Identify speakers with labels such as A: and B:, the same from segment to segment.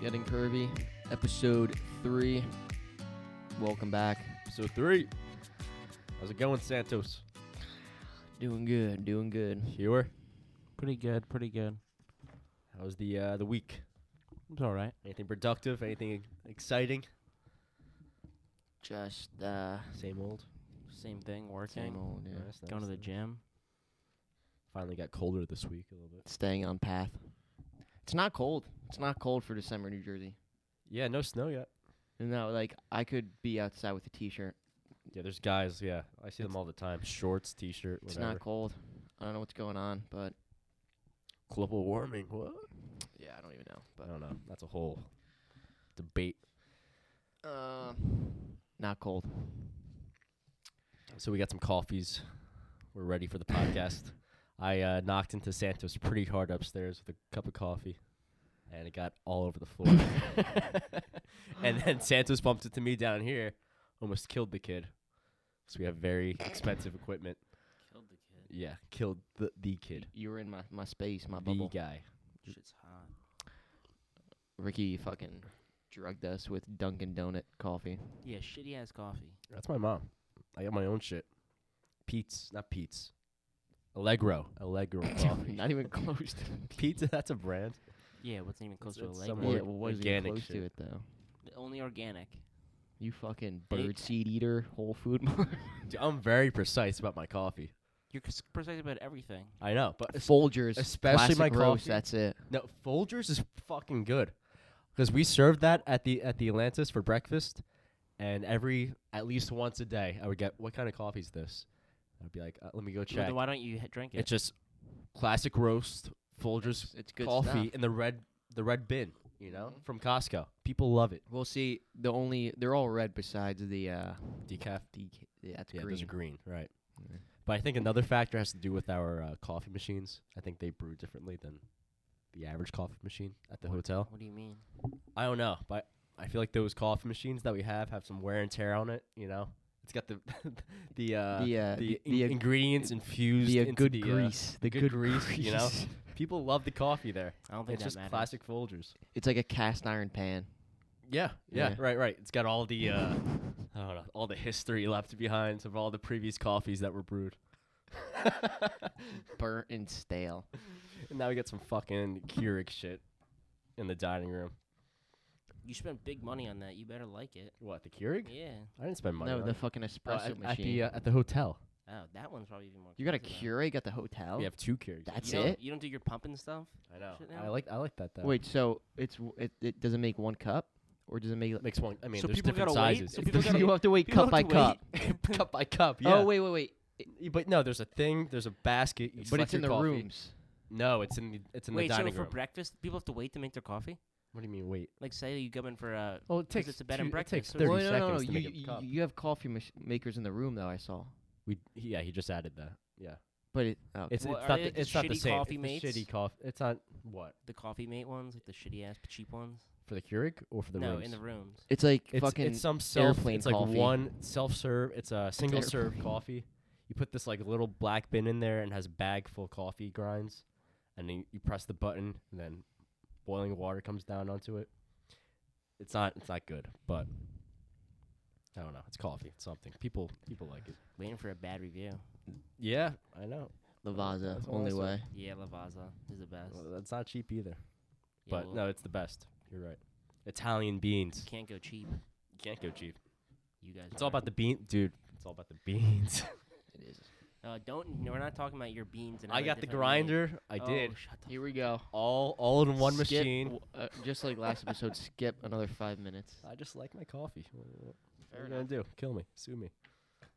A: Getting Curvy, episode three. Welcome back.
B: Episode three. How's it going, Santos?
A: Doing good, doing good.
B: Hewer.
C: Pretty good, pretty good.
B: How's the uh, the week?
C: It's all right.
B: Anything productive? Anything exciting?
A: Just uh,
B: Same old.
C: Same thing, working,
A: same old, yeah.
B: Nice,
C: going
B: nice,
C: to the
B: nice.
C: gym.
B: Finally got colder this week a little bit.
A: Staying on path. It's not cold. It's not cold for December, New Jersey.
B: Yeah, no snow yet.
A: No, like I could be outside with a t-shirt.
B: Yeah, there's guys. Yeah, I see them all the time. Shorts, t-shirt,
A: It's
B: whatever.
A: not cold. I don't know what's going on, but
B: Global warming. What?
A: yeah, I don't even know.
B: I
A: But
B: don't know. That's a whole debate.
A: uh, not cold.
B: So we got some coffees. We're ready for the podcast. I uh, knocked into Santos pretty hard upstairs with a cup of coffee, and it got all over the floor. and then Santos bumped it to me down here, almost killed the kid. So we have very expensive equipment.
C: Killed the kid.
B: Yeah, killed the the kid,
A: You were in my, my space, my
B: the
A: bubble.
B: guy.
C: Shit's hot.
A: Ricky fucking drugged us with Dunkin' Donut coffee.
C: Yeah, shitty ass coffee.
B: That's my mom. I got my own shit. Pete's, not Pete's. Allegro, Allegro coffee.
A: Not even close to
B: Pizza. That's a brand.
C: Yeah, it wasn't even close to a
B: it's
C: leg.
B: somewhat-
A: Yeah,
B: Or
A: well, wasn't even
B: organic
A: close to
B: shit.
A: it though.
C: The only organic.
A: You fucking
C: They-
A: bird seed eater, Whole Food Mart.
B: Dude, I'm very precise about my coffee.
C: You're c- precise about everything.
B: I know, but
A: Folgers,
B: especially my
A: classic roast.
B: coffee.
A: That's it.
B: No, Folgers is fucking good because we served that at the at the Atlantis for breakfast, and every at least once a day I would get what kind of coffee is this? I'd be like, uh, let me go
C: Well,
B: check.
C: then why don't you h- drink it?
B: It's just classic roast Folgers
A: It's, it's good
B: coffee
A: stuff.
B: in the red the red bin, you know,
A: Mhm.
B: from Costco. People love it.
A: We'll see. The only they're all red besides the uh,
B: Decaf.
A: DK. Yeah, that's
B: Yeah,
A: green.
B: those are green, right?
A: Yeah.
B: But I think another factor has to do with our uh, coffee machines. I think they brew differently than the average coffee machine at the hotel.
C: what do you mean?
B: I don't know, but I feel like those coffee machines that we have have some wear and tear on it. You know, it's got the the uh,
A: the,
B: the,
A: uh, the,
B: in-
A: the, uh,
B: ingredients infused
A: the, uh,
B: into
A: good
B: the, uh,
A: grease. the
B: good
A: good,
B: grease, you know?
A: grease.
B: people love the coffee there.
C: I don't think
B: It's
C: that
B: just
C: matters.
B: classic Folgers.
A: It's like a cast iron pan.
B: Yeah, yeah,
A: Yeah.
B: right, right. It's got all the uh, I don't know, all the history left behind of all the previous coffees that were brewed.
A: Burnt and stale.
B: and now we got some fucking Keurig shit in the dining room.
C: You spent big money on that. You better like it.
B: What the Keurig?
C: Yeah.
B: I didn't spend money.
A: No,
B: on
A: the
B: it.
A: fucking
B: Oh,
A: espresso
B: at,
A: machine.
B: at the uh, at the hotel.
C: Oh, that one's probably even more.
A: you got a
C: expensive, though.
A: Keurig at the hotel?
B: We have two Keurigs.
A: Oh. That's
C: you don't-
A: it?
C: You don't do your pumping stuff.
B: I know.
C: Shit
B: I
C: now.
B: like I like that though.
A: Wait, so it's w- it, it doesn't make one cup, or does it make?
B: makes one. I mean,
C: So
B: there's
C: people
B: different
C: gotta wait?
B: sizes.
C: So
B: It's
C: people
B: the-
C: gotta-
A: you have to wait
C: people
A: cup by
C: have
A: cup.
C: to wait.
B: cup by cup. Yeah.
A: Oh wait, wait, wait.
B: Y- But no, there's a thing. There's a basket. You
A: but
B: select
A: it's in the
B: your coffee.
A: rooms.
B: No, it's in the it's in
C: Wait,
B: the
C: so
B: dining
C: for
B: room.
C: breakfast, people have to wait to make their coffee.
B: what do you mean wait?
C: Like, say you come in for uh,
B: Oh, it takes
C: it's a bed and
B: two- It takes
C: breakfast, so-
B: 30
A: Well, no,
B: seconds
A: no, no.
B: to
A: You,
B: make a
A: you,
B: cup.
A: you have coffee mach- makers in the room, though. I saw,
B: We yeah, he just added that. Yeah,
A: but it. Oh,
B: it's
C: Well,
B: it's
C: are
B: not
C: they
B: the,
C: like the
B: it's not the
C: shitty
B: same.
C: coffee
B: it's the
C: mates?
B: shitty coffee. It's not what
C: the coffee mate ones, like the shitty ass cheap ones.
B: for the Keurig or for the
C: no,
B: rooms.
C: in the rooms.
A: it's like
B: it's,
A: fucking.
B: it's some self.
A: airplane
B: It's like
A: coffee.
B: one self serve. It's a single serve
A: airplane.
B: coffee. You put this like little black bin in there and has a bag full of coffee grinds, and then you press the button and then boiling water comes down onto it. It's not it's not good, but I don't know. It's coffee. It's something people people like it.
C: Waiting for a bad review.
B: Yeah, I know.
A: Lavazza
B: That's what I
A: only
B: saw.
A: way.
C: Yeah, Lavazza is the best.
B: Well, that's not cheap either,
C: Yeah,
B: but
C: well,
B: no, it's the best. You're right. Italian beans
C: you can't go cheap.
B: can't go cheap.
C: You guys.
B: It's all
C: are.
B: about the bean, dude. It's all about the beans.
A: It is.
C: Uh, don't. No, we're not talking about your beans. And
B: I
C: other
B: got the
C: different meat.
B: grinder. I
C: Oh,
B: did.
C: shut the
A: Here we go.
B: all all in one
A: Skip
B: machine.
A: w- Uh, just like last episode, skip another five minutes.
B: I just like my coffee. What, what
A: Fair
B: are you gonna do? Kill me, sue me.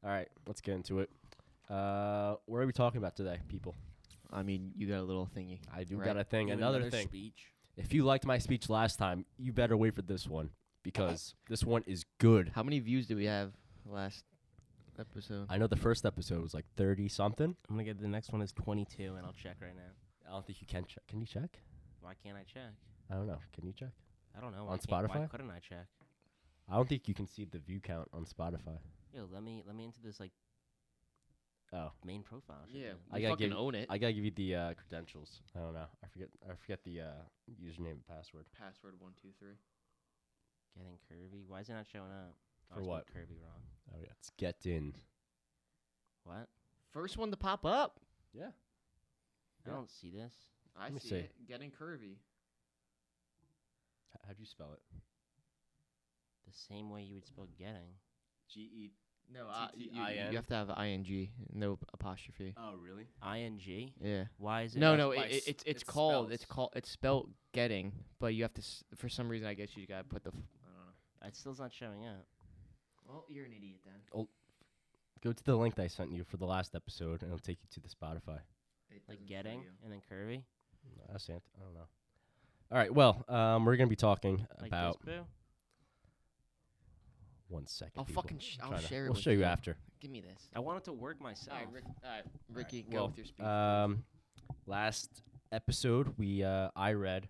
B: All right, let's get into it. Uh, what are we talking about today, people?
A: I mean, you got a little thingy.
B: I do
A: Right.
B: got a thing.
C: You have
B: Another thing.
C: Speech.
B: If you liked my speech last time, you better wait for this one because this one is good.
A: How many views do we have last episode?
B: I know the first episode was like thirty something.
C: I'm gonna get the next one is 22, and I'll check right now.
B: I don't think you can check. Can you check?
C: Why can't I check?
B: I don't know. Can you check?
C: I don't know.
B: On
C: I can't- Why
B: Spotify?
C: couldn't I check?
B: I don't think you can see the view count on Spotify.
C: Yo, let me let me into this like
B: Oh.
C: Main profile. should
A: Yeah,
C: do.
B: I
A: I
B: gotta
A: fucking
B: give-
A: own it.
B: I gotta give you the uh, credentials. I don't know. I forget. I forget the uh, username and password.
A: Password one two three.
C: Getting curvy. Why is it not showing up?
B: For
C: I
B: what?
C: spelled Curvy wrong.
B: Oh yeah, it's get in.
C: What?
A: First one to pop up.
B: Yeah. Yeah.
C: I don't see this.
A: I
B: Let me
A: see,
B: see.
A: it. Getting curvy.
B: H- How do you spell it?
C: The same way you would spell getting.
B: G E.
A: No,
B: I- you- you- you
A: You,
B: TTIN.
A: have to have ing, no apostrophe.
B: Oh really?
C: ING?
A: Yeah.
C: Why is it?
A: No,
C: not-
A: no, it,
B: by
A: it,
B: s-
A: it's it's
B: it
A: called it's
B: spells.
A: called it's spelled getting, but you have to s- for some reason I guess you gotta put the. F- I don't know.
C: It still's not showing up.
A: Well, you're an idiot then.
B: Go to the link that I sent you for the last episode, and it'll take you to the Spotify.
C: Like getting and then curvy.
B: Uh, Sant. I don't know. All right. Well, um, we're gonna be talking
C: Like
B: about
C: this boo.
B: one second.
A: I'll
B: people.
A: fucking sh- I'll
B: Tryna-
A: share it
B: We'll
A: with
B: show you
A: you.
B: after.
A: Give me this.
C: I want it to work myself.
A: All right, Rick, all right, Ricky, go
B: well,
A: with your speech. please.
B: Um, last episode, we uh, I read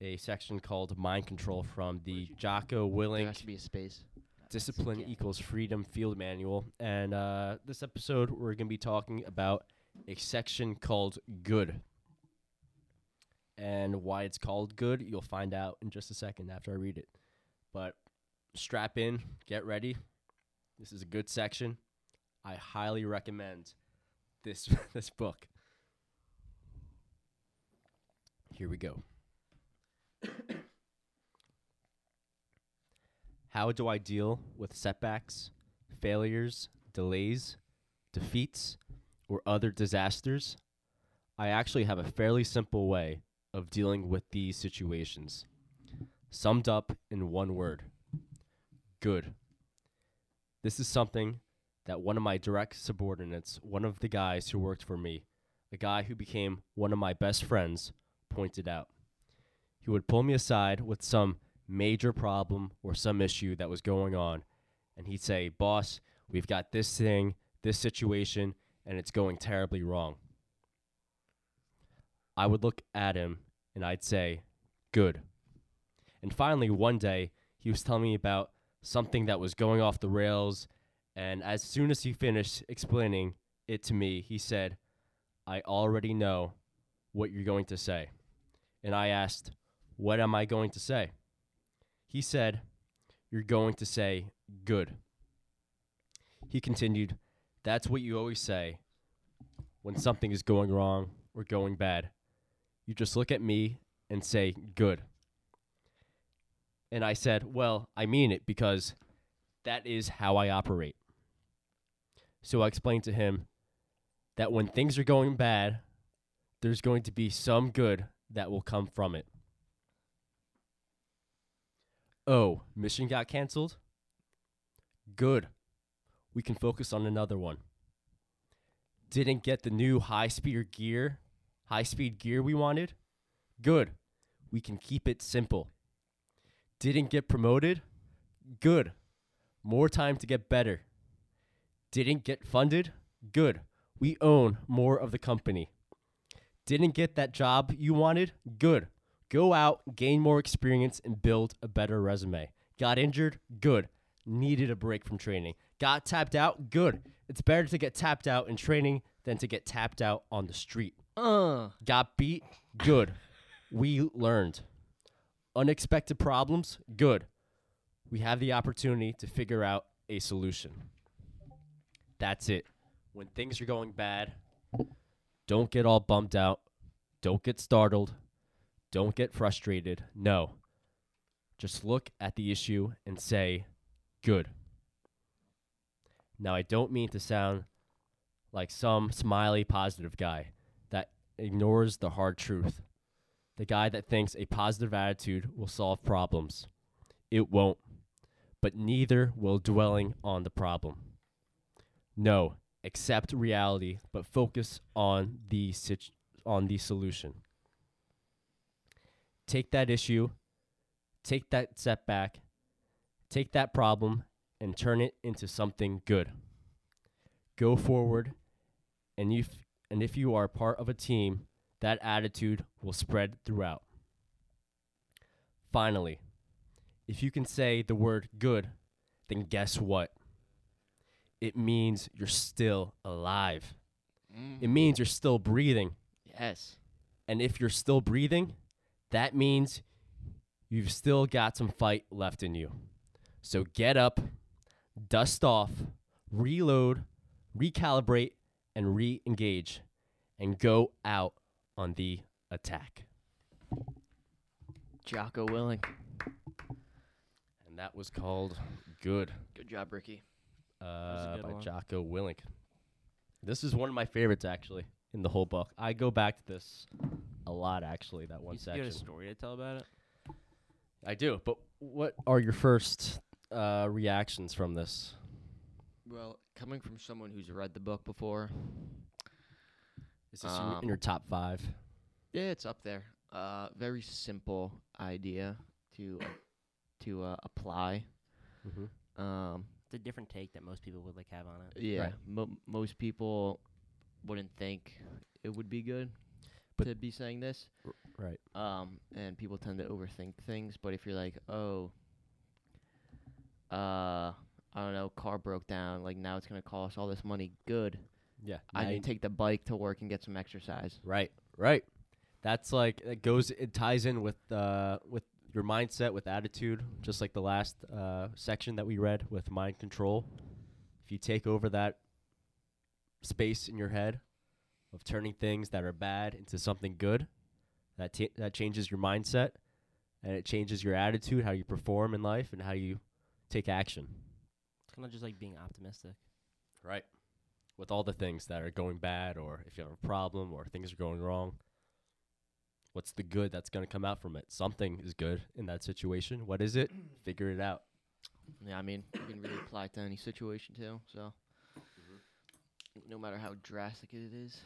B: a section called "Mind Control" from the Jocko
A: there
B: Willink
A: has to be a space.
B: Discipline
C: uh,
B: e-
C: Yeah.
B: Equals Freedom Field Manual, and uh, this episode we're gonna be talking about a section called "Good." And why it's called good, you'll find out in just a second after I read it. But strap in, get ready. This is a good section. I highly recommend this this book. Here we go. How do I deal with setbacks, failures, delays, defeats, or other disasters? I actually have a fairly simple way of dealing with these situations. Summed up in one word good. This is something that one of my direct subordinates, one of the guys who worked for me, a guy who became one of my best friends, pointed out. He would pull me aside with some major problem or some issue that was going on, and he'd say, Boss, we've got this thing, this situation, and it's going terribly wrong. I would look at him and I'd say, Good. And finally, one day, he was telling me about something that was going off the rails. And as soon as he finished explaining it to me, he said, I already know what you're going to say. And I asked, What am I going to say? He said, You're going to say good. He continued, That's what you always say when something is going wrong or going bad. You just look at me and say good. And I said, Well, I mean it because that is how I operate. So I explained to him that when things are going bad, there's going to be some good that will come from it. Oh, mission got canceled? Good. We can focus on another one. Didn't get the new high speed gear, high speed gear we wanted? Good. We can keep it simple didn't get promoted, good. More time to get better. Didn't get funded, good. We own more of the company. Didn't get that job you wanted, good. Go out, gain more experience, and build a better resume. Got injured, good. Needed a break from training. Got tapped out, good. It's better to get tapped out in training than to get tapped out on the street.
A: Uh,
B: Got beat? Good. we learned. Unexpected problems? Good. We have the opportunity to figure out a solution. That's it. When things are going bad, don't get all bummed out. Don't get startled. Don't get frustrated. No. Just look at the issue and say, good. Now, I don't mean to sound like some smiley, positive guy that ignores the hard truth. The guy that thinks a positive attitude will solve problems. It won't. But neither will dwelling on the problem. No, accept reality, but focus on the situ- on the solution. Take that issue, take that setback, take that problem and turn it into something good. Go forward and you f- and if you are part of a team that attitude will spread throughout. Finally, if you can say the word good, then guess what? it means you're still alive. It means you're still breathing.
A: Yes.
B: And if you're still breathing, that means you've still got some fight left in you. So get up, dust off, reload, recalibrate, and re engage, and go out on the attack.
A: Jocko Willing.
B: And that was called Good
A: Good job, Ricky.
C: was a
B: uh,
C: good
B: by
C: one.
B: Jocko Willink. This is one of my favorites, actually, in the whole book. I go back to this a lot, actually, that one
C: You s- you
B: section.
C: got a story to tell about it?
B: I do. But what are your first uh, reactions from this?
A: Well, coming from someone who's read the book before,
B: Is this in your-
A: Um,
B: in your top five?
A: yeah, it's up there. Uh, very simple idea to uh, to uh, apply.
B: Mm-hmm.
A: Um,
C: It's a different take that most people would like have on it.
A: yeah, mo- most people wouldn't think it would be good
B: But-
A: to be saying this.
B: Right.
A: um, and people tend to overthink things. But if you're like, oh, uh, I don't know, car broke down, like now it's gonna cost all this money. Good,
B: Yeah.
A: I
B: nine-
A: can take the bike to work and get some exercise.
B: Right, right. That's like it goes. It ties in with uh, with your mindset, with attitude, just like the last uh, section that we read with mind control. If you take over that space in your head of turning things that are bad into something good, that ta that changes your mindset, and it changes your attitude, how you perform in life, and how you take action.
C: It's kind of just like being optimistic.
B: Right. With all the things that are going bad, or if you have a problem, or things are going wrong, what's the good that's going to come out from it? Something is good in that situation. What is it? Figure it out.
A: Yeah, I mean, you can really apply it to any situation too. So,
B: Mm-hmm.
A: no matter how drastic it is,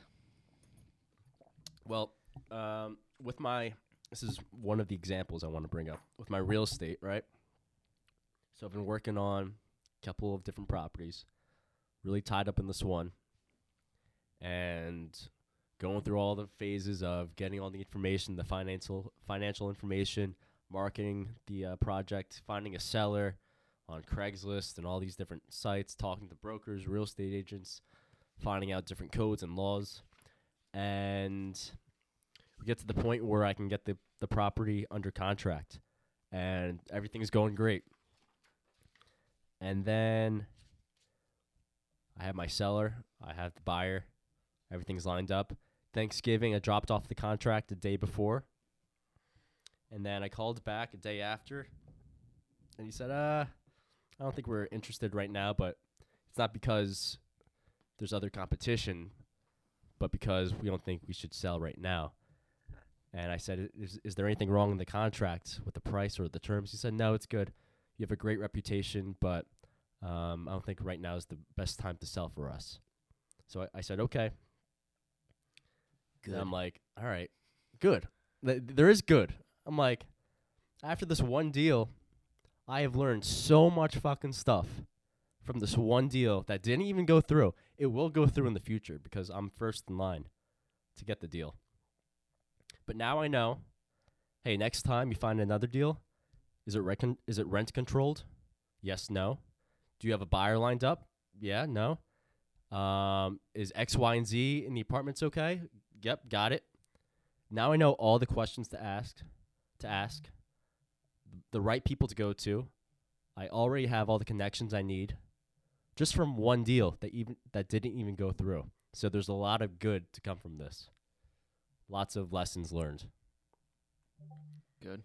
B: Well, um, with my, this is one of the examples I want to bring up with my real estate, right? So I've been working on a couple of different properties, really tied up in this one, and going through all the phases of getting all the information, the financial financial information, marketing the uh, project, finding a seller on Craigslist and all these different sites, talking to brokers, real estate agents, finding out different codes and laws and we get to the point where I can get the, the property under contract and everything's going great. And then I have my seller, I have the buyer, everything's lined up. Thanksgiving, I dropped off the contract the day before. And then I called back a day after and he said, uh, I don't think we're interested right now, but it's not because there's other competition but because we don't think we should sell right now. And I said, "I- is, is there anything wrong in the contract with the price or the terms? He said, no, it's good. You have a great reputation, but um, I don't think right now is the best time to sell for us. So I, I said, okay. And I'm like, all right, good. Th- there is good. I'm like, after this one deal, I have learned so much fucking stuff from this one deal that didn't even go through. It will go through in the future because I'm first in line to get the deal. But now I know, hey, next time you find another deal, is it rent is it rent controlled? Yes, no. Do you have a buyer lined up? Yeah, no. Um, is X, Y, and Z in the apartments okay? Yep, got it. Now I know all the questions to ask, to ask, the right people to go to. I already have all the connections I need just from one deal that even that didn't even go through. So there's a lot of good to come from this. Lots of lessons learned,
A: good.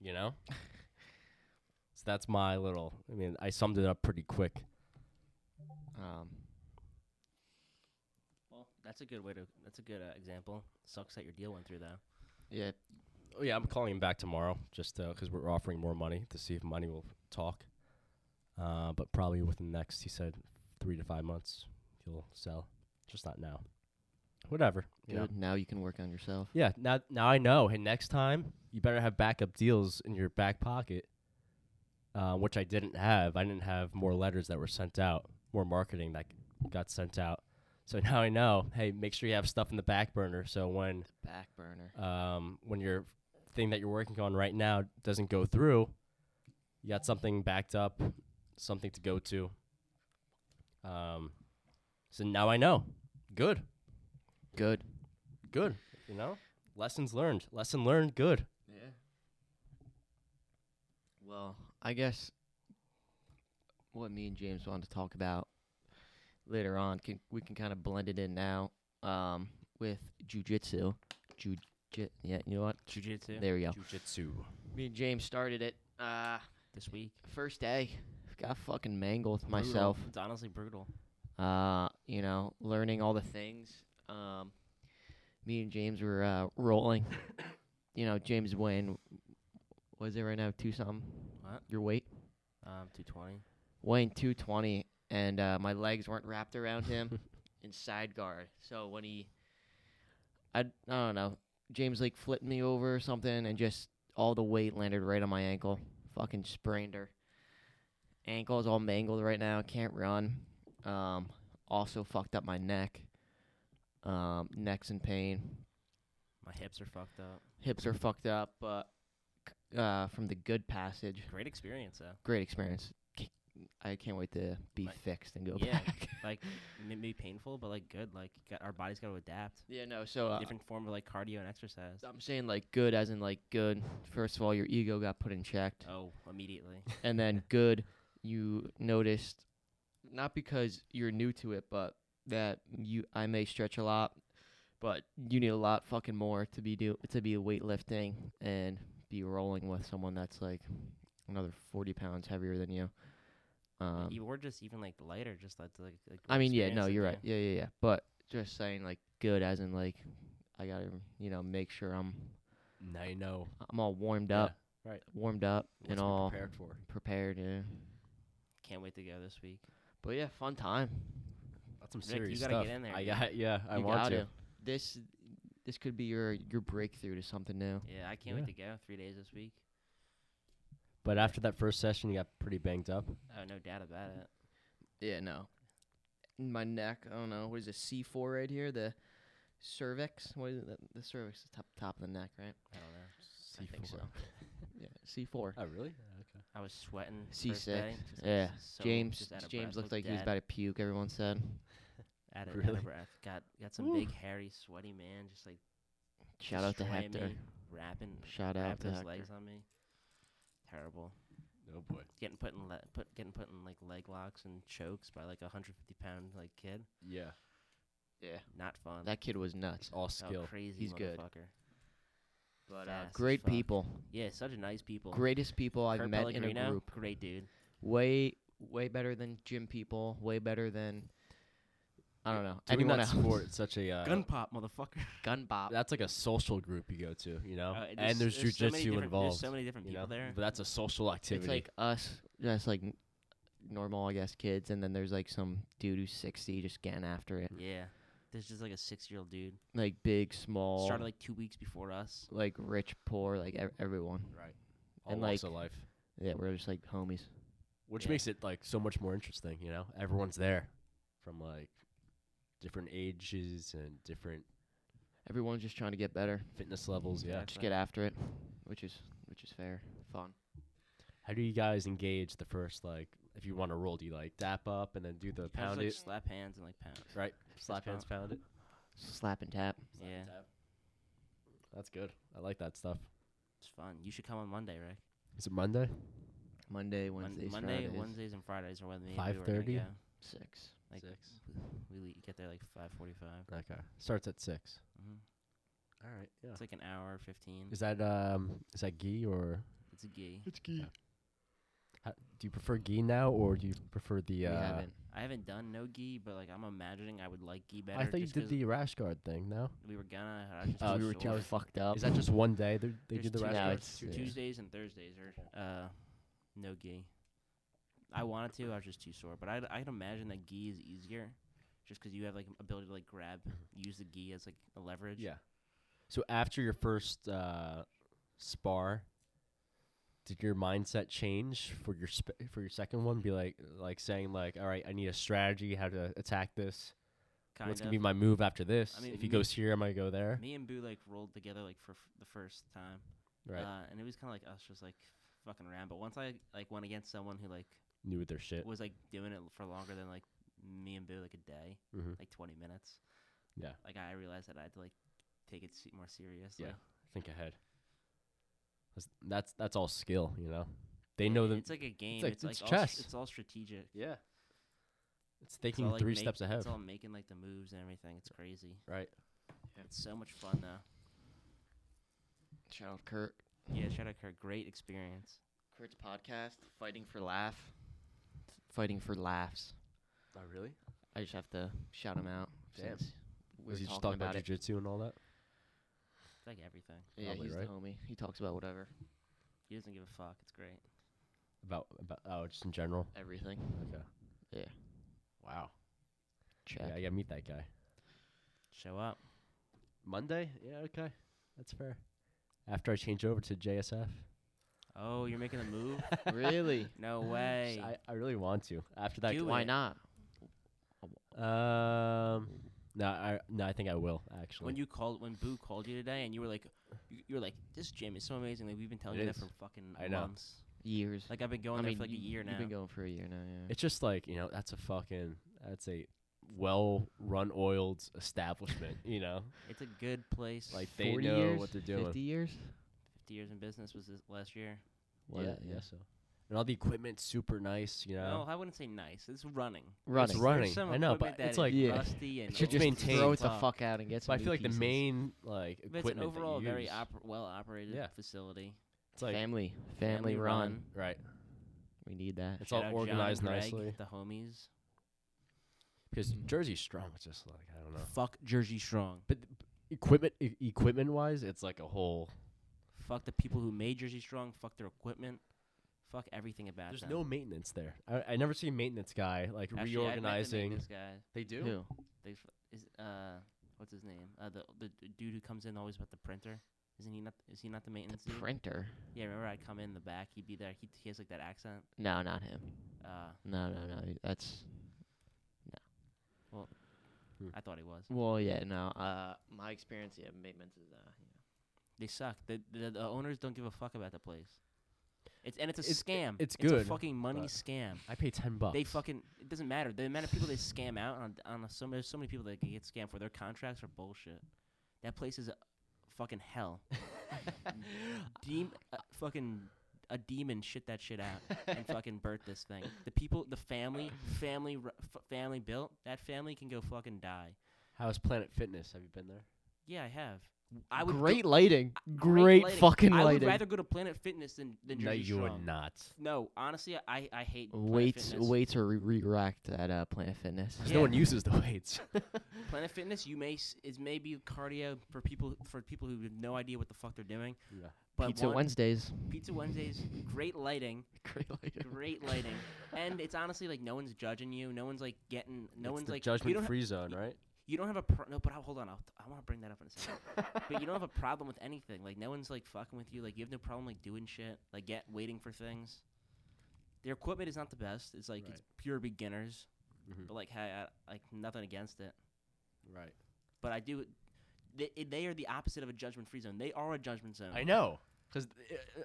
B: you know? so that's my little I mean, I summed it up pretty quick.
A: Um,
C: Well, that's a good way to. That's a good uh, example. Sucks that your deal went through though.
A: yeah,
B: Oh yeah, I'm calling him back tomorrow just uh 'cause we're offering more money to see if money will talk. Uh, but probably within the next, he said, three to five months, he'll sell. Just not now. Whatever.
A: good.
B: You know?
A: Now you can work on yourself.
B: Yeah, now now I know. And next time, you better have backup deals in your back pocket, uh, which I didn't have. I didn't have more letters that were sent out, more marketing that got sent out. So now I know. Hey, make sure you have stuff in the back burner. So when
A: Back burner.
B: um, when your thing that you're working on right now doesn't go through, you got something backed up, something to go to. Um, so now I know. Good,
A: Good.
B: good. You know, lessons learned. Lesson learned. Good.
A: Yeah. Well, I guess what me and James wanted to talk about later on can we can kind of blend it in now um, with jujitsu. Jiu, yeah, you know what?
C: Jiu-jitsu
A: There we go.
B: Jujitsu.
A: Me and James started it. Uh,
C: this week.
A: first day, got fucking mangled
C: Brutal.
A: myself.
C: It's honestly brutal.
A: Uh, you know, learning all the things. Um, me and James were uh, rolling. you know, James Wayne was it right now two something.
C: What?
A: Your weight?
C: Um, 220.
A: Weighing two twenty, and uh, my legs weren't wrapped around him in side guard. So when he, I d- I don't know, James like flipped me over or something, and just all the weight landed right on my ankle. Fucking sprained her. Ankle's all mangled right now. Can't run. Um, also fucked up my neck. Um, neck's in pain.
C: My hips are fucked up.
A: Hips are fucked up, but c- uh, from the good passage,
C: Great experience though.
A: great experience. C- I can't wait to be
C: Like-
A: fixed and go
C: yeah.
A: back.
C: Like maybe painful, but like good. Like got, our body's got to adapt.
A: yeah, no. So uh,
C: Different form of like cardio and exercise.
A: I'm saying like good, as in like good. First of all, your ego got put in check,
C: Oh, immediately.
A: and then good, you noticed, not because you're new to it, but that you I may stretch a lot, but you need a lot fucking more to be do to be weightlifting and be rolling with someone that's like another 40 pounds heavier than you. Um,
C: You E, or just even like lighter, just like, like, like
A: I mean, yeah,
C: experience
A: no,
C: it,
A: you're
C: yeah.
A: right. Yeah, yeah, yeah. But just saying like good, as in like I gotta you know make sure I'm
B: Now you know.
A: I'm all warmed
B: Yeah,
A: up.
B: right.
A: Warmed up
B: what
A: and
B: to be
A: all
B: prepared for.
A: prepared. Yeah.
C: Can't wait to go this week.
A: But yeah, fun time.
B: That's some
C: Rick,
B: serious
C: you gotta get
B: stuff.
C: in there,
B: I
C: dude.
B: got. Yeah, I
A: You
B: want to.
A: gotta. This this could be your your breakthrough to something new.
C: Yeah, I can't
B: Yeah.
C: wait to go. Three days this week.
B: But after that first session, you got pretty banged up.
C: Oh, no doubt about it.
A: Yeah, no. My neck, I don't know. What is it? C four right here. The cervix. What is it? The, the cervix is top top of the neck, right?
C: I don't know.
A: I think so. yeah, C four.
B: Oh really? Okay.
C: I was sweating.
A: C
C: first day,
A: six.
C: just
A: Yeah.
C: so-
A: James
C: just out of
A: James
C: breath,
A: looked like he was
C: dead,
A: about to puke. Everyone said.
C: out of, out
B: Really?
C: of breath. Got got some
B: Woo.
C: big hairy sweaty man just like
A: Shout out to
C: destroying
A: Hector.
C: me, wrapping
A: Shout out
C: wrapped
A: to
C: his
A: Hector.
C: legs on me. Terrible.
B: Oh boy.
C: Getting put in le- put getting put in like leg locks and chokes by like a hundred fifty pound like kid.
B: Yeah.
A: Yeah,
C: Not fun.
A: that kid was nuts.
B: It's all
C: Oh,
B: skill.
C: crazy
A: He's
C: motherfucker.
A: good. But uh,
C: Fast as
A: great
C: fuck.
A: people,
C: Yeah, such a nice people.
A: greatest people I've
C: Kurt
A: met in
C: Pellegrino,
A: a group.
C: Great dude.
A: way way better than gym people. Way better than I don't know
B: Doing
A: anyone
B: that
A: else.
B: sport, it's such a uh,
C: Gun pop, motherfucker.
A: Gun bop.
B: That's like a social group you go to, you know.
C: Uh,
B: Oh. and there's,
C: so many
B: jujitsu
C: different-
B: involved.
C: There's so many different
B: you
C: people
B: know?
C: there.
B: But that's a social
A: it's
B: activity.
A: like us, just like n- normal, I guess, kids, and then there's like some dude who's sixty just getting after it.
C: Yeah. There's just like a six year old dude.
A: Like big, small,
C: Started like two weeks before us.
A: like rich, poor, like ev- everyone.
B: right. All
A: and,
B: walks
A: like-
B: of life,
A: Yeah, we're just like homies.
B: which
C: yeah.
B: makes it like so much more interesting, you know. Everyone's there, from like different ages and different
A: Everyone's just trying to get better,
B: fitness levels. Yeah.
A: just get after it, which is which is fair, fun.
B: How do you guys engage the first like? If you want to roll, do you like dap up and then do the
C: I just,
B: pound
C: like
B: it,
C: slap hands and like pound.
B: right? Slap hands,
C: pump.
B: pound it.
A: Slap and tap.
B: slap
C: Yeah.
B: and tap. That's good. I like that stuff.
C: It's fun. You should come on Monday, Rick.
B: Is it Monday?
A: Monday,
C: Mon-
A: Wednesdays,
C: Monday,
A: Fridays.
C: Wednesdays, and Fridays are when me and you were gonna
B: 5:30?
C: go.
A: Six.
C: Like
B: Six.
C: we le- get there like five forty-five.
B: Okay. Starts at six.
C: Mm-hmm.
B: All right. Yeah.
C: It's like an hour fifteen.
B: Is that um is that ghee or
C: It's a gee.
B: it's ghee? do you prefer ghee now or do you prefer the?
A: We
B: Uh,
A: haven't.
C: I haven't done no gee, but like I'm imagining I would like gee better.
B: I thought you
C: just
B: did
C: 'cause
B: the rash guard thing. No,
C: We were gonna. I just
B: Oh,
C: was
A: we were
C: sore.
A: too fucked up.
B: is that just one day that they
C: There's
B: do the
C: two uh,
B: rash
A: No,
B: guard?
A: it's-
C: Two
A: Yeah.
C: Tuesdays and Thursdays are uh, no gi. I wanted to, I was just too sore. But I'd, I'd imagine that gi is easier, just 'cause you have like ability to like grab, use the gi as like a leverage.
B: Yeah. So after your first uh, spar, did your mindset change for your sp- for your second one? Be like like saying like, all right, I need a strategy how to attack this.
C: kind
B: What's
C: of.
B: gonna be my move after this?
C: I mean,
B: if he
C: me-
B: goes here, I might go there.
C: Me and Boo like rolled together like for f- the first time,
B: Right,
C: Uh, and it was kind of like us just like fucking around. But once I like went against someone who like
B: knew their shit.
C: was like doing it for longer than like do like a day,
B: Mm-hmm.
C: like 20 minutes.
B: Yeah.
C: Like I realized that I had to like take it se- more seriously.
B: Yeah. Think ahead. That's, that's that's all skill, you know. They know them.
C: It's like a game.
B: like-
C: It's like,
B: it's
C: all s-
B: chess.
C: it's all strategic.
B: yeah. It's
C: It's
B: thinking
C: all, like,
B: three
C: make-
B: steps ahead.
C: It's all making like the moves and everything. It's crazy.
B: Right.
A: Yeah.
C: It's so much fun though.
A: Shout out Kurt.
C: Yeah, shout out Kurt. Great experience.
A: Kurt's podcast, Fighting for Laugh. Fighting for Laughs.
B: Oh really?
A: I just have to shout him out.
B: Damn.
A: Since we were
B: Was he
A: talking
B: just talking
A: about
B: about
A: it.
B: jujitsu and all that?
C: It's like everything.
A: Yeah,
B: Probably,
A: he's
B: right?
A: the homie. He talks about whatever,
C: He doesn't give a fuck. It's great.
B: About about oh, just in general.
A: everything.
B: Okay.
A: Yeah.
B: Wow.
A: Check.
B: Yeah, I gotta meet that guy.
C: Show up.
B: Monday? Yeah. Okay. That's fair. After I change over to JSF.
C: Oh, you're making a move?
A: really?
C: no
B: S-
C: way.
B: I, I really want to. After that,
C: Do
B: g-
A: Why
C: it.
A: not?
B: um, no, I no, I think I will actually.
C: when you called, when Boo called you today, and you were like, you, you were like, this gym is so amazing. Like we've been telling
B: It
C: you
B: is.
C: that for fucking
B: I know.
C: months.
A: Years.
C: Like I've been going
A: I
C: there
A: mean,
C: for like a
A: you-
C: year now.
A: You've been going for a year now. Yeah.
B: It's just like you know that's a fucking that's a well run oiled establishment. you know,
C: it's a good place.
B: like they
A: 40
B: know
A: years?
B: what they're doing.
A: Fifty years.
C: 50 years in business was this last year.
B: What-
A: Yeah, yeah.
B: so. And all the equipment's super nice. You know,
C: No, Oh, I wouldn't say nice. It's running.
A: Running.
B: It's
C: There's
B: running.
C: some
B: I know, but
C: equipment that
B: it's
C: is
B: like-
A: Yeah.
C: rusty and
B: It's just
A: Just
C: old as
B: maintained.
A: throw it the
C: fuck.
A: fuck out and get
B: but
A: some.
B: I feel
A: new
B: like the
A: pieces.
B: main like
C: But It's
B: equipment
C: an overall
B: that you
C: very
B: use,
C: oper- well operated
B: Yeah.
C: facility.
B: it's like
A: family, family run.
B: right.
A: We need that.
B: It's all
C: Shout out John and
B: organized
C: Greg,
B: nicely
C: The homies.
B: because
A: Mhm.
B: Jersey Strong is just like I don't know.
C: Fuck Jersey Strong.
B: But th- equipment e- equipment wise, it's like a whole.
C: Fuck the people who made Jersey Strong. Fuck their equipment. Fuck everything about
B: There's
C: them.
B: no maintenance there. I, I never see a maintenance guy like
C: Actually, I met the
B: reorganizing.
C: maintenance guy.
B: They do.
A: Who?
C: They f- is uh, what's his name? Uh, the the d- dude who comes in always with the printer. Isn't he not? Is he not the maintenance
A: The
C: dude?
A: printer?
C: Yeah, remember I come in the back. He'd be there. He he has like that accent.
A: No, not him.
C: Uh,
A: No, no, no. That's
C: I thought he was.
A: well, yeah, no. Uh, my experience, yeah, maintenance is uh,
C: They suck. The, the the owners don't give a fuck about the place. It's and it's a
B: It's-
C: scam.
B: it's
C: It's
B: good,
C: a fucking money
B: but-
C: scam.
B: I pay ten bucks.
C: They fucking it doesn't matter. The amount of people they scam out on on a, so many so many people that get scammed for their contracts are bullshit. That place is a fucking hell. Dem- uh, fucking a demon shit that shit out and fucking burnt this thing. The people, the family, family, ru- f- family built that family can go fucking die.
B: How's Planet Fitness? Have you been there?
C: Yeah, I have. I would go-
A: great lighting, great,
C: lighting.
A: fucking
C: I
A: lighting.
C: would rather go to Planet Fitness than than Jersey Strong.
B: not.
C: No, honestly, I I hate Planet
A: weights,
C: Fitness.
A: weights are re- racked at uh, Planet Fitness.
B: Because
C: Yeah.
B: no one uses the weights.
C: Planet Fitness, you may s- is maybe cardio for people for people who have no idea what the fuck they're doing.
B: Yeah.
C: But
A: Pizza
C: one-
A: Wednesdays.
C: Pizza Wednesdays, great lighting,
A: Great lighting.
C: great lighting, and it's honestly like no one's judging you. No one's like getting. No
B: It's
C: one's
B: the
C: like you
B: judgment
C: don't. ha-
B: free zone,
C: y-
B: right?
C: you don't have a pro- no. But I'll, hold on, I'll, I want to bring that up in a second. but you don't have a problem with anything. Like no one's like fucking with you. Like you have no problem like doing shit. Like get waiting for things. Their equipment is not the best. It's like it's pure beginners.
B: Mhm.
C: But like hey, I, like nothing against it.
B: Right.
C: But I do. They, they are the opposite of a judgment free zone. They are a judgment zone.
B: I know. Because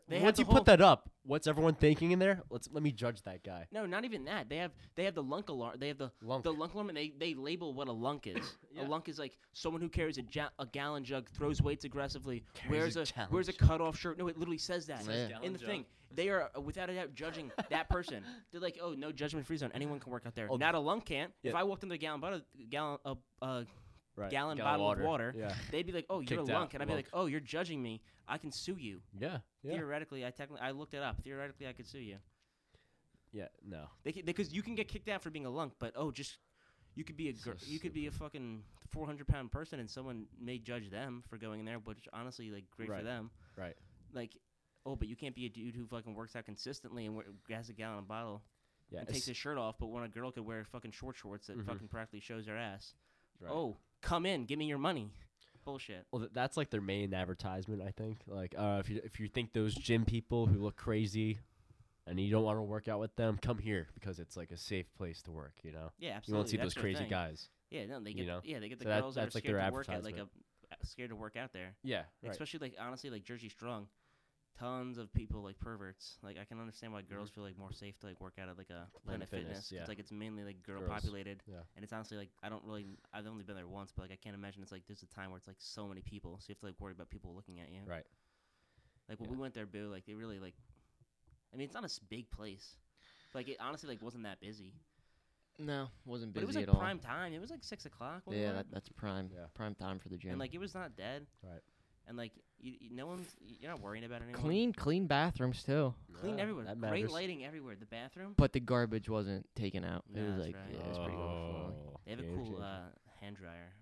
C: They have
B: once
C: the
B: you
C: whole-
B: put that up, what's everyone thinking in there? Let's let me judge that guy.
C: No, not even that. They have they have the lunk alarm. They have the
B: Lump.
C: the lunk alarm, and they, they label what a lunk is.
B: Yeah.
C: A lunk is like someone who carries a, ja- a gallon jug, throws weights aggressively,
B: Carries
C: wears
B: a
C: a,
B: gallon
C: wears a
B: jug.
C: cutoff shirt. No, it literally says that
A: Says
B: Yeah.
C: in
B: gallon
C: the
B: jug.
C: thing. They are uh, without a doubt judging that person. They're like, oh, no judgment free zone. Anyone can work out there.
B: Oh,
C: not a lunk can't. If
B: yeah.
C: I walked into a gallon bottle, gallon a uh,
B: Right.
C: gallon
B: Got
C: bottle of water.
B: Yeah.
C: they'd be like, oh, you're
B: Kicked
C: a
B: out,
C: lunk, and I'd be
B: lunk.
C: like, oh, you're judging me. I can sue you.
B: Yeah. Yeah.
C: Theoretically, I technically I looked it up. Theoretically, I could sue you.
B: Yeah. No.
C: They because you can get kicked out for being a lunk, but oh, just you could be a
B: So
C: gir- you could be a fucking four hundred pound person, and someone may judge them for going in there, which honestly, like, great
B: Right.
C: for them.
B: Right.
C: Like, oh, but you can't be a dude who fucking works out consistently and wear- has a gallon of bottle
B: Yeah.
C: and takes
B: it's-
C: his shirt off, but when a girl could wear fucking short shorts that
B: Mhm.
C: fucking practically shows her ass.
B: right.
C: Oh, come in, give me your money. Bullshit.
B: Well, th- that's like their main advertisement, I think. Like, uh, if you if you think those gym people who look crazy, and you don't want to work out with them, come here because it's like a safe place to work. You know,
C: Yeah, absolutely.
B: you won't see
C: that's
B: those
C: their
B: crazy
C: thing.
B: guys.
C: Yeah, no, they
B: you
C: get
B: know?
C: yeah they get the
B: So that-
C: girls that,
B: that's
C: are
B: like
C: scared
B: their
C: to work out like a
B: advertisement.
C: scared to work out there,
B: Yeah, right.
C: especially like honestly like Jersey Strong. tons of people like perverts. Like I can understand why girls feel like more safe to like work out at like a
B: Mm-hmm. Fitness,
C: Planet Fitness. 'cause,
B: yeah.
C: like it's mainly like girl
B: Girls.
C: populated,
B: Yeah.
C: and it's honestly like I don't really I've only been there once, but like I can't imagine it's like there's a time where it's like so many people, so you have to like worry about people looking at you.
B: Right.
C: Like when
B: Yeah.
C: we went there, boo, like they really like. I mean, it's not a s- big place. Like it honestly like wasn't that busy,
A: No, wasn't
C: but
A: busy
C: it was like
A: at all.
C: prime time. It was like six o'clock. wasn't
A: yeah,
C: it?
A: that, that's prime.
B: Yeah.
A: Prime time for the gym.
C: and like it was not dead.
B: Right.
C: And like you, you, no one's you're not worrying about anyone.
A: clean, clean bathrooms too.
C: clean
B: Yeah,
C: everywhere.
B: that
C: Great
B: matters.
C: lighting everywhere. The bathroom.
A: But the garbage wasn't taken out.
C: Yeah,
A: it was
C: that's
A: like
C: right.
A: yeah, it was pretty overflowing.
B: Oh,
C: They have a
B: game
C: cool
B: changer.
C: uh, hand dryer.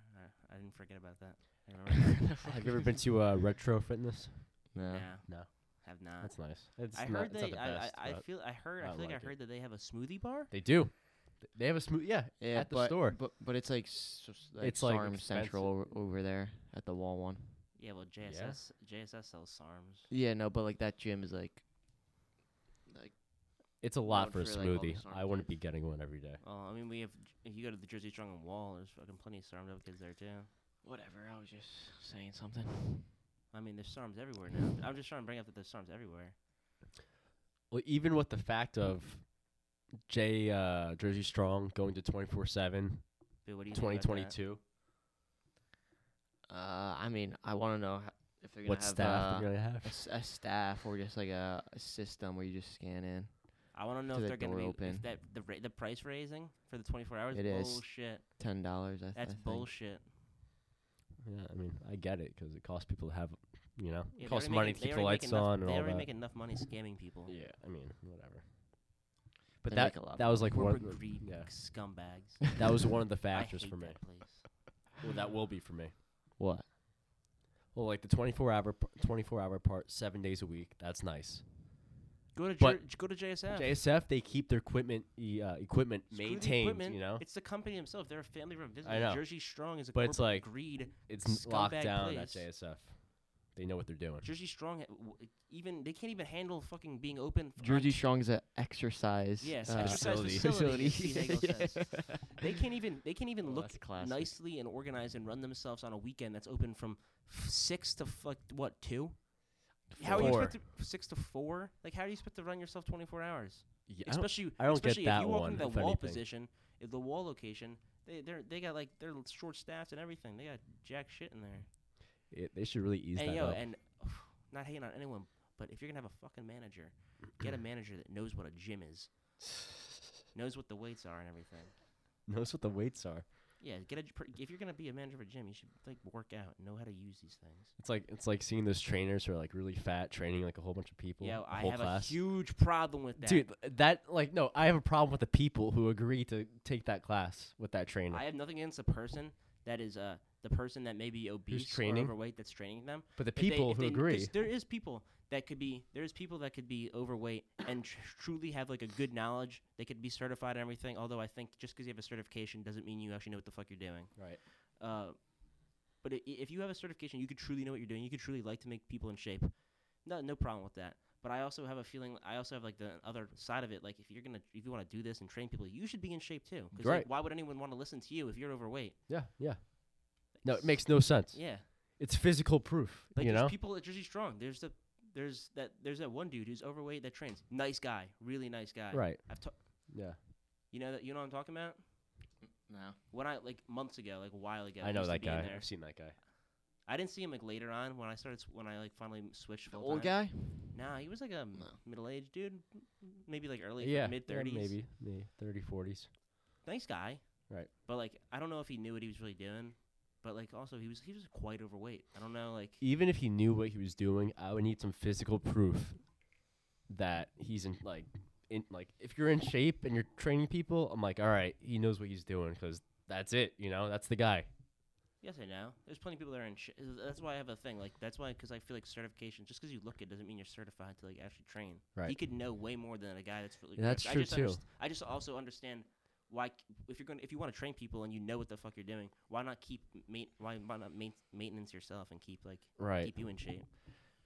C: I, I didn't forget about that. I
B: Oh.
C: remember that.
B: Have you ever been to uh, Retro Fitness?
A: No.
C: yeah.
B: No.
C: Have not.
B: That's nice. It's
C: I
B: not,
C: heard
B: it's not
C: they.
B: the
C: I,
B: best,
C: I, I
B: but
C: feel. I heard. I
B: I
C: feel like,
B: like it.
C: I heard that they have a smoothie bar.
B: they do. Th- They have a smooth. Yeah,
A: Yeah,
B: at the
A: but,
B: store.
A: But but it's like, s- s- like
B: It's, like,
A: Sarm
B: expensive.
A: Central over, over there at the wall one.
C: Yeah. Well, JSS. JSS sells SARMs.
A: Yeah, no, but like that gym is like
B: It's a lot
A: Not
B: for a
A: for, like, all the
B: smoothie.
A: smart
B: I wouldn't
A: things.
B: be getting one every day.
C: Well, I mean, we have. If you go to the Jersey Strong and Wall, there's fucking plenty of SARM kids there too.
A: whatever. I was just saying something.
C: I mean, there's SARMs everywhere now. I'm just trying to bring up that there's SARMs everywhere.
B: Well, even with the fact of Jay uh, Jersey Strong going to 24 7,
C: But what do you think about that?
B: 2022,
A: Uh, I mean, I want to know ho- if they're gonna
B: what
A: have
B: staff
A: uh,
B: they're going to have.
A: a s- a, staff or just like a, a system where you just scan in.
C: I want to know
A: to
C: if
A: the
C: they're going to
A: door
C: be
A: open.
C: If that the ra- the price raising for the 24 hours.
A: It is.
C: bullshit.
A: Ten dollars. I th- I
C: That's
A: think.
C: bullshit.
B: Yeah, I mean, I get it because it costs people to have, you know,
C: Yeah, they
B: costs
C: already
B: money
C: make-
B: to
C: they
B: keep the
C: already make
B: lights
C: enough-
B: on and
C: They
B: all
C: already
B: that.
C: make enough money scamming people.
B: yeah, I mean, whatever. But
A: They
B: that
A: make a lot of
B: that was like one
C: Corporate
B: of the-
C: greed
B: yeah,
C: scumbags.
B: that was one of the
C: I
B: factors
C: hate
B: for me.
C: that place.
B: Well, that will be for me.
A: What?
B: Well, like the 24 hour p- 24 hour part, 7 days a week. That's nice.
C: Go to
B: But-
C: Jer- go to JSF.
B: JSF they keep their equipment e- uh, equipment
C: Screw the
B: maintained,
C: equipment.
B: you know.
C: It's the company themselves. They're a family run business.
B: know.
C: Jersey Strong is a
B: But
C: corporate
B: it's like-
C: greed.
B: It's, n- locked
C: scumbag
B: down
C: place.
B: at JSF. They know what they're doing.
C: Jersey Strong, ha- w- even they can't even handle fucking being open. f- on
A: Jersey
C: t-
A: Strong's a exercise.
C: Yes,
A: uh,
C: exercise
B: facility.
C: facility.
A: facility.
C: Steve Dangle says. They can't even they can't even
A: Oh,
C: look
A: that's classic.
C: nicely and organized and run themselves on a weekend that's open from f- six to f- like what two? How are you
B: Four.
C: expect to, six to four? Like how do you expect to run yourself twenty four hours?
B: Yeah, I don't-
C: especially
B: I don't get
C: especially
B: that
C: if you walk
B: one,
C: into the
B: if
C: wall
B: anything.
C: position, if the wall location, they they they got like they're short staffed and everything. They got jack shit in there.
B: it- they should really ease
C: and
B: that
C: yo,
B: up.
C: and not hating on anyone, but if you're gonna have a fucking manager, get a manager that knows what a gym is, knows what the weights are and everything.
B: Notice what the weights are.
C: Yeah, get a j- per- if you're gonna be a manager of a gym, you should like work out, and know how to use these things.
B: It's like it's like seeing those trainers who are like really fat training like a whole bunch of people.
C: Yeah,
B: a
C: I
B: whole
C: have
B: class.
C: a huge problem with that.
B: Dude, that like no, I have a problem with the people who agree to take that class with that trainer.
C: I have nothing against the person that is uh the person that may be obese
B: training?
C: or overweight that's training them.
B: but the
C: If they-
B: people
C: if
B: who
C: they- 'cause
B: agree,
C: There is people that could be there is people that could be overweight and tr- truly have like a good knowledge. They could be certified and everything. Although I think just because you have a certification doesn't mean you actually know what the fuck you're doing.
B: right?
C: Uh, but i- if you have a certification, you could truly know what you're doing. You could truly like to make people in shape. No, no problem with that. But I also have a feeling. I also have like the other side of it. Like if you're gonna, if you want to do this and train people, you should be in shape too. 'Cause, like,
B: Right.
C: why would anyone want to listen to you if you're overweight?
B: Yeah, yeah. No, it
C: It's-
B: makes no sense.
C: Yeah.
B: It's physical proof,
C: Like
B: you
C: there's
B: know.
C: people at Jersey Strong. There's the there's that there's that one dude who's overweight that trains. Nice guy, really nice guy.
B: Right.
C: I've ta-
B: Yeah.
C: you know that you know what I'm talking about.
A: No.
C: When I like months ago, like a while ago,
B: I
C: he
B: know
C: used to
B: that
C: be in
B: guy.
C: there.
B: I've seen that guy.
C: I didn't see him like later on when I started s- when I like finally switched.
A: The
C: full
A: old
C: time.
A: guy.
C: Nah, he was like a m-
A: No.
C: middle-aged dude, m- maybe like early
B: yeah,
C: mid
B: yeah,
C: thirties.
B: maybe the 30, 40s.
C: Nice guy.
B: Right.
C: But like I don't know if he knew what he was really doing. But like also he was he was quite overweight. I don't know like
B: Even if he knew what he was doing, I would need some physical proof that he's in like in like if you're in shape and you're training people, I'm like, all right, he knows what he's doing because that's it, you know, that's the guy.
C: Yes, I know. There's plenty of people that are in. Sh- that's why I have a thing. Like that's why, because I feel like certification. Just because you look it doesn't mean you're certified to like actually train. He
B: Right.
C: could know way more than a guy that's. Really
B: Yeah, that's
C: I
B: true,
C: just
B: too.
C: underst- I just also understand why c- if you're going to if you want to train people and you know what the fuck you're doing, why not keep ma- why, why not main- maintenance yourself and keep like
B: Right.
C: keep you in shape.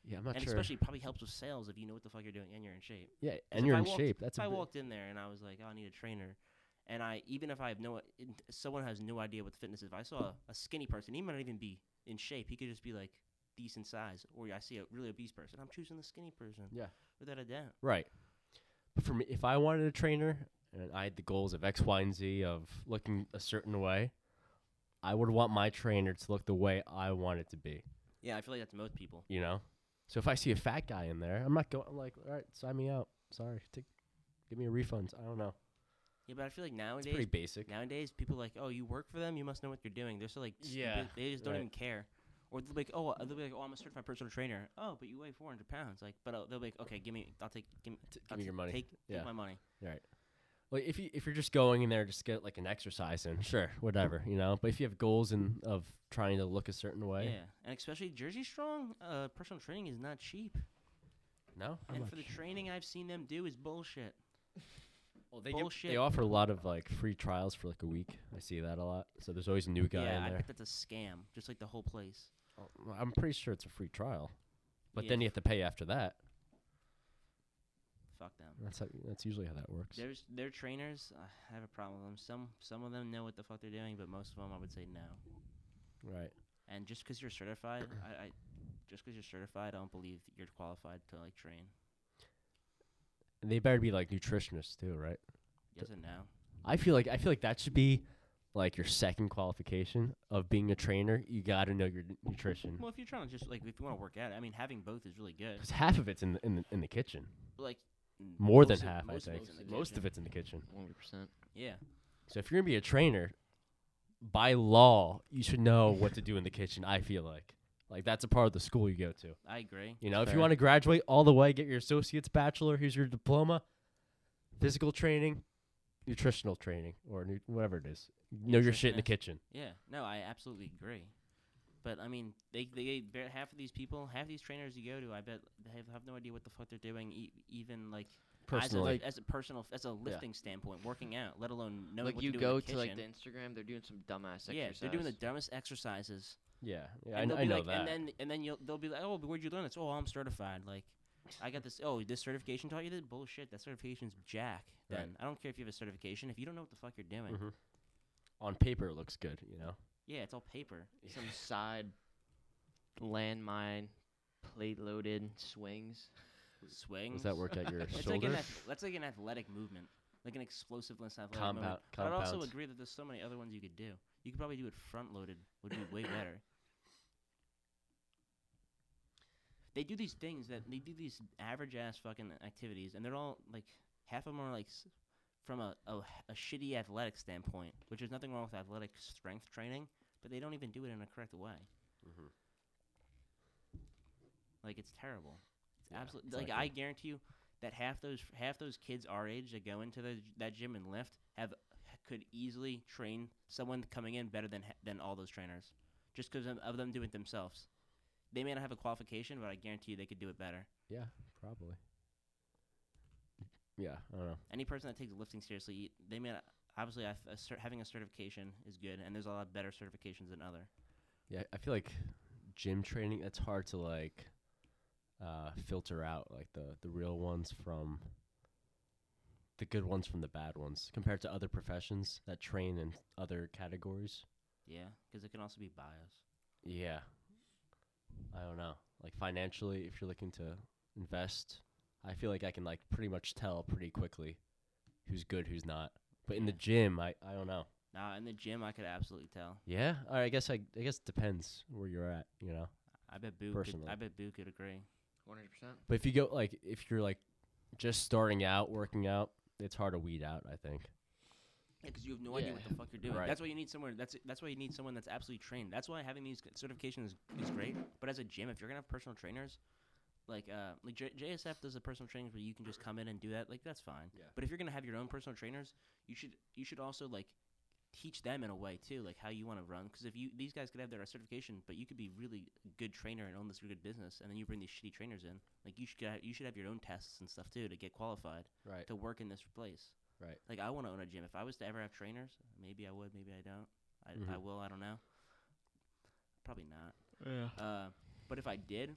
B: Yeah, I'm not
C: and
B: sure.
C: especially it probably helps with sales if you know what the fuck you're doing and you're in shape.
B: yeah,
C: 'Cause
B: and
C: if
B: you're
C: I
B: in
C: walked-
B: shape. That's
C: if
B: a
C: I
B: big-
C: walked in there and I was like, oh, I need a trainer, and I even if I have no in- someone has no idea what fitness is, if I saw a, a skinny person, he might not even be in shape. He could just be like decent size, or I see a really obese person, I'm choosing the skinny person.
B: Yeah.
C: Without a doubt.
B: Right. But for me, if I wanted a trainer and I had the goals of X, Y, and Z of looking a certain way, I would want my trainer to look the way I want it to be.
C: Yeah, I feel like that's most people.
B: You know. So if I see a fat guy in there, I'm not going. I'm like, all right, sign me out. Sorry, take, give me a refund. I don't know.
C: Yeah, but I feel like
B: It's
C: nowadays,
B: pretty basic.
C: nowadays people like, oh, you work for them, you must know what you're doing. They're so like, stupid,
B: Yeah,
C: they just don't
B: right.
C: even care. Or they'll be like, oh, uh, they'll be like, oh, I'm a certified personal trainer. Oh, but you weigh 400 pounds. Like, but uh, they'll be like, okay, give me, I'll take, give me,
B: T-
C: I'll
B: give me
C: t-
B: your money.
C: Take,
B: Yeah.
C: take my money.
B: Like if you if you're just going in there just to get like an exercise in, sure, whatever, you know. But if you have goals and of trying to look a certain way,
C: Yeah, and especially Jersey Strong, uh, personal training is not cheap.
B: no.
C: and for the training I've seen them do is bullshit.
B: Well, they
C: bullshit.
B: they offer a lot of like free trials for like a week. I see that a lot. So there's always a new guy
C: yeah,
B: in
C: I
B: there.
C: bet that's a scam. Just like the whole place.
B: Well, I'm pretty sure it's a free trial, but
C: Yeah,
B: then you have to pay after that.
C: Fuck them.
B: That's how, that's usually how that works.
C: There's their trainers. I have a problem with them. Some some of them know what the fuck they're doing, but most of them I would say no.
B: Right.
C: And just 'cause you're certified, I, I just 'cause you're certified, I don't believe you're qualified to like train.
B: And they better be like nutritionists too, right?
C: Yes and no.
B: I feel like I feel like that should be like your second qualification of being a trainer. You got to know your n- nutrition.
C: Well, if you're trying to just like if you want to work out, I mean having both is really good.
B: Because half of it's in the, in the, in the kitchen.
C: But, like n-
B: More
C: most
B: than
C: of-
B: half, I
C: most of
B: think.
C: it's in the
B: Most of
C: kitchen.
B: it's in the kitchen.
A: 100%.
C: Yeah.
B: So if you're gonna be a trainer, by law, you should know what to do in the kitchen. I feel like, like that's a part of the school you go to.
C: I agree.
B: You know, if
A: Fair.
B: you want to graduate all the way, get your associate's bachelor. Here's your diploma. Physical training, nutritional training, or nu- whatever it is. Know your shit in the
C: Nutritionist.
B: kitchen.
C: Yeah, no, I absolutely agree. But I mean, they they bet half of these people, half these trainers you go to, I bet they have, have no idea what the fuck they're doing, e- even like
B: Personally,
C: as a, as a personal, as a lifting standpoint, working out, let alone knowing
A: Like
C: what
A: you
C: to do
A: go
C: in the
A: to like the
C: kitchen.
A: Instagram, they're doing some dumbass
C: yeah,
A: exercise.
C: they're doing the dumbest exercises.
B: yeah, yeah, I, kn-
C: and they'll
B: I
C: be
B: know
C: like,
B: that.
C: And then and then you'll they'll be like, oh, but where'd you learn this? Oh, I'm certified. Like, I got this. Oh, this certification taught you this bullshit. That certification's jack.
B: Right.
C: Then I don't care if you have a certification if you don't know what the fuck you're doing.
B: Mhm. on paper, it looks good. You know,
C: Yeah, it's all paper.
A: some side landmine, plate loaded swings.
C: Swings.
B: does that work at your
C: It's like
B: shoulder?
C: an ath- that's like an athletic movement, like an explosiveness athletic
B: Compound,
C: movement. But I'd also
B: compounds.
C: agree that there's so many other ones you could do. You could probably do it front loaded, would be way better. They do these things that they do these average ass fucking activities, and they're all like half of them are like s- from a, a, a shitty athletic standpoint, which there's nothing wrong with athletic strength training, but they don't even do it in a correct way.
B: Mhm.
C: Like it's terrible. It's
B: Yeah,
C: absolutely
B: it's
C: like
B: not
C: I
B: good.
C: guarantee you that half those half those kids our age that go into the, that gym and lift have could easily train someone coming in better than ha- than all those trainers, just because of them doing it themselves. They may not have a qualification, but I guarantee you they could do it better.
B: Yeah, probably. Yeah, I don't know.
C: Any person that takes lifting seriously, they may not, obviously I th- a cer- having a certification is good, and there's a lot better certifications than other.
B: Yeah, I feel like gym training that's hard to like uh filter out like the the real ones from the good ones from the bad ones compared to other professions that train in other categories.
C: Yeah, because it can also be biased.
B: Yeah. I don't know. Like financially, if you're looking to invest, I feel like I can like pretty much tell pretty quickly who's good, who's not. But in the
C: Yeah.
B: gym, I I don't know.
C: Now in the gym, I could absolutely tell.
B: Yeah, All right, I guess I I guess it depends where you're at, you know.
C: I bet Boo. Could,
B: Personally.
C: I bet Boo could agree.
A: 100%.
B: But if you go like if you're like just starting out working out, it's hard to weed out, I think.
C: Yeah, because you have no idea what the fuck you're doing.
B: Right.
C: That's why you need someone. That's that's why you need someone that's absolutely trained. That's why having these certifications is, is great. But as a gym, if you're gonna have personal trainers, like uh, like J- JSF does the personal trainings where you can just come in and do that. Like that's fine.
B: Yeah.
C: But if you're gonna have your own personal trainers, you should you should also like teach them in a way too, like how you want to run. Because if you these guys could have their certification, but you could be really good trainer and own this really good business, and then you bring these shitty trainers in. Like you should ha- you should have your own tests and stuff too to get qualified
B: Right.
C: to work in this place.
B: Right.
C: Like I want to own a gym. If I was to ever have trainers, maybe I would, maybe I don't. I, I
B: Mhm.
C: will. I don't know. Probably not.
A: Yeah.
C: Uh, but if I did,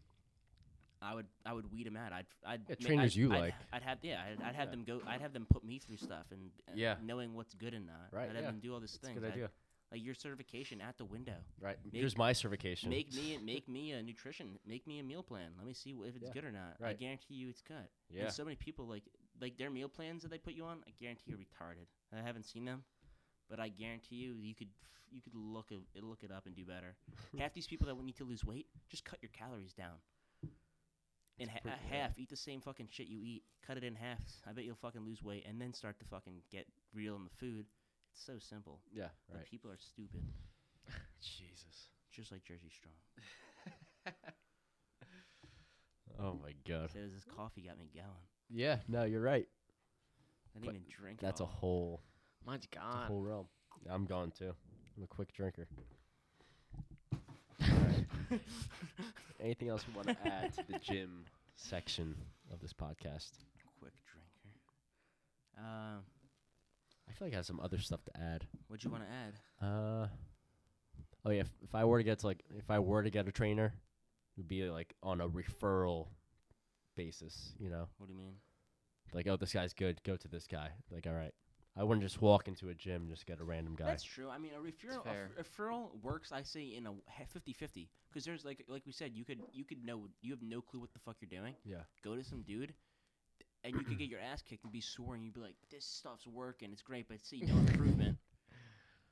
C: I would I would weed them out. I'd I'd
B: Yeah,
C: ma-
B: trainers
C: I'd,
B: you
C: I'd,
B: like.
C: I'd have yeah. I'd, I'd have
B: Yeah.
C: them go. I'd have them put me through stuff and uh,
B: Yeah.
C: knowing what's good and not.
B: Right,
C: I'd have
B: yeah.
C: them do all these
B: That's a
C: things.
B: good
C: I'd-
B: idea.
C: like your certification at the window.
B: Right.
C: Make-
B: Here's my certification.
C: Make me make me a nutrition. Make me a meal plan. Let me see wh- if it's
B: Yeah,
C: good or not. I
B: right.
C: guarantee you it's good.
B: yeah.
C: And so many people like like their meal plans that they put you on. I guarantee you're retarded. I haven't seen them, but I guarantee you you could f- you could look it look it up and do better. Half these people that would need to lose weight just cut your calories down. In ha-
B: pretty-
C: uh,
B: yeah.
C: half, eat the same fucking shit you eat. Cut it in half. I bet you'll fucking lose weight and then start to fucking get real in the food. It's so simple.
B: yeah.
C: But
B: Right.
C: people are stupid,
B: Jesus.
C: just like Jersey Strong.
B: Oh my God.
C: Says this coffee got me going.
B: Yeah. No, you're right.
C: I didn't
B: But
C: even drink.
B: That's a
C: coffee.
B: whole,
A: Mine's
B: it's a
A: gone.
B: whole realm. I'm gone too. I'm a quick drinker. Anything else we want to add to the gym section of this podcast?
C: quick drinker. Um,
B: I feel like I have some other stuff to add.
C: what'd you want to add?
B: Uh, oh yeah. If, if I were to get to like, if I were to get a trainer, it would be like on a referral basis. You know,
C: What do you mean?
B: like oh this guy's good, go to this guy. Like all right, I wouldn't just walk into a gym and just get a random guy.
C: That's true. I mean, a referral a
A: fair.
C: f- referral works. I say in a 50-50. because there's like like we said, you could you could know you have no clue what the fuck you're doing.
B: Yeah.
C: Go to some dude, and you could get your ass kicked and be sore, and you'd be like, "This stuff's working. It's great," but see no improvement.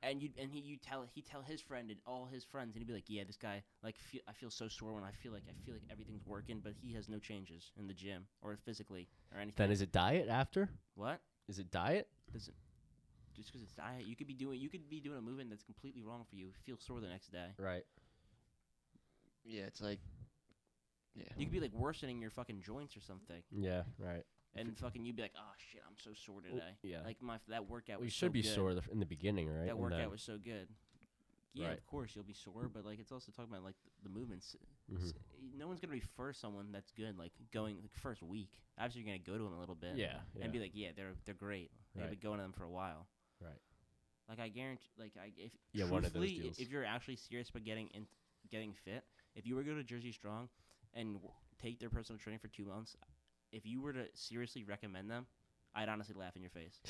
C: And you and he you tell he tell his friend and all his friends, and he'd be like, "Yeah, this guy like feel, I feel so sore when I feel like I feel like everything's working, but he has no changes in the gym or physically or anything."
B: Then is it diet after?
C: what?
B: Is it diet?
C: doesn't just because it's diet you could be doing you could be doing a movement that's completely wrong for you feel sore the next day
B: Right.
A: Yeah, it's like. Yeah.
C: you could be like worsening your fucking joints or something
B: Yeah. Right.
C: and fucking you'd be like oh shit i'm so sore
B: Well,
C: today
B: yeah.
C: like my that workout
B: we
C: was
B: should
C: so
B: be
C: good.
B: sore the, in the beginning, right?
C: that
B: And
C: workout
B: then-
C: was so good yeah
B: Right.
C: of course you'll be sore but like it's also talking about like the, the movements
B: Mhm.
C: S- no one's gonna refer someone that's good like going like first week obviously you're gonna go to them a little bit
B: Yeah. yeah.
C: and be like, yeah, they're they're great. I've been
B: Right.
C: going to them for a while.
B: Right.
C: Like I guarantee, like I if
B: Yeah, one of those
C: truthfully, i-
B: deals.
C: If you're actually serious about getting in, getting fit, if you were to go to Jersey Strong and w- take their personal training for two months, if you were to seriously recommend them, I'd honestly laugh in your face.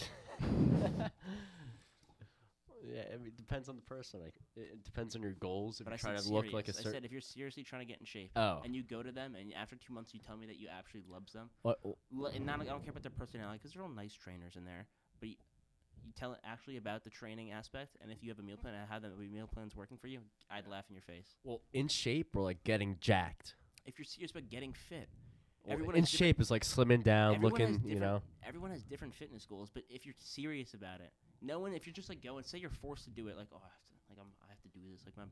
B: yeah, I mean, it depends on the person. Like, it, it depends on your goals. If
C: But I
B: you're trying
C: said
B: to
C: serious.
B: look like a
C: I said
B: certain.
C: if you're seriously trying to get in shape.
B: Oh,
C: And you go to them, and after two months, you tell me that you actually loves them.
B: what, wh-
C: L- and not, I don't care about their personality because they're all nice trainers in there. But you, you tell it actually about the training aspect, and if you have a meal plan and how that meal plan's working for you, I'd laugh in your face.
B: well, in shape or like getting jacked.
C: If you're serious about getting fit,
B: Well,
C: Everyone
B: in
C: has different-
B: shape is like slimming down,
C: everyone has
B: looking, you
C: different-
B: know.
C: everyone has different fitness goals. But if you're serious about it, no one. If you're just like going, say you're forced to do it, like oh, I have to, like I'm, I have to do this, like my.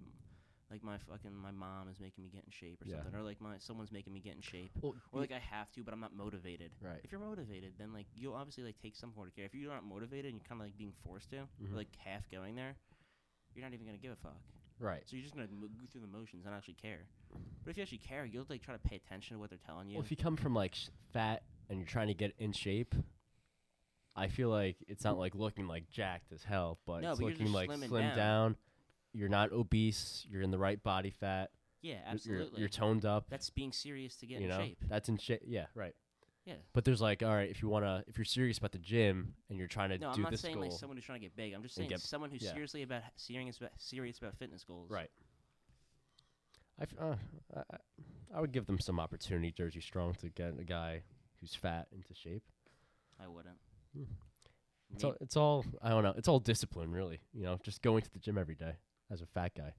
C: Like my fucking my mom is making me get in shape or
B: Yeah.
C: something, or like my someone's making me get in shape,
B: Well,
C: or like I have to, but I'm not motivated.
B: right.
C: If you're motivated, then like you'll obviously like take some sort of care. If you're not motivated and you're kind of like being forced to,
B: Mhm.
C: or like half going there, you're not even gonna give a fuck.
B: Right.
C: So you're just gonna mo- go through the motions and actually care. But if you actually care, you'll like try to pay attention to what they're telling you.
B: Well, if you come from like sh- fat and you're trying to get in shape, I feel like it's not like looking like jacked as hell, but
C: No,
B: it's
C: but you're
B: looking
C: just
B: like
C: slimming
B: slim
C: down.
B: down. You're not obese. You're in the right body fat.
C: yeah,
B: you're-
C: absolutely.
B: You're, you're toned up.
C: That's being serious to get
B: you
C: in
B: know,
C: shape.
B: that's in shape. Yeah, right.
C: Yeah.
B: But there's like, all right, if you wanna, if you're serious about the gym and you're trying to
C: No,
B: do
C: I'm not
B: this
C: saying
B: goal,
C: like someone who's trying to get big. I'm just
B: and
C: saying
B: get-
C: someone who's
B: yeah.
C: seriously about serious about serious about fitness goals.
B: Right. I, f- uh, I, I- I would give them some opportunity, Jersey Strong, to get a guy who's fat into shape.
C: I wouldn't.
B: Hmm. It's all,
C: Maybe-
B: it's all, I don't know, it's all discipline, really. You know, just going to the gym every day as a fat guy,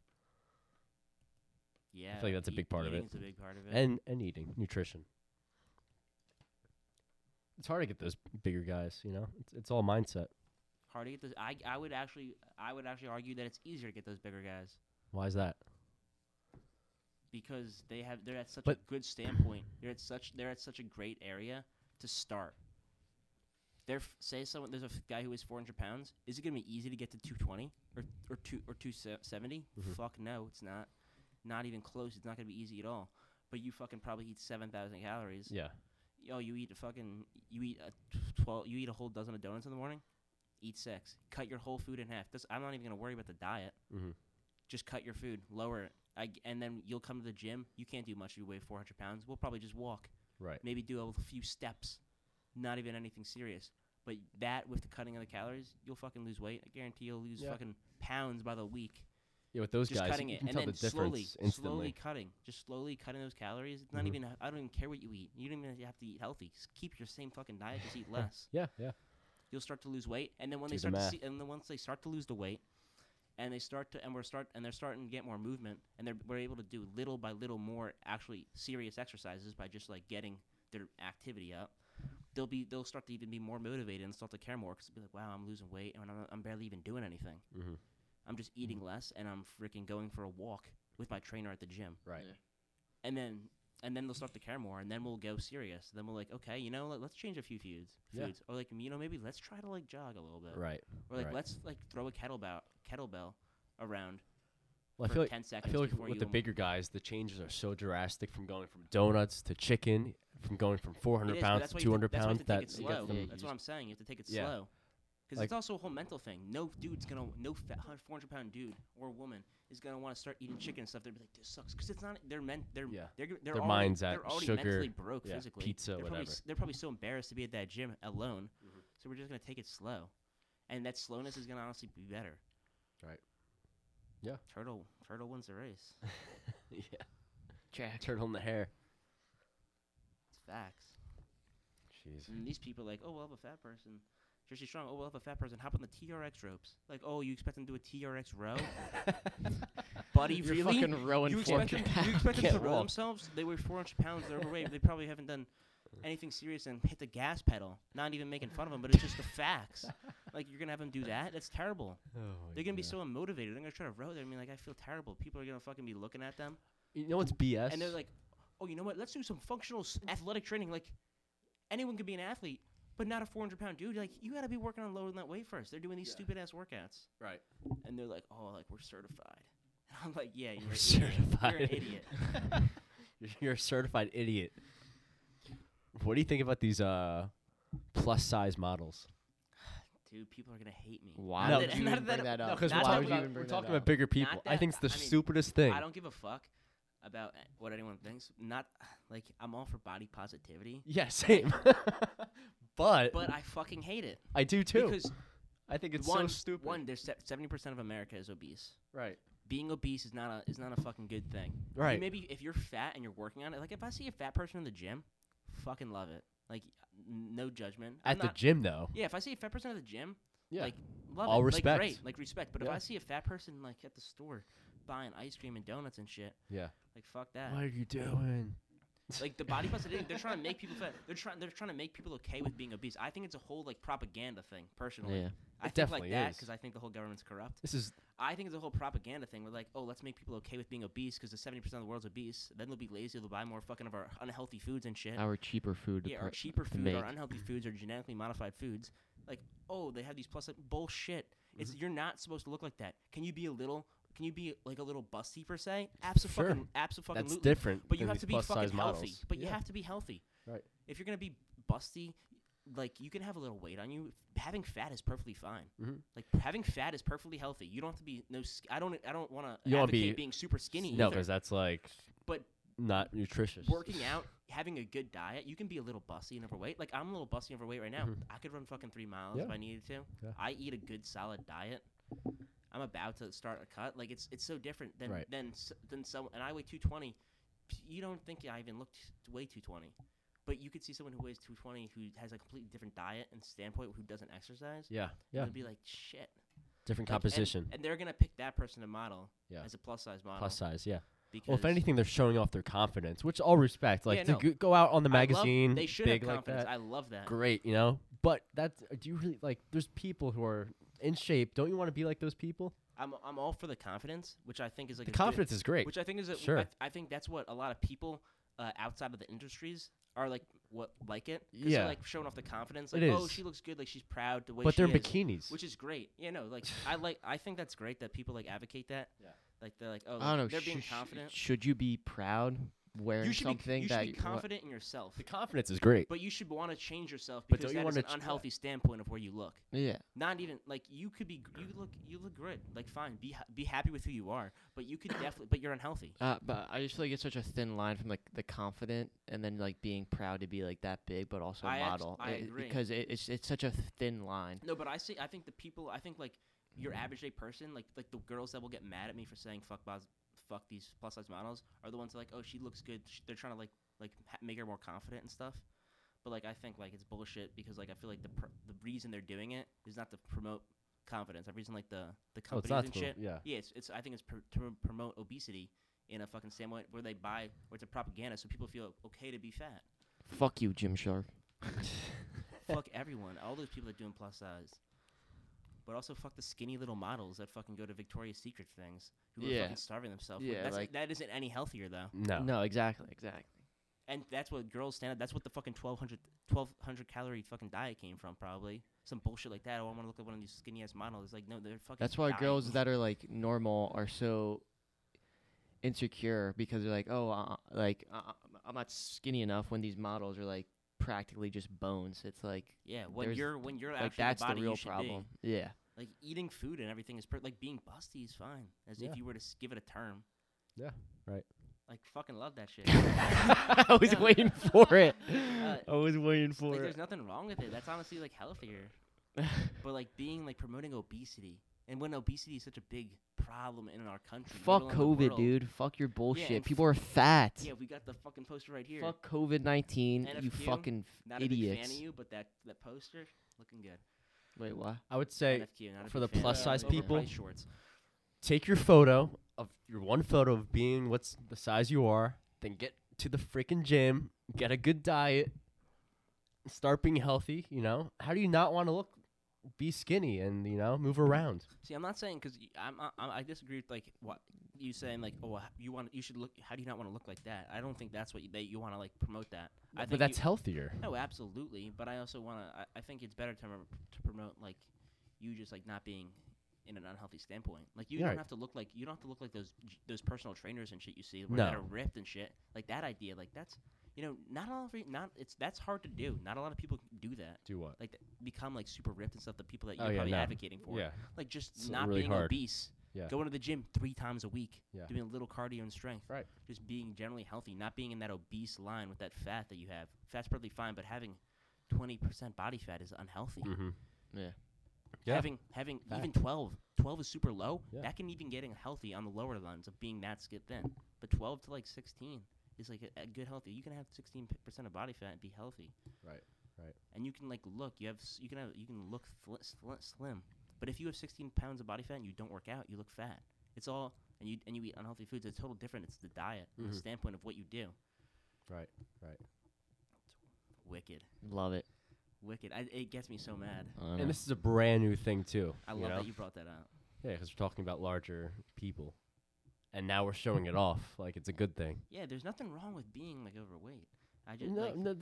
C: yeah,
B: like that's a big part of
C: eating
B: it.
C: is a big part of it.
B: and and eating, nutrition. It's hard to get those bigger guys, you know. It's, it's all mindset.
C: hard to get those. I I would actually I would actually argue that it's easier to get those bigger guys.
B: Why is that?
C: because they have they're at such a
B: But-
C: good standpoint. They're at such they're at such a great area to start. There, say someone there's a f- guy who weighs 400 pounds. Is it gonna be easy to get to 220 or or two or 270?
B: Mhm.
C: Fuck no, it's not. Not even close. It's not gonna be easy at all. But you fucking probably eat 7,000 calories.
B: Yeah,
C: Yo, you eat a fucking you eat a 12 you eat a whole dozen of donuts in the morning. Eat six. Cut your whole food in half. This, I'm not even gonna worry about the diet
B: mm-hmm.
C: just cut your food, lower it, I g and then you'll come to the gym. You can't do much if you weigh 400 pounds. We'll probably just walk,
B: right.
C: maybe do a few steps, not even anything serious. But that with the cutting of the calories, you'll fucking lose weight. I guarantee you'll lose
B: Yeah.
C: fucking pounds by the week.
B: Yeah, with those
C: just
B: guys,
C: cutting
B: you
C: it
B: can
C: and
B: tell
C: then
B: the
C: slowly,
B: difference instantly.
C: slowly cutting, just slowly cutting those calories. It's not
B: Mhm.
C: even. I don't even care what you eat. You don't even have to eat healthy. Just keep your same fucking diet. Just eat less.
B: Yeah, yeah.
C: You'll start to lose weight, and then when
B: Do
C: they
B: the
C: start to
B: math.
C: see, and then once they start to lose the weight, and they start to, and we're start, and they're starting to get more movement, and they're we're able to do little by little more actually serious exercises by just like getting their activity up. They'll be they'll start to even be more motivated and start to care more because be like, wow, I'm losing weight and I'm, I'm barely even doing anything.
B: Mm-hmm.
C: I'm just eating less and I'm freaking going for a walk with my trainer at the gym.
B: Right.
A: Yeah.
C: And then and then they'll start to care more and then we'll go serious. Then we'll like, okay, you know, let, let's change a few foods.
B: Yeah.
C: Foods. Or like, you know, maybe let's try to like jog a little bit.
B: Right.
C: Or like
B: right.
C: let's like throw a kettlebell kettlebell around
B: Well, I
C: for
B: feel like
C: 10
B: I
C: seconds
B: feel like
C: before
B: with
C: you
B: the
C: almo-
B: bigger guys, the changes are so drastic from going from donuts to chicken, from going from 400
C: It is, but
B: pounds
C: that's
B: to
C: why you
B: 200
C: have to- that's why you
B: pounds.
C: have to
B: That
C: take
B: it
C: it
B: gets
C: slow.
A: Yeah,
B: them-
A: you
C: That's what I'm saying. You have to take it
B: Yeah.
C: slow. Because
B: Like-
C: it's also a whole mental thing. No dude's gonna, no fat, 400 pound dude or woman is gonna want to start eating chicken and stuff. They're like, this sucks. Because it's not, they're meant, they're,
B: Yeah.
C: they're, g- they're
B: Their
C: already,
B: mind's
C: they're
B: at
C: already
B: sugar,
C: mentally broke
B: yeah,
C: physically.
B: pizza,
C: they're Probably,
B: whatever. Mm-hmm.
C: s- they're probably so embarrassed to be at that gym alone. So we're just gonna take it slow, and that slowness is gonna honestly be better.
B: Right. Yeah.
C: Turtle, turtle wins the race.
B: yeah.
A: Jack.
B: Turtle in the hair.
C: It's facts.
B: Jeez.
C: And these people like, oh, we'll have a fat person. Jersey Strong, oh, we'll have a fat person. Hop on the TRX ropes. Like, oh, you expect them to do a TRX row? Buddy,
A: You're
C: really?
A: fucking rowing
C: you expect
A: 400
C: them,
A: pounds.
C: you expect them to
B: Can't
C: row
B: walk.
C: themselves? They weigh 400 pounds. They're overweight. they probably haven't done anything serious and hit the gas pedal. Not even making fun of them, but it's just the facts. Like, you're going to have them do that? That's terrible.
B: Oh,
C: They're going to be so unmotivated. They're going to try to row. They're going to be like, I feel terrible. People are going to fucking be looking at them.
B: You know what's BS?
C: And they're like, oh, you know what? Let's do some functional s- athletic training. Like, anyone can be an athlete, but not a 400 pound dude. Like, you got to be working on lowering that weight first. They're doing these
B: Yeah.
C: stupid ass workouts.
B: right.
C: And they're like, oh, like, we're certified. And I'm like, yeah, you're
B: We're
C: an
B: certified.
C: Idiot. You're an idiot.
B: You're- You're a certified idiot. What do you think about these uh, plus size models?
C: Dude, people are going to hate me.
A: Why
B: No.
A: would
C: Not
A: you
C: not
A: even bring that up?
C: not
A: Why
C: that
A: would you
C: I'm-
A: even
B: we're
A: bring
B: talking
A: that
B: about bigger people. I
C: that-
B: think it's the
C: I mean,
B: stupidest thing.
C: I don't give a fuck about uh, what anyone thinks. Not, like, I'm all for body positivity,
B: yeah, same. but,
C: but I fucking hate it.
B: I do too.
C: Because,
B: I think it's
C: one,
B: so stupid.
C: one, there's se- 70% of America is obese.
B: Right.
C: being obese is not a is not a fucking good thing. You
B: Right.
C: maybe if you're fat and you're working on it, like if I see a fat person in the gym, fucking love it. Like n- no judgment. I'm
B: At the
C: not-
B: gym though.
C: Yeah, if I see a fat person at the gym,
B: Yeah.
C: like love
B: All
C: it.
B: respect.
C: Like great, like respect. But if
B: Yeah.
C: I see a fat person like at the store buying ice cream and donuts and shit,
B: Yeah.
C: like fuck that.
B: What are you doing?
C: Like the body positivity, they're trying to make people fat. They're trying they're trying to make people okay with being obese. I think it's a whole like propaganda thing personally.
A: Yeah.
C: I
B: It
C: think
B: definitely
C: like that
B: is.
C: because I think the whole government's corrupt.
B: This is
C: I think it's a whole propaganda thing. We're like, oh, let's make people okay with being obese because the seventy percent of the world's obese. Then they'll be lazy. They'll buy more fucking of our unhealthy foods and shit.
A: Our cheaper food.
C: yeah, our
A: apart-
C: cheaper
A: to
C: food,
A: make.
C: our unhealthy foods, or genetically modified foods. Like, oh, they have these plus like, bullshit.
B: Mm-hmm.
C: It's you're not supposed to look like that. Can you be a little? Can you be like a little busty per se? Absolutely,
B: Sure.
C: absolutely.
B: that's different.
C: But you
B: than
C: have
B: these
C: to be
B: plus
C: fucking
B: size
C: healthy.
B: models.
C: But you
B: Yeah.
C: have to be healthy.
B: Right.
C: If you're gonna be busty, like you can have a little weight on you. Having fat is perfectly fine.
B: Mhm.
C: Like having fat is perfectly healthy. You don't have to be no. s- I don't. I don't want to
B: You don't
C: advocate
B: wanna be-
C: being super skinny.
B: No,
C: either.
B: because that's like
C: But
B: not nutritious.
C: working out, having a good diet, you can be a little busty and overweight. Like I'm a little busty and overweight right now.
B: Mhm.
C: I could run fucking three miles if
B: Yeah.
C: I needed to.
B: Yeah.
C: I eat a good solid diet. I'm about to start a cut. Like it's it's so different than
B: Right.
C: than s- than some. And I weigh 220. P- You don't think I even looked to weigh 220, but you could see someone who weighs 220 who has a completely different diet and standpoint who doesn't exercise.
B: Yeah.
C: and
B: Yeah.
C: would be like shit.
B: Different
C: Like, and-
B: composition.
C: and, they're gonna pick that person to model
B: Yeah.
C: as a plus size model.
B: plus size. Yeah.
C: because
B: Well, if anything, they're showing off their confidence, which all respect. Like
C: Yeah,
B: to
C: no.
B: go, go out on the
C: I love-
B: magazine,
C: they should
B: big
C: have
B: like
C: confidence.
B: that.
C: I love that.
B: Great, you know. But that's uh, do you really like? There's people who are in shape. Don't you want to be like those people?
C: I'm I'm all for the confidence, which I think is like
B: The
C: a good-
B: confidence is great.
C: which I think is a,
B: Sure.
C: I, I think that's what a lot of people uh, outside of the industries are like what like it. 'cause they're,
B: Yeah.
C: like showing off the confidence.
B: It
C: Like, oh,
B: is.
C: she looks good. Like she's proud the way.
B: But
C: she
B: they're in
C: is,
B: bikinis.
C: which is great. Yeah, no, like I like I think that's great that people like advocate that.
B: Yeah.
C: Like they're like oh
A: I don't know.
C: they're
A: sh-
C: being
A: sh-
C: confident.
A: Should you be proud wearing
C: you should
A: something
C: be, you should
A: that
C: be
A: wa-
C: confident in yourself,
B: the confidence is great.
C: but you should want to change yourself
B: But
C: because
B: don't you
C: that is
B: wanna
C: an
B: ch-
C: unhealthy standpoint of where you look.
A: yeah.
C: not even like you could be you look you look good like fine be ha- be happy with who you are but you could definitely but you're unhealthy
A: Uh, but I just feel like it's such a thin line from like the confident and then like being proud to be like that big, but also
C: I abs-
A: model.
C: I
A: It-
C: agree.
A: because it, it's it's such a thin line.
C: no but i see i think the people i think like your
B: Mm-hmm.
C: average day person, like like the girls that will get mad at me for saying fuck bos, fuck these plus size models, are the ones that like, oh, she looks good. Sh- They're trying to like like ha- make her more confident and stuff. But like I think like it's bullshit because like I feel like the pr- the reason they're doing it is not to promote confidence. The reason like the the
B: Oh, it's
C: companies
B: not
C: and
B: to-
C: shit.
B: Yeah.
C: Yeah, it's, it's I think it's pr- to pr- promote obesity in a fucking same way where they buy or it's a propaganda so people feel okay to be fat.
A: Fuck you, Jim Shark.
C: fuck everyone, all those people that doing plus size. But also fuck the skinny little models that fucking go to Victoria's Secret things who are
A: Yeah.
C: fucking starving themselves. Like,
A: Yeah,
C: that's,
A: like-
C: that isn't any healthier though.
B: No.
A: No, exactly, exactly.
C: And that's what girls stand up. That's what the fucking 1200, 1200 calorie fucking diet came from probably. Some bullshit like that. Oh, I want to look at one of these skinny ass models. It's like no, they're fucking.
A: That's why
C: dying.
A: girls that are like normal are so insecure because they're like, oh, uh, like uh, I'm not skinny enough. When these models are like practically just bones. It's like
C: yeah. When
A: there's-
C: you're when you're
A: like
C: actually
A: that's
C: the, body
A: the real
C: you should be.
A: problem. Yeah,
C: Like eating food and everything is per- like being busty is fine, as
B: Yeah.
C: if you were to s- give it a term.
B: Yeah, right.
C: Like fucking love that shit.
A: I was
C: Yeah.
A: waiting for it.
C: Uh,
A: I was waiting
C: like,
A: for
C: there's nothing wrong with it. That's honestly like healthier.
A: it.
C: But like being like promoting obesity, and when obesity is such a big problem in our country. let
A: Fuck
C: alone the
A: COVID,
C: world.
A: dude. Fuck your bullshit.
C: and
A: People are fat.
C: Yeah, we got the fucking poster right here.
A: Fuck COVID nineteen. You
C: NFQ,
A: fucking f-
C: Not a big
A: idiots.
C: fan of you, but that that poster looking good.
A: Wait, what?
B: I would say
C: NFQ, not a
B: for
C: big
B: the
C: fan.
B: plus-size
C: Overpriced
B: people-
C: shorts.
B: take your photo of your one photo of being what's the size you are, then get to the freaking gym, get a good diet, start being healthy, you know? How do you not want to look be skinny and, you know, move around?
C: See, I'm not saying because I'm, i I'm I disagree with like what you saying like oh uh, you want you should look how do you not want to look like that? I don't think that's what you, that you want to like promote that. I
B: but
C: think you-
B: that's healthier.
C: No, absolutely. But I also want to. I, I think it's better to rem- to promote like you just like not being in an unhealthy standpoint. Like you
B: Yeah,
C: don't
B: right.
C: have to look like you don't have to look like those j- those personal trainers and shit you see where that
B: No.
C: are ripped and shit. Like that idea. Like that's you know not all every not it's that's hard to do. Not a lot of people can do that.
B: Do what?
C: Like th- become like super ripped and stuff. The people that
B: Oh,
C: you're
B: yeah,
C: probably
B: no.
C: advocating for.
B: Yeah.
C: Like just
B: It's
C: not
B: really
C: being
B: hard.
C: obese.
B: Yeah.
C: Going to the gym three times a week.
B: Yeah.
C: Doing a little cardio and strength.
B: Right.
C: Just being generally healthy, not being in that obese line with that fat that you have. Fat's perfectly fine, but having twenty percent body fat is unhealthy.
B: Mm-hmm. Yeah.
C: Having having even
B: Fact.
C: 12, 12 is super low.
B: Yeah.
C: That can even getting healthy on the lower lines of being that skip thin. But twelve to like sixteen is like a, a good healthy. You can have sixteen percent of body fat and be healthy.
B: Right, right.
C: And you can like look. You have s- you can have you can look fl- sl- slim. But if you have sixteen pounds of body fat and you don't work out, you look fat. It's all and you and you eat unhealthy foods. It's total different. It's the diet, and
B: Mhm.
C: the standpoint of what you do.
B: Right.
C: Wicked,
A: Love it.
C: wicked. I, it gets me so mad.
A: I don't know.
B: And this is a brand new thing too.
C: I
B: you
C: love
B: know?
C: that you brought that up.
B: Yeah, because we're talking about larger people, and now we're showing it off like it's a good thing.
C: Yeah, there's nothing wrong with being like overweight. I just
B: No,
C: like,
B: no,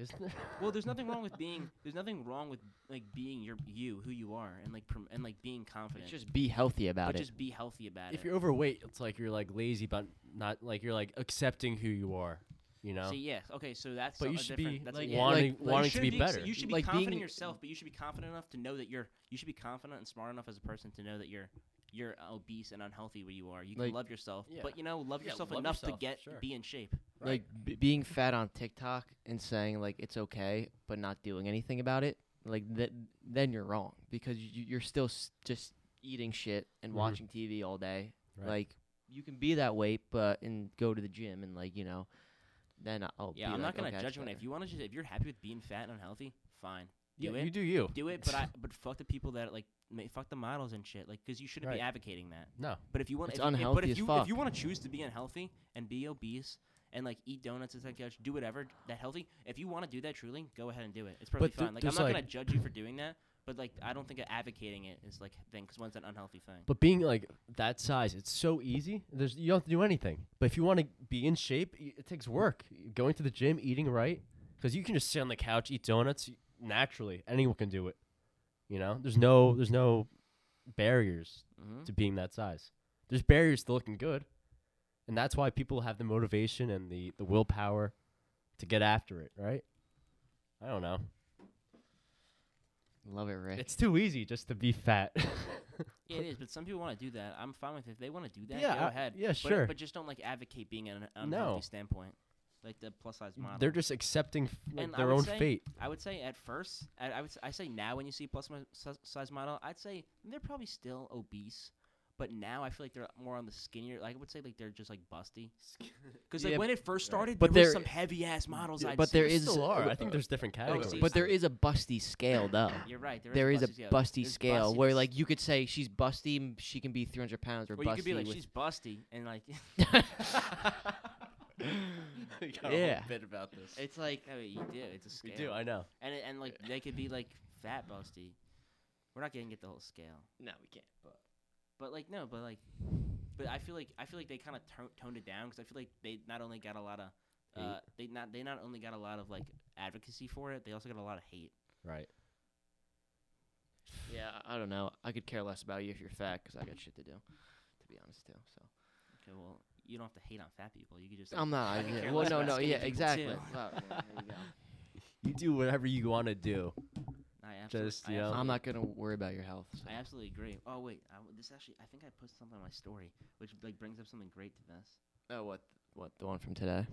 B: isn't it?
C: well, there's nothing wrong with being there's nothing wrong with like being your you who you are and like prom- and like being confident.
A: It's just be healthy about
C: but
A: it.
C: just be healthy about
B: if
C: it.
B: you're overweight, it's like you're like lazy, but not like you're like accepting who you are. You know,
C: See, yes, okay, so that's
B: But
C: so-
B: you
C: a
B: should
C: different-
B: be
C: that's
A: like-
C: a-
A: yeah,
B: wanting
A: like- like
B: wanting
C: you
B: to
C: should
B: be,
C: ex-
B: better.
C: You should be
A: Like, being-
C: confident in yourself, but you should be confident enough to know that you're. You should be confident and smart enough as a person to know that you're. You're obese and unhealthy where you are. You can
A: Like-
C: love yourself,
B: Yeah.
C: but you know, love
B: Yeah,
C: yourself
B: love
C: enough
B: yourself,
C: to get
B: sure.
C: be in shape.
A: like b- being fat on TikTok and saying like it's okay, but not doing anything about it. Like that, then you're wrong because you, you're still s- just eating shit and
B: Mhm.
A: watching TV all day.
B: Right.
A: Like you can be that weight, but and go to the gym and like you know, then I'll.
C: Yeah,
A: be like,
C: I'm not gonna
A: okay, that's
C: judge anyone. If
A: better.
C: you want to, just if you're happy with being fat and unhealthy, fine.
B: yeah,
C: Do
B: you
C: it,
B: do you.
C: do it. But I, but fuck the people that like, ma- fuck the models and shit. Like, cause you shouldn't
B: Right.
C: be advocating that.
B: No,
C: But if you want,
A: It's
C: if, if-
A: unhealthy
C: but if
A: as
C: you
A: fuck.
C: if you want to choose to be unhealthy and be obese and like eat donuts and couch, do whatever that healthy. If you want to do that truly, go ahead and do it. It's
B: But
C: perfectly
B: th-
C: fine. Like I'm
B: there's,
C: not
B: like-
C: gonna judge you for doing that. But like I don't think that advocating it is like a thing because one's an unhealthy thing.
B: but being like that size, it's so easy. There's you don't have to do anything. But if you want to be in shape, y- it takes work. Going to the gym, eating right, because you can just sit on the couch, eat donuts y- naturally. Anyone can do it. You know, there's no there's no barriers
C: Mm-hmm.
B: to being that size. There's barriers to looking good, and that's why people have the motivation and the the willpower to get after it. Right? I don't know.
A: love it, Rick.
B: It's too easy just to be fat.
C: Yeah, it is. But some people want to do that. I'm fine with it. if they want to do that.
B: Yeah,
C: go
B: I-
C: ahead.
B: yeah,
C: But-
B: sure.
C: But, just don't like advocate being an
B: No.
C: unhealthy standpoint. like the plus size model.
B: They're just accepting f- like,
C: And I
B: their
C: would
B: own
C: say-
B: fate.
C: I would say at first, I, I would s- I say now when you see plus mi- si- size model, I'd say they're probably still obese, but now I feel like they're more on the skinnier. Like I would say like they're just like busty. Because like
A: Yeah,
C: when it first started,
A: But
C: there
A: there-
C: were some heavy ass models.
A: Yeah,
C: I'd
A: but
C: see.
A: there is-
B: still are. I think
A: uh,
B: there's different
C: oh,
B: categories.
A: But there is a busty scale though.
C: You're right. There is,
A: There is a
C: busty scale.
A: busty
C: There's
A: scale where
C: bustiness.
A: like you could say she's busty, m- she can be 300 pounds, or
C: Well, you
A: busty.
C: could be like
A: with-
C: she's busty and like
B: we got a
A: Yeah.
B: whole bit about this.
A: it's like
C: I mean, you do. It's a
B: we
C: scale.
B: do. I know.
C: And it- and like they could be like fat busty. We're not getting at the whole scale.
A: no, we can't.
C: But like no, but like, but I feel like I feel like they kind of toned it down because I feel like they not only got a lot of, uh, they not they not only got a lot of like advocacy for it, they also got a lot of hate.
B: Right.
A: Yeah, I I don't know. I could care less about you if you're fat, 'cause I got shit to do, to be honest too. So
C: Okay, well you don't have to hate on fat people. You could just.
A: I'm not.
C: I could
A: yeah,
C: care
A: well,
C: less
A: no,
C: about
A: no,
C: skinny
A: yeah,
C: people,
A: exactly.
C: too.
A: Well, yeah, there you go.
B: You do whatever you want to do.
C: I absolute-
B: Just,
C: I
B: you know.
C: absolutely-
A: I'm not gonna worry about your health. so.
C: I absolutely agree. Oh wait, I w this actually I think I posted something on my story, which like brings up something great to this.
A: Oh, what, what the one from today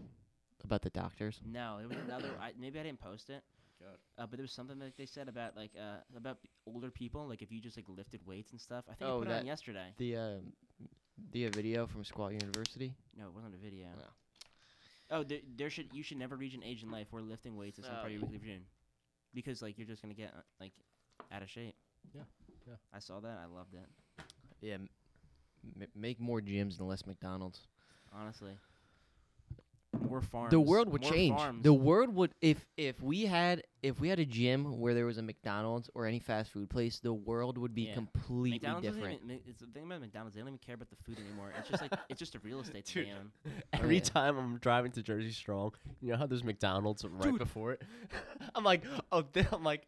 A: about the doctors?
C: No, it was another. I, maybe I didn't post it.
B: God.
C: Uh, but there was something that they said about like uh, about p- older people, like if you just like lifted weights and stuff. I think
A: Oh,
C: I put it
A: that-
C: on yesterday.
A: The um, the uh, video from Squat University.
C: No, it wasn't a video.
A: No.
C: Oh, there, there should you should never reach an age in life where lifting weights is some
A: Oh,
C: part of your
A: yeah.
C: weekly routine, because like you're just gonna get uh, like out of shape.
B: Yeah, yeah.
C: I saw that. I loved it.
A: Yeah, m- m- make more gyms and less McDonald's.
C: Honestly, more farms.
A: The world would
C: more
A: change.
C: Farms.
A: The world would if if we had if we had a gym where there was a McDonald's or any fast food place, the world would be
C: Yeah.
A: completely
C: McDonald's doesn't
A: different.
C: Even, it's the thing about McDonald's. They don't even care about the food anymore. It's just like it's just a real estate
B: Dude.
C: scam.
B: Every
A: yeah.
B: time I'm driving to Jersey Strong, you know how there's McDonald's right
C: Dude.
B: before it. I'm like, oh, they, I'm like,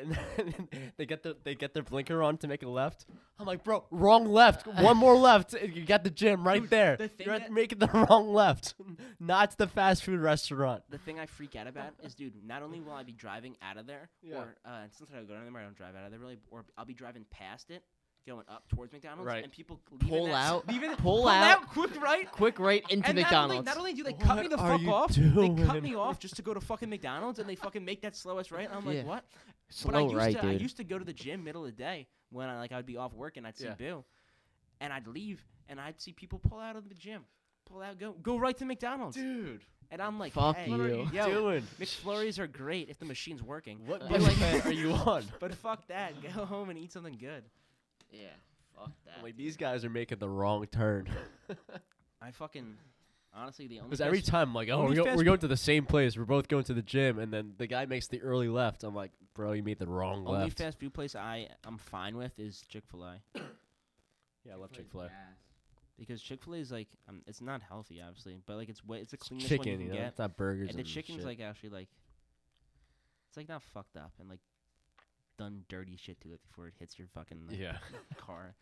B: and then they get the they get their blinker on to make a left. I'm like, bro, wrong left, one more left. and You got the gym right there.
C: the thing
B: You're
C: that-
B: making the wrong left, not the fast food restaurant.
C: the thing I freak out about is, dude, not only will I be driving out of there,
B: Yeah.
C: or uh, and sometimes I go to them, or I don't drive out of there really, or I'll be driving past it, going up towards McDonald's,
B: Right.
C: and people leaving
A: Pull
C: that-
A: out,
C: leaving it-
A: pull,
C: pull
A: out,
C: out, quick right.
A: quick right into
C: and
A: McDonald's.
C: Not only, not only do they cut me
B: What
C: the
B: are
C: fuck
B: you
C: off, they cut
B: doing?
C: me off just to go to fucking McDonald's, and they fucking make that slowest right. And I'm like,
A: Yeah.
C: what? but I
A: Slow
C: used
A: right,
C: to, I
A: dude.
C: used to go to the gym middle of the day when I like I would be off work and I'd see
B: Yeah.
C: Bill, and I'd leave and I'd see people pull out of the gym, pull out, go go right to McDonald's,
B: Dude,
C: and I'm like,
A: Fuck
C: hey,
A: What are you
C: yo,
B: doing?
C: McFlurries are great if the machine's working.
B: What
A: But,
B: meal
A: like-
B: plan are you on?
C: But fuck that. Go home and eat something good.
A: yeah, fuck that.
B: I'm like these guys are making the wrong turn.
C: I fucking honestly the only
B: Because every
C: place-
B: time, I'm like, oh,
C: Only
B: we're, go-
C: fast
B: we're going to the same place. We're both going to the gym, and then the guy makes the early left. I'm like, bro, you made the wrong
C: only
B: left.
C: fast food place I I'm fine with is Chick Fil A
B: yeah, I love Chick Fil A.
C: because Chick Fil A is like um, it's not healthy obviously, but like it's way it's the cleanest one you
B: Chicken,
C: can
B: you know,
C: get,
B: it's not burgers.
C: and the chicken's
B: shit.
C: like actually like it's like not fucked up and like done dirty shit to it before it hits your fucking like,
B: yeah.
C: car.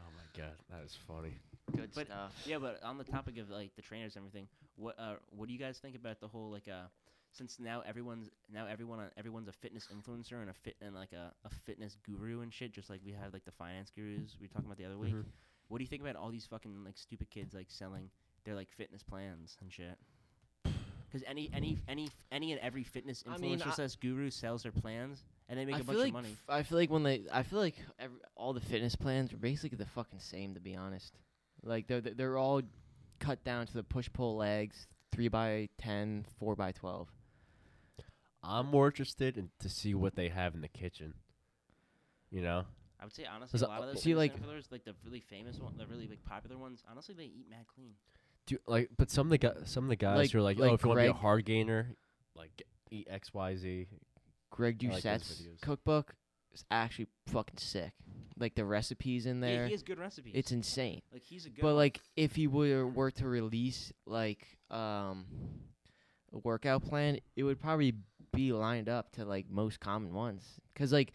B: Oh my god, that is funny.
A: Good
C: but-
A: stuff.
C: Yeah, but on the topic of like the trainers and everything, what uh, what do you guys think about the whole like uh, since now everyone's now everyone on everyone's a fitness influencer and a fit and like a, a fitness guru and shit, just like we have like the finance gurus we were talking about the other week.
B: Mhm.
A: Mm-hmm.
C: What do you think about all these fucking like stupid kids like selling their like fitness plans and shit? Because any any any any and every fitness influencer
A: I mean, I-
C: says guru sells their plans and they make
A: I
C: a
A: feel
C: bunch
A: like
C: of money.
A: f- I feel like when they, I feel like every, all the fitness plans are basically the fucking same. To be honest, like they're they're- they're all cut down to the push pull legs, three by ten, four by twelve.
B: I'm more interested in to see what they have in the kitchen. You know,
C: I would say honestly,
B: Does
C: a
B: it-
C: lot of those
A: see,
C: fitness
A: like-
C: influencers, like the really famous one, the really like popular ones, honestly they eat mad clean.
B: do like, but some of the guys, some of the guys
A: Like-
B: who are like,
A: like
B: oh, if you want to be a
A: Greg-
B: hard gainer, like eat X Y Z.
A: Greg
B: I like those
A: Doucette's
B: videos.
A: cookbook is actually fucking sick. Like the recipes in
C: Yeah,
A: there,
C: he has good recipes.
A: it's insane.
C: Like he's a good.
A: But
C: one.
A: like, if he were were to release like um a workout plan, it would probably be lined up to like most common ones. Cause like,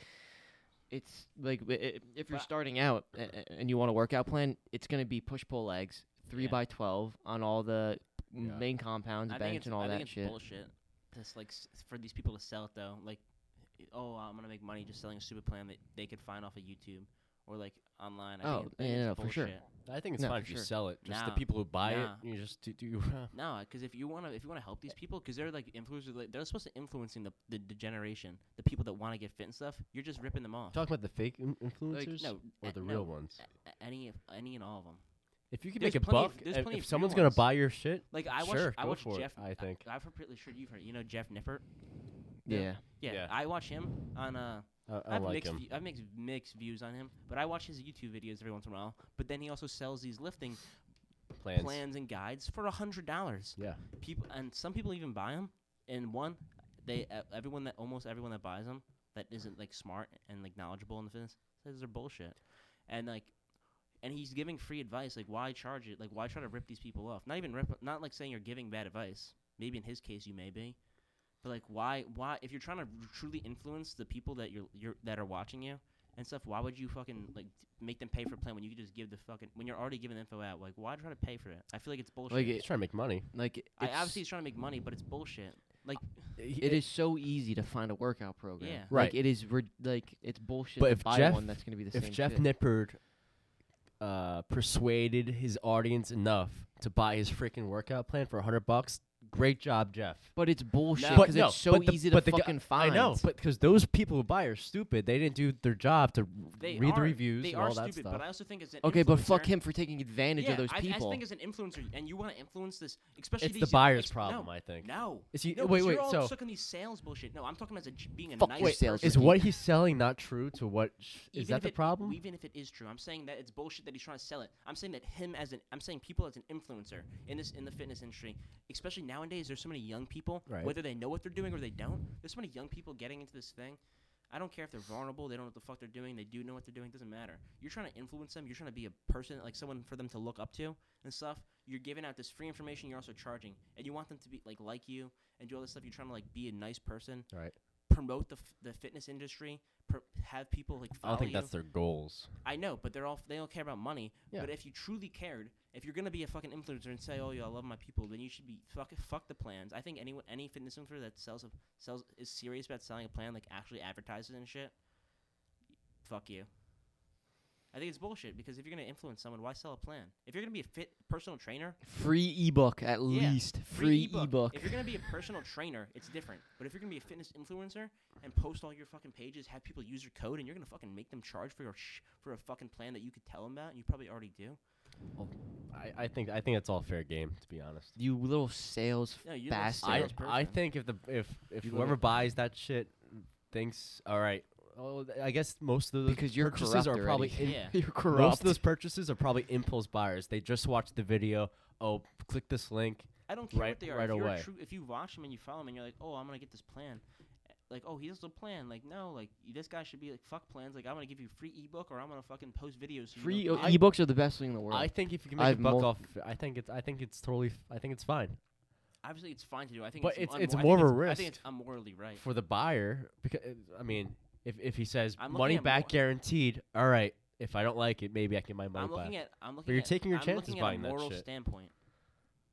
A: it's like i- i- if you're
C: But-
A: starting out a- a- and you want a workout plan, it's gonna be push pull legs, three
C: Yeah.
A: by twelve on all the
B: Yeah.
A: main compounds,
C: I think
A: bench,
C: it's,
A: and all
C: I
A: that
C: think it's
A: shit.
C: bullshit. Just like s- for these people to sell it though, like, oh, I'm gonna make money just selling a stupid plan that they could find off of YouTube or like online. I
A: Oh,
C: think it- I think
A: yeah,
C: it's
A: no, for sure.
C: bullshit.
B: I think it's
A: No,
B: fine
A: for
B: if you
A: sure.
B: sell it. Just the
C: Nah.
B: people who buy
C: Nah.
B: it, you just do. do you,
C: No, because if you wanna if you wanna help these people, because they're like influencers, like, they're supposed to influencing the, the the generation, the people that want to get fit and stuff. You're just ripping them off.
B: talking about the fake in-
C: Like,
B: influencers
C: no,
B: or
C: eh,
B: the
C: no,
B: real ones.
C: a- any of any and all of them.
B: If you can
C: there's
B: make a
C: plenty
B: buck,
C: of- there's
B: if-
C: plenty
B: if
C: of free
B: someone's gonna
C: ones.
B: buy your shit,
C: Like I watched
B: Sure,
C: I
B: go
C: watched
B: for it,
C: Jeff.
B: I think.
C: I, am pretty sure you've heard. You know Jeff Nippert.
A: Yeah.
C: Yeah,
B: Yeah.
C: I watch him on uh.
B: I,
C: I
B: I
C: have
B: like
C: mixed
B: him.
C: view- I have mixed mixed views on him, but I watch his YouTube videos every once in a while. But then he also sells these lifting
B: Plans.
C: plans and guides for a hundred dollars.
B: Yeah.
C: People and some people even buy them. And one, they uh, everyone that almost everyone that buys them that isn't like smart and like knowledgeable in the fitness says they're bullshit. And like, and he's giving free advice. Like, why charge it? Like, why try to rip these people off? Not even rip. Not like saying you're giving bad advice. Maybe in his case you may be. But like, why? Why? If you're trying to truly influence the people that you're, you're that are watching you and stuff, why would you fucking like make them pay for a plan when you could just give the fucking when you're already giving info out? Like, why try to pay for it? I feel like it's bullshit.
A: Like
B: He's
A: it,
B: trying to make money.
A: like it-
C: I
A: it's-
C: obviously he's trying to make money, but it's bullshit. Like,
A: it is so easy to find a workout program.
C: Yeah.
B: Right.
A: Like it is rid- like it's bullshit
B: But
A: to
B: if
A: buy
B: Jeff-
A: one that's going to be the
B: if
A: same
B: Jeff
A: shit.
B: Nippard uh, persuaded his audience enough to buy his freaking workout plan for a hundred bucks, great job, Jeff.
A: but it's bullshit
C: No.
B: But
A: because
B: no,
A: it's so
B: but the-
A: easy
B: but
A: to
B: the gu-
A: fucking find.
B: I know, but because those people who buy are stupid. They didn't do their job to
C: they
B: read
C: are,
B: the reviews
C: They
B: and
C: are
B: all that
C: stupid,
B: stuff.
C: but I also think it's an
A: okay, but
C: influencer-
A: fuck him for taking advantage
C: yeah,
A: of those
C: I,
A: people.
C: I think as an influencer, and you want to influence this, especially
B: it's the
C: these
B: buyer's
C: ex-
B: problem,
C: No,
B: I think.
C: no,
B: Is he?
C: no, 'cause
B: wait,
C: you're
B: wait.
C: all
B: So
C: stuck in these sales bullshit. No, I'm talking about as a, j- being a
A: Fuck
C: nice
A: your sales
C: person.
B: is
A: Even
B: what he's selling not true to what? Sh- is
C: Even
B: that
C: if
B: the
C: it-
B: problem?
C: Even if it is true, I'm saying that it's bullshit that he's trying to sell it. I'm saying that him as an, I'm saying people as an influencer in this in the fitness industry, especially nowadays, there's so many young people,
B: Right.
C: whether they know what they're doing or they don't. There's so many young people getting into this thing. I don't care if they're vulnerable, they don't know what the fuck they're doing, they do know what they're doing, it doesn't matter. You're trying to influence them, you're trying to be a person, like someone for them to look up to and stuff. You're giving out this free information, you're also charging, and you want them to be like like you and do all this stuff. You're trying to like be a nice person,
B: Right.
C: Promote the, f- the fitness industry, pr- have people like
B: I
C: follow
B: don't think
C: you.
B: that's their goals.
C: I know, but they're all they don't care about money.
B: Yeah.
C: But if you truly cared, if you're gonna be a fucking influencer and say, "Oh, yeah, I love my people," then you should be fuck fuck the plans. I think anyone any fitness influencer that sells a sells is serious about selling a plan, like actually advertises and shit. Fuck you. I think it's bullshit because if you're gonna influence someone, why sell a plan? If you're gonna be a fit personal trainer,
A: free ebook at
C: Yeah,
A: least. Free, ebook.
C: If you're gonna be a personal trainer, it's different. But if you're gonna be a fitness influencer and post all your fucking pages, have people use your code, and you're gonna fucking make them charge for your sh- for a fucking plan that you could tell them about, and you probably already do.
B: I, I think I think it's all fair game to be honest.
A: you little sales
C: No, you little
A: bastard.
B: I,
C: sales
B: I
C: person.
B: think if the if if
A: You
B: whoever
A: little-
B: buys that shit thinks all right. Oh, th- I guess most of those
A: Because you're
B: purchases
A: corrupt
B: are probably
A: already.
B: in,
C: Yeah.
A: You're corrupt.
B: most of those purchases are probably impulse buyers. They just watched the video. Oh, click this link.
C: I don't care
B: Right-
C: what they are.
B: right
C: if, you're a
B: away.
C: True, if you watch them and you follow them and you're like, oh, I'm gonna get this plan, eh, like, oh, he has a plan. Like, no, like y- this guy should be like, fuck plans. Like, I'm gonna give you free ebook or I'm gonna fucking post videos. so you
A: free
C: don't
A: o-
C: do it."
A: ebooks are the best thing in the world.
B: I think if you can make
A: I've
B: a buck
A: mul-
B: off, I think it's I think it's totally f- I think it's fine
C: Obviously, it's fine to do. I think,
B: But
C: it's,
B: it's- it's
C: unmor- I
B: more
C: think
B: of a
C: it's- I think
B: risk.
C: it's unmorally right.
B: for the buyer because I mean if if he says
C: I'm looking
B: money
C: at
B: back
C: more-
B: guaranteed, all right. If I don't like it, maybe I can get my money
C: I'm looking
B: back.
C: at. I'm looking.
B: you're
C: at-
B: taking your
C: I'm
B: chances
C: looking at
B: buying
C: a
B: that
C: moral
B: shit.
C: standpoint.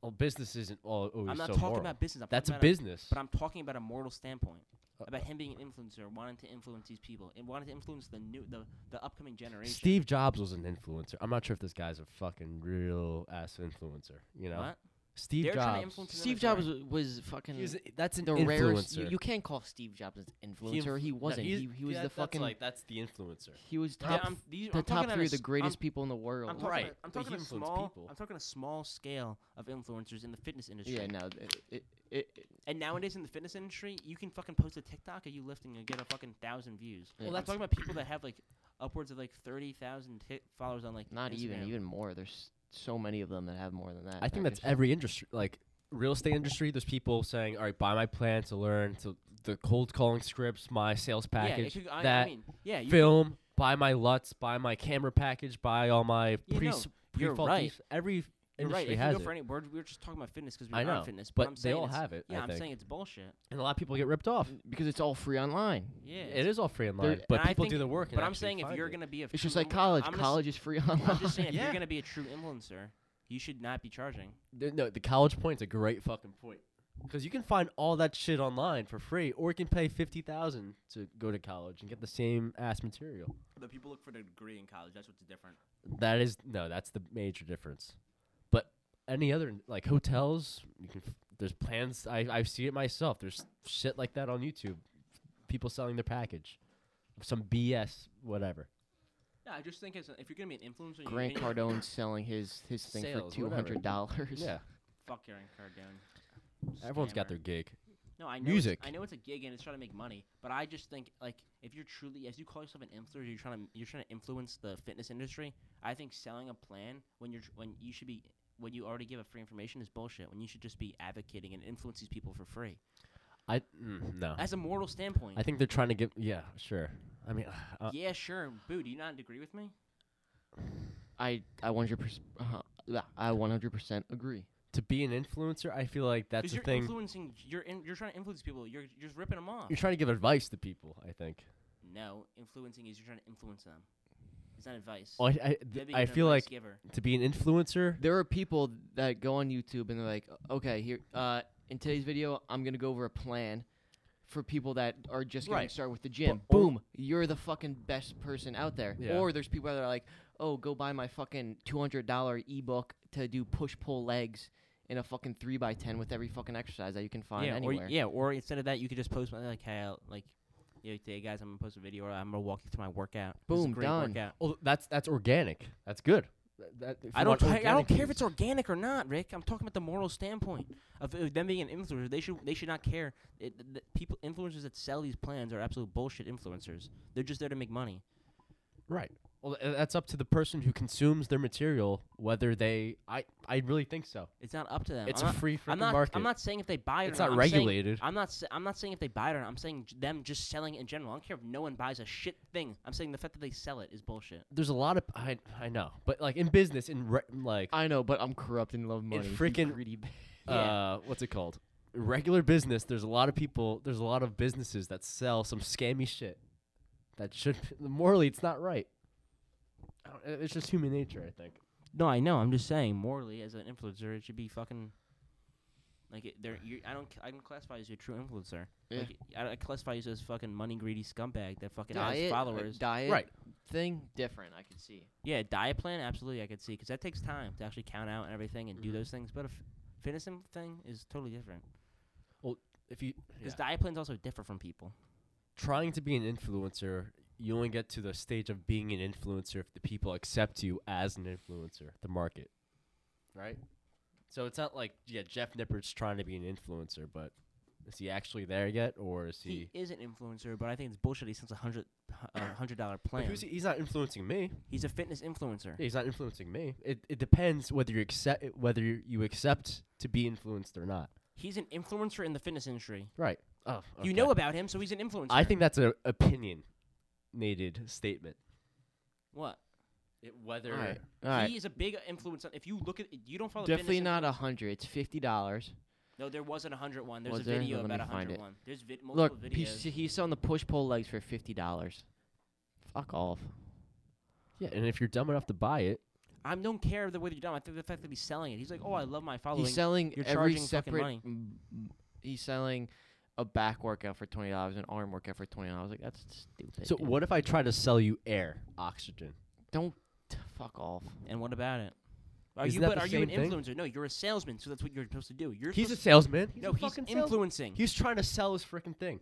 B: well, business isn't all. Always
C: I'm not
B: so
C: talking
B: moral.
C: about business. I'm
B: That's a
C: talking about
B: business.
C: but I'm talking about a moral standpoint
B: Uh,
C: about him being an influencer, wanting to influence these people, and wanting to influence the new, the, the upcoming generation.
B: Steve Jobs was an influencer. I'm not sure if this guy's a fucking real ass influencer. You know,
C: What?
B: Steve
C: They're trying to
B: Jobs.
C: influence
A: Steve
C: Another
A: Jobs was, was fucking
B: He's a- that's an
A: the
B: influencer.
A: rarest. You, you can't call Steve Jobs an
B: He
A: influencer.
B: influ-
A: He
B: no,
A: wasn't.
B: he's-
A: he, he was
B: that-
A: the
B: that's
A: fucking.
B: like that's the influencer.
A: he was
C: Yeah,
A: top.
C: I'm, these,
A: the
C: I'm
A: top
C: talking on
A: three
C: a
A: of the
C: s-
A: greatest
C: I'm,
A: people in the
C: I'm
A: world.
C: talking
B: Right,
C: about- I'm
B: but he
C: talking a
B: influenced
C: small.
B: people.
C: I'm talking a small scale of influencers in the fitness industry.
A: yeah, no. It, it, it, it-
C: And nowadays in the fitness industry, you can fucking post a TikTok of you lifting and get a fucking thousand views.
A: Well,
C: I'm
A: that's-
C: talking about people that have like upwards of like thirty thousand t- followers on like
A: not even,
C: Instagram.
A: even more. There's so many of them that have more than that.
B: I
A: They're
B: think that's
A: just-
B: every industry, like real estate industry. There's people saying, "All right, buy my plan to learn to the cold calling scripts, my sales
C: Yeah, it
B: package,
C: could- I,
B: that
C: I mean, yeah, you,
B: film, buy my LUTs, buy my camera package, buy all my
C: Yeah,
B: pre
C: no, you're
B: pre-fault
C: right.
B: use- Every
C: you're right.
B: industry
C: If you
B: has
C: go
B: it,
C: for any, we're, we were just talking about fitness because we
B: I
C: were
B: know,
C: on fitness,
B: but
C: I'm
B: they
C: saying
B: all
C: it's-
B: have it, I
C: Yeah, I'm
B: think.
C: saying it's bullshit.
B: and a lot of people get ripped off.
A: because it's all free online.
C: Yeah,
B: It is all free online,
A: There-
B: but
C: and I
B: people
C: think-
B: do the work. and
C: But I'm
B: actually
C: saying if
B: find
C: you're
B: it.
C: gonna be a,
A: It's
C: true
A: just like
C: influ-
A: college.
C: I'm gonna s-
A: college is free online.
C: I'm just saying if
B: Yeah.
C: you're gonna be a true influencer, you should not be charging.
B: Th- no, the college point's a great fucking point. Because you can find all that shit online for free, or you can pay fifty thousand to go to college and get the same ass material.
C: But people look for the degree in college. That's what's different.
B: That is no, that's the major difference. But any other like hotels, you can. f- There's plans. I I see it myself. There's shit like that on YouTube. People selling their package, some BS, whatever.
C: Yeah, I just think as a, if you're gonna be an influencer, you're
A: Grant
C: gonna-
A: Cardone selling his his thing
B: Sales,
A: for two
B: whatever.
A: hundred dollars.
B: Yeah,
C: Fuck Grant Cardone.
B: everyone's got
C: Scammer.
B: their gig.
C: No, I know it's-
B: Music.
C: I know it's a gig and it's trying to make money, but I just think like if you're truly, as you call yourself an influencer, you're trying to you're trying to influence the fitness industry. I think selling a plan when you're tr- when you should be when you already give a free information is bullshit. When you should just be advocating and influence these people for free,
B: I mm, no.
C: as a moral standpoint.
B: I think they're trying to give. Yeah, sure. I mean, uh,
C: yeah, sure, boo. Do you not agree with me?
A: I I one hundred percent I one hundred percent agree.
B: to be an influencer, I feel like that's
C: Because
B: the
C: you're
B: thing.
C: influencing. You're in, you're trying to influence people. You're you're just ripping them off.
B: You're trying to give advice to people. I think.
C: No, influencing is you're trying to influence them. It's not advice.
B: Oh, I I,
C: They're
B: th-
C: being
B: I
C: an
B: feel
C: advice
B: like
C: giver.
B: to be an influencer.
A: There are people that go on YouTube and they're like, okay, here uh, in today's video, I'm gonna go over a plan for people that are just gonna
B: Right.
A: start with the gym.
B: But-
A: Boom, you're the fucking best person out there.
B: Yeah.
A: Or there's people that are like, oh, go buy my fucking two hundred dollar ebook to do push pull legs in a fucking three by ten with every fucking exercise that you can find
C: yeah,
A: anywhere.
C: Or, yeah, or instead of that, you could just post one, like, hey, I'll- like, you know, today, guys, I'm gonna post a video, or I'm gonna walk you through my workout. This is a
A: Boom,
C: great
A: done.
C: Workout.
B: Oh, that's that's organic. That's good. Th- that- if
C: I
B: you
C: don't,
B: want
C: I, I don't
B: organic
C: care if
B: views-
C: it's organic or not, Rick. I'm talking about the moral standpoint of, of them being an influencer. They should, they should not care. It, th- th- people, influencers that sell these plans are absolute bullshit influencers. They're just there to make money.
B: right. Well, th- that's up to the person who consumes their material whether they. I I really think so.
C: It's not up to them.
B: It's
C: I'm
B: a
C: not,
B: free freaking
C: I'm not,
B: market.
C: I'm not saying if they buy it.
B: It's
C: or
B: not
C: I'm saying-
B: regulated.
C: I'm not. sa- I'm not saying if they buy it or not. I'm saying j- them just selling it in general. I don't care if no one buys a shit thing. I'm saying the fact that they sell it is bullshit.
B: There's a lot of I I know, but like in business, in re- like
A: I know, but I'm corrupt and love money. you
B: frickin-
A: greedy b-
C: Yeah.
B: uh, what's it called? Regular business. There's a lot of people. There's a lot of businesses that sell some scammy shit. That should morally, it's not right. I don't, it's just human nature, I think.
C: No, I know. I'm just saying, morally, as an influencer, it should be fucking like it, they're. You, I don't. c- I don't classify you as a true influencer.
A: Yeah.
C: Like I, I classify you as fucking money greedy scumbag that fucking has
A: diet, uh,
C: followers.
A: diet
B: Right.
A: thing different. I could see.
C: yeah, diet plan, absolutely, I could see, 'cause that takes time to actually count out and everything and do
B: Mhm.
C: those things. But a f- fitness in- thing is totally different.
B: If you
C: 'Cause diet plans also differ from people.
B: trying to be an influencer, you only get to the stage of being an influencer if the people accept you as an influencer, the market. Right? So it's not like, yeah, Jeff Nippert's trying to be an influencer, but is he actually there yet? Or is
C: He
B: he.
C: is an influencer, but I think it's bullshit. He sends a hundred, a hundred dollar
B: But
C: plan.
B: who's he- he's not influencing me.
C: He's a fitness influencer.
B: Yeah, he's not influencing me. It, it depends whether you accept whether you you accept to be influenced or not.
C: He's an influencer in the fitness industry.
B: Right. Oh,
C: You know about him, so he's an influencer.
B: I think that's an opinionated statement.
C: what.
B: whether
A: Alright. All right.
C: He is a big influence. on- If you look at, you don't follow.
A: Definitely
C: fitness
A: not a hundred. It's fifty dollars.
C: influ- No, there wasn't a hundred one. There's
A: Was
C: a
A: there?
C: video
A: Let me
C: about a
A: find
C: hundred
A: it.
C: one. There's vid- multiple
A: Look,
C: videos.
A: he's, he's selling the push pull legs for fifty dollars. Fuck off.
B: yeah, and if you're dumb enough to buy it,
C: I don't care the way you're done. I think the fact that he's selling it. He's like, oh, I love my following.
A: He's selling
C: you're
A: every
C: charging fucking
A: separate.
C: money.
A: m- m- He's selling a back workout for twenty dollars, an arm workout for twenty dollars. Like that's stupid.
B: So
A: dude.
B: what if I try to sell you air, oxygen?
A: Don't fuck off.
C: and what about it? Are
B: Isn't
C: you?
B: that
C: But
B: the
C: are you an
B: same thing?
C: influencer? No, you're a salesman. So that's what you're supposed to do. You're
B: He's a
C: supposed
B: salesman.
C: to, no, he's influencing.
B: He's trying to sell his freaking thing.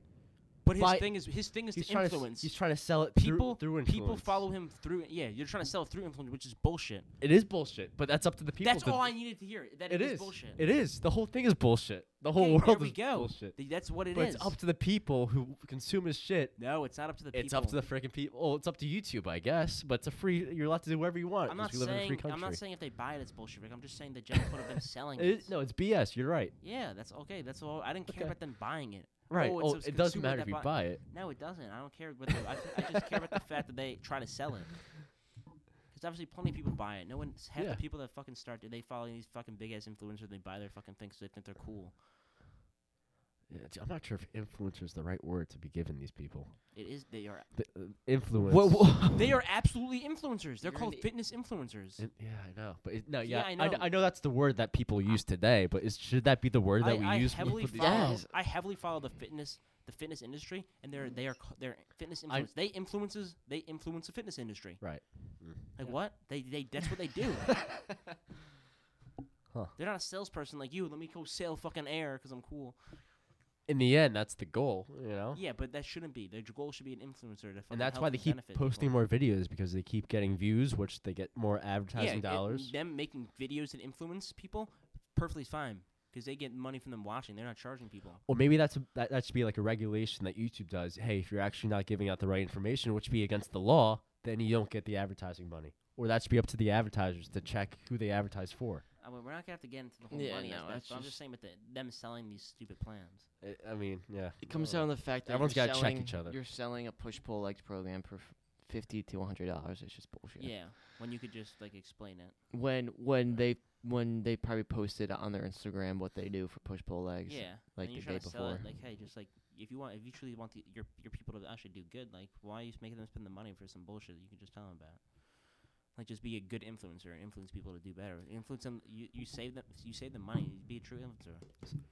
C: but his
B: by-
C: thing is his thing is
B: He's
C: to
B: trying
C: influence.
B: to. He's trying to sell it.
C: people
B: through, through influence.
C: people follow him through. Yeah, you're trying to sell through influence, which is bullshit.
B: It is bullshit, but that's up to the people.
C: that's
B: to-
C: all I needed to hear. That
B: It
C: is
B: is.
C: bullshit.
B: It is. The whole thing is bullshit. The whole
C: Okay,
B: world
C: there we
B: is
C: go.
B: bullshit.
C: Th- That's what it is.
B: but it's up to the people who consume his shit.
C: no, it's not up to the people.
B: It's up to the freaking people. Oh, it's up to YouTube, I guess. But it's a free. You're allowed to do whatever you want.
C: I'm
B: 'cause
C: not
B: we live in a free
C: saying.
B: country.
C: I'm not saying if they buy it, it's bullshit. Rick. I'm just saying the general point of them selling
B: It
C: it.
B: is- no, it's BS. You're right.
C: Yeah, that's okay. That's all. I didn't care
B: Okay.
C: about them buying it.
B: Right.
C: Oh, it's
B: Oh,
C: those
B: it doesn't
C: consumers
B: matter
C: that
B: if you
C: buy-
B: buy it.
C: No, it doesn't. I don't care. What they, I, I just care about the fact that they try to sell it. Because obviously, plenty of people buy it. No one, half
B: Yeah.
C: the people that fucking start, they follow these fucking big ass influencers. They buy their fucking things. 'cause They think they're cool.
B: Yeah, it's- I'm not sure if influencer is the right word to be given these people.
C: It is they are
B: The, uh, influence.
C: they are absolutely influencers. They're
A: You're
C: called
A: an i-
C: fitness influencers.
B: In- yeah, I know, but it, no,
C: Yeah,
B: yeah,
C: I
B: I,
C: know.
B: kn- I know that's the word that people use today. But is should that be the word that
C: I,
B: we
C: I
B: use? for-
C: heavily
B: for these
C: follow
A: Yes.
C: I heavily follow the fitness the fitness industry and they're they are c- they're fitness
B: I-
C: influencers. They influences they influence the fitness industry.
B: Right.
C: Like what? They they that's what they do.
B: Huh.
C: They're not a salesperson like you. Let me go sell fucking air because I'm cool.
B: In the end, that's the goal, you know.
C: Yeah, but that shouldn't be. Their goal should be an influencer. To fucking
B: and that's
C: help
B: why they keep
C: benefit people.
B: posting more videos because they keep getting views, which they get more advertising
C: it-
B: dollars.
C: them making videos that influence people, perfectly fine because they get money from them watching. They're not charging people.
B: Or maybe that's a, that, that should be like a regulation that YouTube does. Hey, if you're actually not giving out the right information, which would be against the law, then you don't get the advertising money. Or that should be up to the advertisers to check who they advertise for.
C: I mean, Uh, we're not gonna have to get into the whole
A: Yeah,
C: money
A: no,
C: aspect.
A: that's
C: But I'm just
A: just-
C: saying with the, them selling these stupid plans.
B: I, I mean, yeah.
A: It comes down to the fact that
B: Everyone's
A: you're
B: gotta check
A: selling-
B: each other.
A: You're selling a push pull legs program for f- fifty to one hundred dollars. It's just bullshit.
C: Yeah. when you could just like explain it.
A: When when they when they probably posted on their Instagram what they do for push pull legs.
C: Yeah,
A: like
C: and you're
A: the
C: trying
A: day
C: to sell it,
A: before.
C: like hey, just like if you want, if you truly want the, your your people to actually do good, like why are you making them spend the money for some bullshit that you can just tell them about? Like just be a good influencer and influence people to do better. Influence them. You you save them. You save them money. Be a true influencer.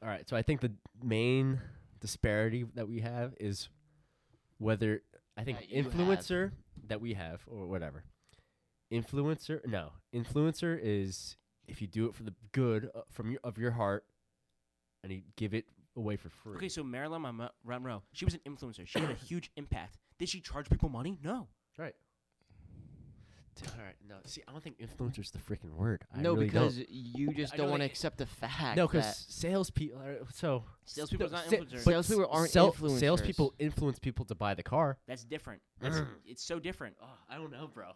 B: All right. So I think the main disparity that we have is whether I think
A: That you have.
B: influencer that we have or whatever. Influencer, no. Influencer is if you do it for the good uh, from your, of your heart, and you give it away for free.
C: Okay, so Marilyn Monmo- Monroe, she was an influencer. She had a huge impact. Did she charge people money? No.
B: T- All right. No. See, I don't think influencer is the freaking word. I
A: no,
B: really don't.
A: because you just
B: I
A: don't
B: really-
A: want to accept the fact.
B: no,
A: because
B: because salespeople. Are, uh, so
C: Salespeople's not
B: sa-
C: influencers.
B: but
A: Salespeople
B: s-
A: aren't
B: sel-
A: influencers.
B: Salespeople influence people to buy the car.
C: That's different. That's, it's so different.
B: Oh, I don't know, bro.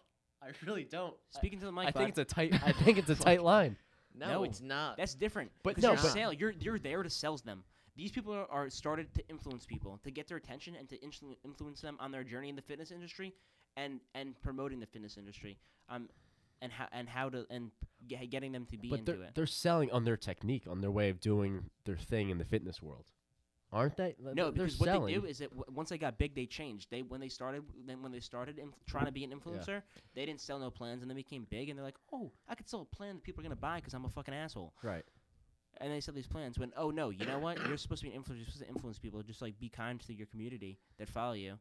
B: I really don't.
C: Speaking to the mic,
B: I think
C: bud.
B: it's a tight. I think it's a tight line.
A: no,
C: No,
A: it's not.
C: that's different.
B: But
C: 'cause
B: no,
C: you're
B: but-
C: sale. You're you're there to sell them. These people are, are started to influence people to get their attention and to influ- influence them on their journey in the fitness industry, and and promoting the fitness industry. Um, and how and how to and ge- getting them to be
B: But
C: into
B: they're
C: it.
B: they're selling on their technique, on their way of doing their thing in the fitness world, aren't they? Th-
C: No,
B: th- they're
C: because what
B: selling.
C: they do is that w- once they got big, they changed. They when they started, then when they started inf- trying to be an influencer, they didn't sell no plans, and they became big, and they're like, oh, I could sell a plan that people are gonna buy because I'm a fucking asshole.
B: right.
C: And they sell these plans when, oh no, you know what? You're supposed to be an influencer. You're supposed to influence people. Just like be kind to your community that follow you,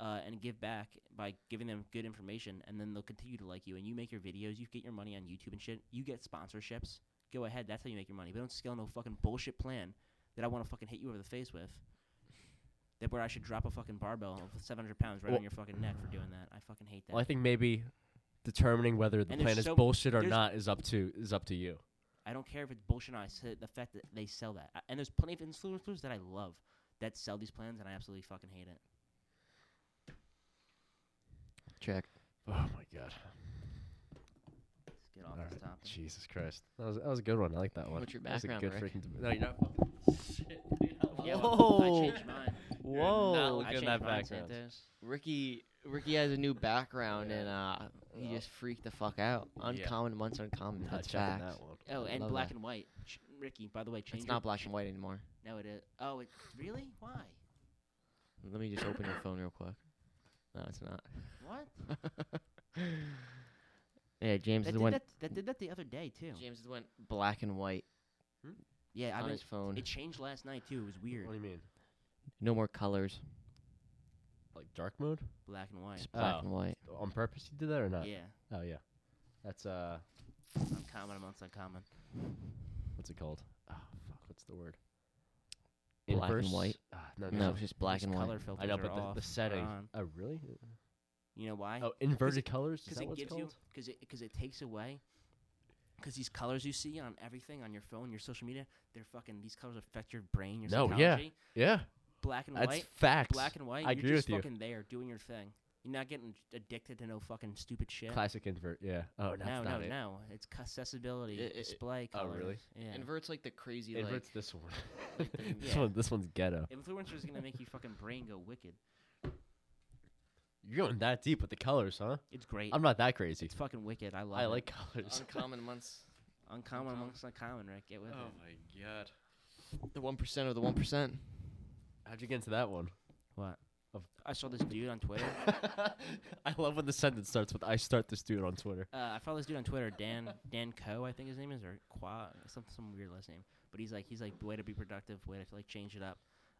C: uh, and give back by giving them good information, and then they'll continue to like you. And you make your videos. You get your money on YouTube and shit. You get sponsorships. Go ahead. That's how you make your money. But don't scale no fucking bullshit plan that I want to fucking hit you over the face with. That where I should drop a fucking barbell of 700 pounds right
B: Well-
C: on your fucking neck for doing that. I fucking hate that.
B: Well, I think maybe determining whether the
C: And there's
B: plan is
C: so-
B: bullshit or
C: there's-
B: not is up to is up to you.
C: I don't care if it's bullshit or not. It's the- the fact that they sell that. I- And there's plenty of influencers that I love that sell these plans, and I absolutely fucking hate it.
A: Check.
B: Oh my god.
C: Let's get off
B: All
C: this
B: right.
C: topic.
B: Jesus Christ. That was that was a good one. I like that one.
A: What's your
B: That was a
A: background,
B: good
A: Rick?
B: freaking deb- No, you're not.
C: Yeah,
A: Whoa.
C: I changed mine.
B: Whoa.
C: I
B: Look at
C: changed
B: that
C: mine,
B: background.
C: Santos.
A: Ricky Ricky has a new background
B: Yeah.
A: and uh, he
B: Yeah.
A: just freaked the fuck out.
B: Yeah.
A: Uncommon months uncommon.
B: Not
A: That's
B: checking
A: facts.
B: that one.
C: Oh,
A: I
C: and
A: love
C: black
A: that.
C: and white. Ch- Ricky, by the way, change.
A: It's
C: your-
A: not black and white anymore.
C: No, it is. Oh, it really? Why?
A: Let me just open your phone real quick. No, it's not.
C: What?
A: Yeah, James
C: That
A: is
C: did,
A: one.
C: that, that did that the other day too.
A: James is went black and white
C: Yeah, I
A: on
C: mean,
A: his phone.
C: it changed last night too. It was weird.
B: What do you mean?
A: No more colors.
B: Like dark mode?
C: Black and white.
A: Just black
B: Oh.
A: and white.
B: On purpose you did that or not?
C: Yeah,
B: Oh yeah. That's uh
C: uncommon amongst uncommon.
B: what's it called? Oh fuck, what's the word?
A: Black and white?
B: Uh, no,
A: No,
B: no.
A: it's just black
C: Those
A: and
C: color
A: white.
C: filters
B: I know,
C: are
B: but
C: off
B: the,
C: or
B: the setting.
C: on.
B: Oh really?
C: You know why?
B: Oh, inverted colors. Is
C: because
B: that
C: it
B: what it's
C: gives you
B: called?
C: because it because it takes away because these colors you see on everything on your phone, your social media, they're fucking these colors affect your brain, your
B: No, yeah.
C: psychology.
B: Yeah,
C: Black and
B: that's
C: white,
B: facts.
C: black and white.
B: I
C: you're
B: agree
C: just
B: with you.
C: fucking there doing your thing. You're not getting addicted to no fucking stupid shit.
B: Classic invert. Yeah. Oh, that's
C: no,
B: not
C: no,
B: it.
C: no. It's c- accessibility,
A: It- it-
C: display
B: oh,
C: colors.
B: really?
C: Yeah.
A: Inverts like the crazy
B: Inverts this one.
A: like the-
B: this
C: Yeah.
B: one. This one's ghetto.
C: Influencers gonna make your fucking brain go wicked.
B: You're going that deep with the colors, huh?
C: It's great.
B: I'm not that crazy.
C: it's fucking wicked. I love
B: I
C: it.
B: like colors.
A: uncommon months.
C: uncommon
A: uncommon.
C: amongst uncommon, Rick. Get with it.
B: Oh my god.
A: The one percent of the one percent.
B: How'd you get into that one?
C: What?
B: Of-
C: I saw this dude on Twitter.
B: I love when the sentence starts with "I start this dude on Twitter."
C: Uh, I follow this dude on Twitter, Dan Dan Co, I think his name is, or Qua, some some weird last name. But he's like he's like way to be productive, way to like change it up,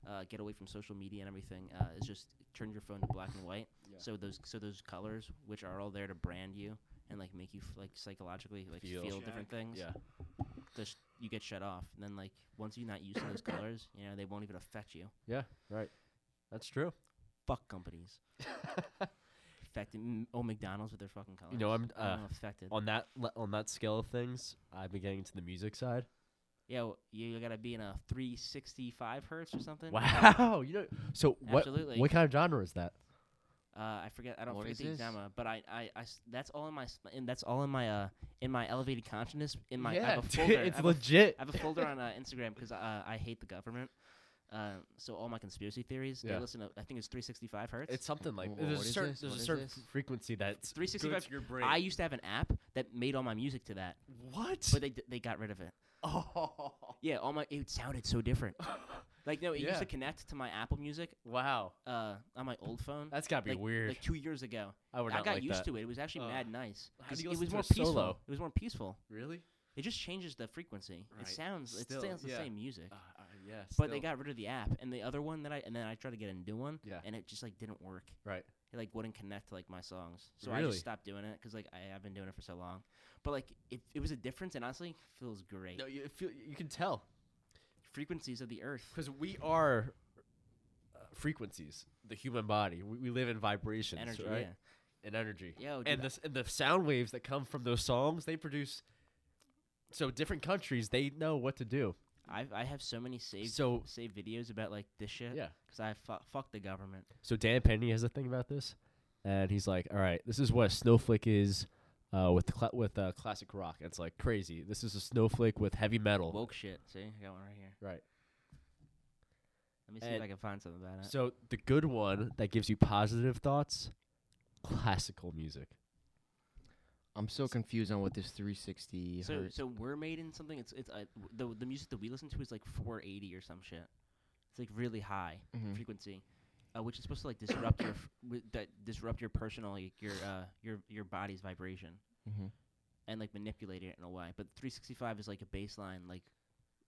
C: uh, get away from social media and everything. Uh, is just turn your phone to black and white.
B: Yeah.
C: So those so those colors, which are all there to brand you and like make you f- like psychologically like
B: Feel.
C: feel, different things.
B: Yeah,
C: Just you get shut off, and then like once you're not used to those colors, you know they won't even affect you.
B: that's true.
C: Fuck companies. affected. m- Oh, McDonald's with their fucking colors.
B: You know, I'm
C: I
B: uh,
C: don't know, affected.
B: on that le- on that scale of things. I've been getting into the music side.
C: Yeah, well, you gotta be in a 365 hertz or something.
B: Wow, you know. So what?
C: Absolutely.
B: What kind of genre is that?
C: Uh, I forget. I don't
A: What
C: forget
A: is
C: the
A: this?
C: exam, uh, but I, I, I s- that's all in my, s- in, that's all in my, uh, in my elevated consciousness. In my, I
B: yeah,
C: have a
B: dude,
C: folder. I
B: it's
C: have a f-
B: legit.
C: I have a folder on uh, Instagram because uh, I hate the government. Uh, so all my conspiracy theories.
B: Yeah.
C: They listen to. I think it's 365 hertz.
B: It's something like
A: Wh-
B: there's
A: what
B: a
A: is
B: certain
A: this?
B: there's
A: What
B: a
A: is
B: certain
A: this?
B: frequency that's good
C: 365
B: to your brain.
C: I used to have an app that made all my music to that,
B: what?
C: but they d- they got rid of it.
B: oh
C: Yeah, all my it sounded so different. like no, it
B: Yeah.
C: used to connect to my Apple Music
B: wow,
C: uh, on my old phone.
B: that's gotta be weird.
C: Like two years ago,
B: I would
C: I
B: not
C: got
B: like
C: used
B: that.
C: to it. It was actually
B: Ugh.
C: mad nice.
B: Oh. How do
C: 'cause
B: you listen
C: it was
B: to
C: more
B: a
C: peaceful.
B: solo?
C: It was more peaceful.
B: Really?
C: It just changes the frequency.
B: Right.
C: It sounds it
B: Still,
C: sounds the
B: yeah.
C: same music.
B: Uh, uh, yeah.
C: but
B: still.
C: they got rid of the app and the other one that I and then I tried to get a new one
B: Yeah.
C: and it just like didn't work.
B: Right.
C: It like wouldn't connect to like my songs. So I
B: Really?
C: just stopped doing it cuz like I, I've been doing it for so long. But like it, it was a difference and honestly feels great.
B: No, you feel you can tell
C: Frequencies of the earth.
B: because we are uh, frequencies. The human body. We, we live in vibrations,
C: Energy.
B: right? And energy.
C: Yeah. Yo, dude,
B: and the s- and the sound waves that come from those songs, they produce. So different countries, they know what to do.
C: I've, I have so many saved
B: So-
C: saved videos about like this shit
B: Yeah.
C: cuz I fu- fuck the government.
B: So Dan Penny has a thing about this, and he's like, "All right, this is what a snowflake is." Uh, with cla- with uh, classic rock, it's like crazy. This is a snowflake with heavy metal.
C: Woke shit. See? I got one right here.
B: Right.
C: Let me see if
B: And-
C: I can find something about it.
B: So the good one that gives you positive thoughts, classical music.
A: I'm so confused on what this 360
C: So,
A: hertz.
C: so we're made in something. It's it's uh, w- the the music that we listen to is like 480 or some shit. It's like really high
B: Mm-hmm.
A: Mhm.
C: frequency, uh, which is supposed to like disrupt your f- wi- that disrupt your personal like, your uh your your body's vibration
B: Mm-hmm.
A: Mhm.
C: and like manipulate it in a way. But 365 is like a baseline like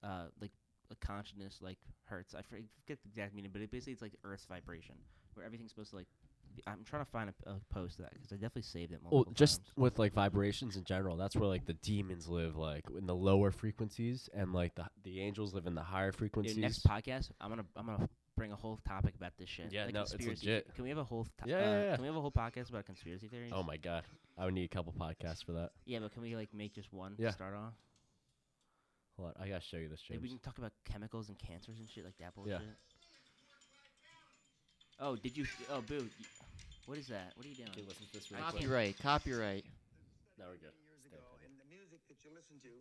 C: uh like a consciousness like hertz. I forget the exact meaning, but it basically it's like Earth's vibration where everything's supposed to like. be- I'm trying to find a, p- a post to that because I definitely saved it. Multiple
B: Well, just
C: times.
B: with like vibrations in general, that's where like the demons live, like in the lower frequencies, and like the the angels live in the higher frequencies.
C: Dude, next podcast, I'm gonna I'm gonna bring a whole topic about this shit.
B: Yeah,
C: Like
B: no, it's
C: conspiracy
B: legit.
C: the- Can we have a whole? To-
B: Yeah,
C: uh,
B: yeah, yeah.
C: Can we have a whole podcast about conspiracy theories?
B: oh my god, I would need a couple podcasts for that.
C: Yeah, but can we like make just one
B: Yeah.
C: to start off?
B: Hold on, I gotta show you this,
C: Like,
B: James.
C: we can talk about chemicals and cancers and shit like that bullshit.
B: Yeah.
C: Oh, did you? Oh, boo! y- What is that? What are you doing?
B: listen to this
C: I can't-
A: Copyright, copyright.
B: Now we're good.
D: years ago, and the music that you listen to.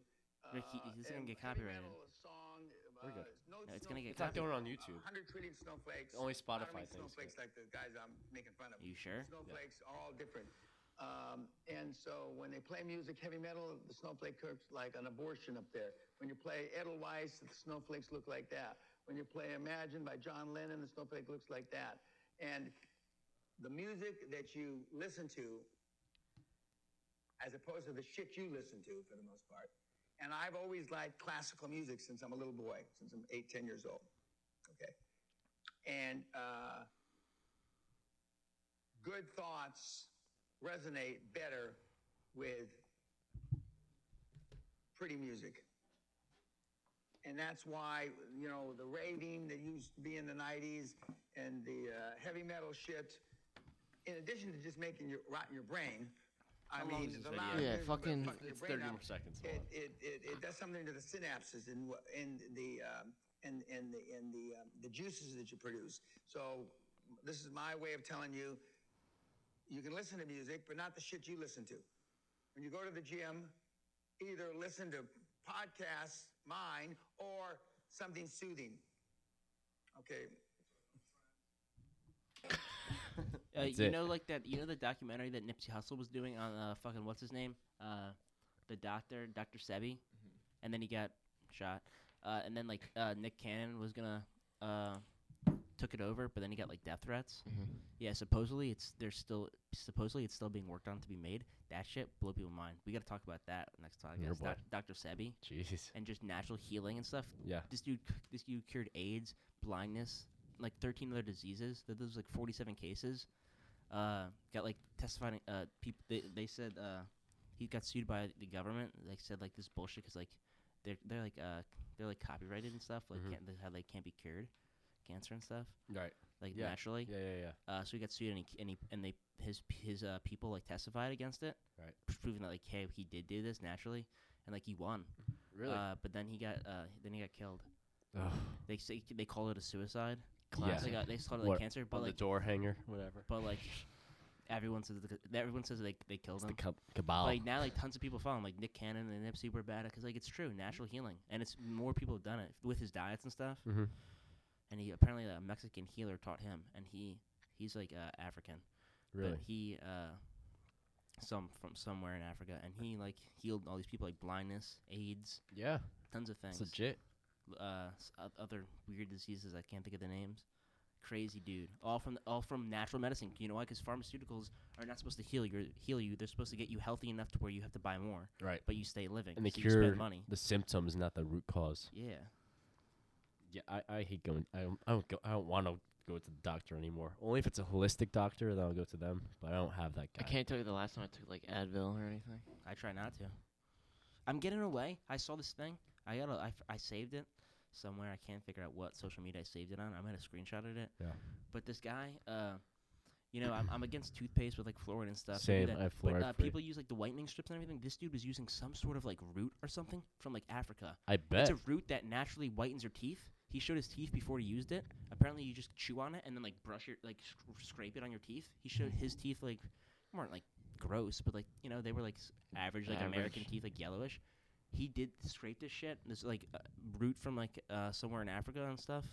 D: Uh,
C: Ricky, this is gonna
D: and
C: get
D: heavy
C: copyrighted.
D: metal, a song,
B: We're good.
D: uh, No,
C: No, it's gonna
D: snow-
C: get
B: It's not
C: copied.
B: going on YouTube.
D: 100 trillion snowflakes.
B: Only
D: I don't
B: Spotify
D: mean
B: things,
D: snowflakes like the guys I'm making fun of.
C: Are you sure?
D: Snowflakes are all different. Um, and so when they play music, heavy metal, the snowflake looks like an abortion up there. When you play Edelweiss, the snowflakes look like that. When you play Imagine by John Lennon, the snowflake looks like that. And the music that you listen to, as opposed to the shit you listen to for the most part. And I've always liked classical music since I'm a little boy, since I'm eight, ten years old. Okay. And, uh, good thoughts resonate better with pretty music. And that's why, you know, the raving that used to be in the 90s and the uh, heavy metal shit, in addition to just making you rot your brain, I
C: How long
D: mean,
C: is this
D: the
C: video?
D: loud
A: Yeah,
D: music
A: fucking-
D: will fuck your
B: It's
D: brain
B: 30
D: up.
B: more seconds. hold
D: It,
B: on.
D: it, it, it does something to the synapses and wha- and the um, and and the and the um, the juices that you produce. So this is my way of telling you, you can listen to music, but not the shit you listen to. When you go to the gym, either listen to podcasts, mine, or something soothing. Okay,
C: Uh,
B: That's
C: you
B: it.
C: know, like that. You know the documentary that Nipsey Hussle was doing on uh, fucking
B: Mm-hmm.
C: what's his name, uh, the doctor, Doctor Sebi, and then he got shot. Uh, and then like uh, Nick Cannon was gonna uh, took it over, but then he got like death threats.
B: Mm-hmm.
A: Mhm.
C: Yeah, supposedly it's there's still supposedly it's still being worked on to be made. That shit blew people's mind. We got to talk about that next time.
B: Yeah, boy.
C: Doctor Sebi
B: Jesus.
C: and just natural healing and stuff.
B: Yeah.
C: This dude, c- this dude cured AIDS, blindness, like 13 other diseases. There was like 47 cases. Uh, got like testifying. Uh, people they, they said uh, he got sued by the government. They said like this bullshit because like they're they're like uh they're like copyrighted and stuff. Like
B: Mhm.
C: can't, they, how they can't be cured, cancer and stuff
B: Right.
C: like
B: Yeah.
C: naturally.
B: Yeah, yeah, yeah.
C: Uh, so he got sued and he, and he and they his his uh people like testified against it,
B: Right.
C: Proving that like hey he did do this naturally, and like he won. Uh, but then he got uh, then he got killed. They say they call it a suicide. They,
A: Classic.
C: got, they just call it
B: What,
C: like cancer, but
B: on
C: like
B: the door hanger, whatever.
C: but like everyone says that that everyone says they they killed
B: It's the
C: him.
B: cab- cabal.
C: Like now, like tons of people follow him, like Nick Cannon and Nipsey were bad because like it's true, natural healing, and it's more people have done it with his diets and stuff.
B: mm-hmm.
C: And he apparently a Mexican healer taught him, and he he's like uh, African,
B: Really?
C: but he uh some from somewhere in Africa, and he like healed all these people like blindness, AIDS,
B: Yeah.
C: tons of things.
B: It's legit.
C: uh, s- o- other weird diseases. I can't think of the names. Crazy dude. All from all from natural medicine. You know why? Because pharmaceuticals are not supposed to heal you. Heal you. They're supposed to get you healthy enough to where you have to buy more,
B: Right.
C: but you stay living.
B: And they
C: so you
B: cure
C: spend money.
B: the symptoms, not the root cause.
C: Yeah.
B: Yeah, I, I hate going. I don't, I don't go. I don't want to go to the doctor anymore. Only if it's a holistic doctor, then I'll go to them. But I don't have that
A: I
B: guy.
A: can't tell you the last time I took like Advil or anything.
C: I try not to. I'm getting away. I saw this thing. I got. A, I, f- I saved it somewhere. I can't figure out what social media I saved it on. I might have screenshotted it.
B: Yeah.
C: But this guy, uh, you know, I'm, I'm against toothpaste with like fluoride and stuff.
B: Same.
C: do that.
B: I have
C: But uh,
B: fluoride-free.
C: people use like the whitening strips and everything. This dude was using some sort of like root or something from like Africa.
B: I bet.
C: It's a root that naturally whitens your teeth. He showed his teeth before he used it. Apparently, you just chew on it and then like brush your like sc- scrape it on your teeth. He showed his teeth like weren't like gross, but like you know they were like s- average, like American
A: Average.
C: teeth, like yellowish. He did scrape this shit. This like uh, root from like uh, somewhere in Africa and stuff.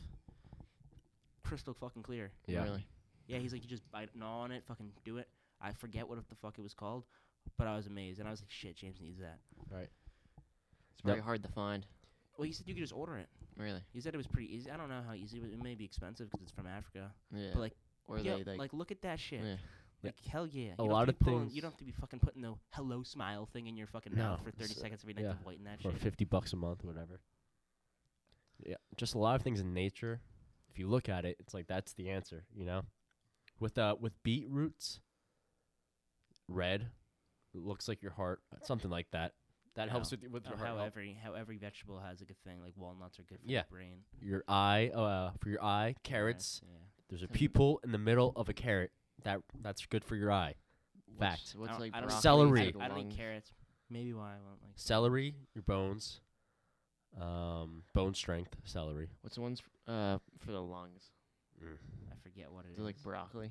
C: Crystal fucking clear.
B: yeah.
A: Really.
C: Yeah, he's like, you just bite, gnaw on it, fucking do it. I forget what the fuck it was called, but I was amazed, and I was like, shit, James needs that.
A: It's very
B: Yep.
A: hard to find.
C: Well, he said you could just order it.
A: Really.
C: He said it was pretty easy. I don't know how easy, but it may be expensive because it's from Africa.
A: Yeah.
C: But like,
A: or
C: yeah,
A: they like.
C: look at that shit.
A: yeah.
C: Like, hell yeah. You
B: A
C: don't have
B: lot
C: to
B: of
C: be pulling-
B: things-
C: You don't have to be fucking putting the hello smile thing in your fucking mouth
B: No,
C: for 30
B: it's, uh,
C: seconds every night
B: yeah,
C: to whiten that
B: or
C: shit.
B: fifty bucks a month, whatever. Yeah, just a lot of things in nature. If you look at it, it's like that's the answer, you know. With uh, with beetroots, red, it looks like your heart, something like that. That helps
C: Yeah.
B: with with
C: Oh,
B: your
C: how
B: heart. health.
C: every how every vegetable has a good thing. Like walnuts are good for
B: Yeah.
C: your brain.
B: Your eye, uh, for your eye, carrots.
C: Carrots, Yeah.
B: There's a
A: Can-
B: pupil in the middle of a carrot. That that's good for your eye.
A: What's,
B: Fact.
A: what's
C: I
A: like
C: don't, I don't
A: broccoli
C: eat-
B: Celery.
A: to
C: I,
A: the
C: I don't eat
A: lungs?
C: carrots. Maybe why I won't like.
B: Celery, your bones, um, bone strength. Celery.
A: What's the ones f- uh for the lungs?
C: I forget what it
A: Is
C: is.
A: it like broccoli?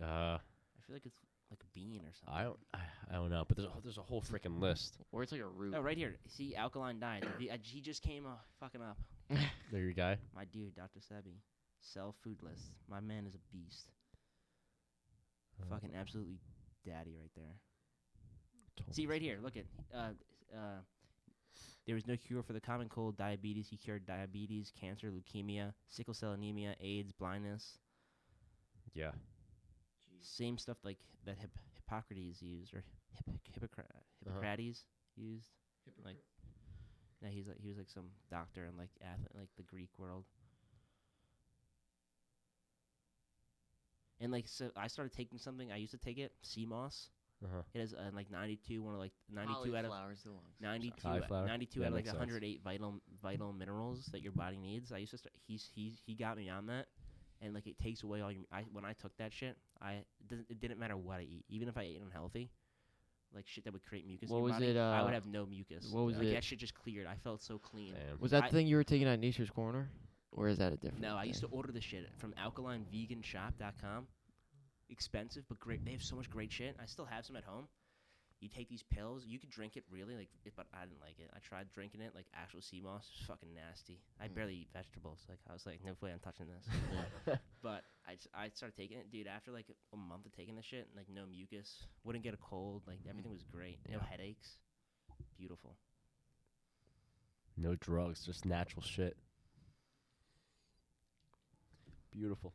B: Uh,
C: I feel like it's like a bean or something.
B: I don't, I, I don't know, but there's a, there's a whole freaking list.
A: Or it's like a root.
C: Oh, right here. See, alkaline diet. The- uh, he just came uh, fucking up.
B: There you guy.
C: My dude, Dr. Sebi. Sell food list. My man is a beast.
B: Uh,
C: Fucking absolutely daddy right there.
B: told
C: See,
B: me.
C: right here. Look at. Uh, uh, there was no cure for the common cold, diabetes. He cured diabetes, cancer, leukemia, sickle cell anemia, AIDS, blindness.
B: Yeah.
C: Same stuff like that Hip- Hippocrates used or Hip- Hippocra- Hippocrates used. Like, no, he's like he was like some doctor in like Ath- like the Greek world. And like so, I started taking something. I used to take it, sea moss.
B: Uh huh.
C: It has uh, like 92, one of like 92 out of
A: Cauliflower's the lungs.
C: 92,
B: Sorry. Cauliflower?
C: 92
B: Yeah,
C: out of like
B: makes sense.
C: 108 vital vital minerals that your body needs. I used to start. He's he's he got me on that, and like it takes away all your. I when I took that shit, I it didn't, it didn't matter what I eat, even if I ate unhealthy, like shit that would create mucus. in
A: What
C: your
A: was
C: body,
A: it,
C: I would
A: uh,
C: have no mucus.
A: what was
C: like,
A: it-
C: That shit just cleared. I felt so clean.
B: Damn.
A: Was that
C: I-
A: the thing you were taking at Nature's Corner, or is that a different?
C: No, I used to
A: thing?
C: order the shit from alkalineveganshop.com. Expensive, but great. They have so much great shit. I still have some at home. You take these pills. You could drink it really, like, it, but I didn't like it. I tried drinking it, like actual sea moss. It's fucking nasty. I
A: Mm.
C: barely eat vegetables. Like I was like, no way, I'm touching this. but I, s- I started taking it, dude. After like a month of taking this shit, like no mucus, wouldn't get a cold. Like everything was great. No
B: Yeah.
C: headaches. Beautiful.
B: No drugs, just natural shit. Beautiful.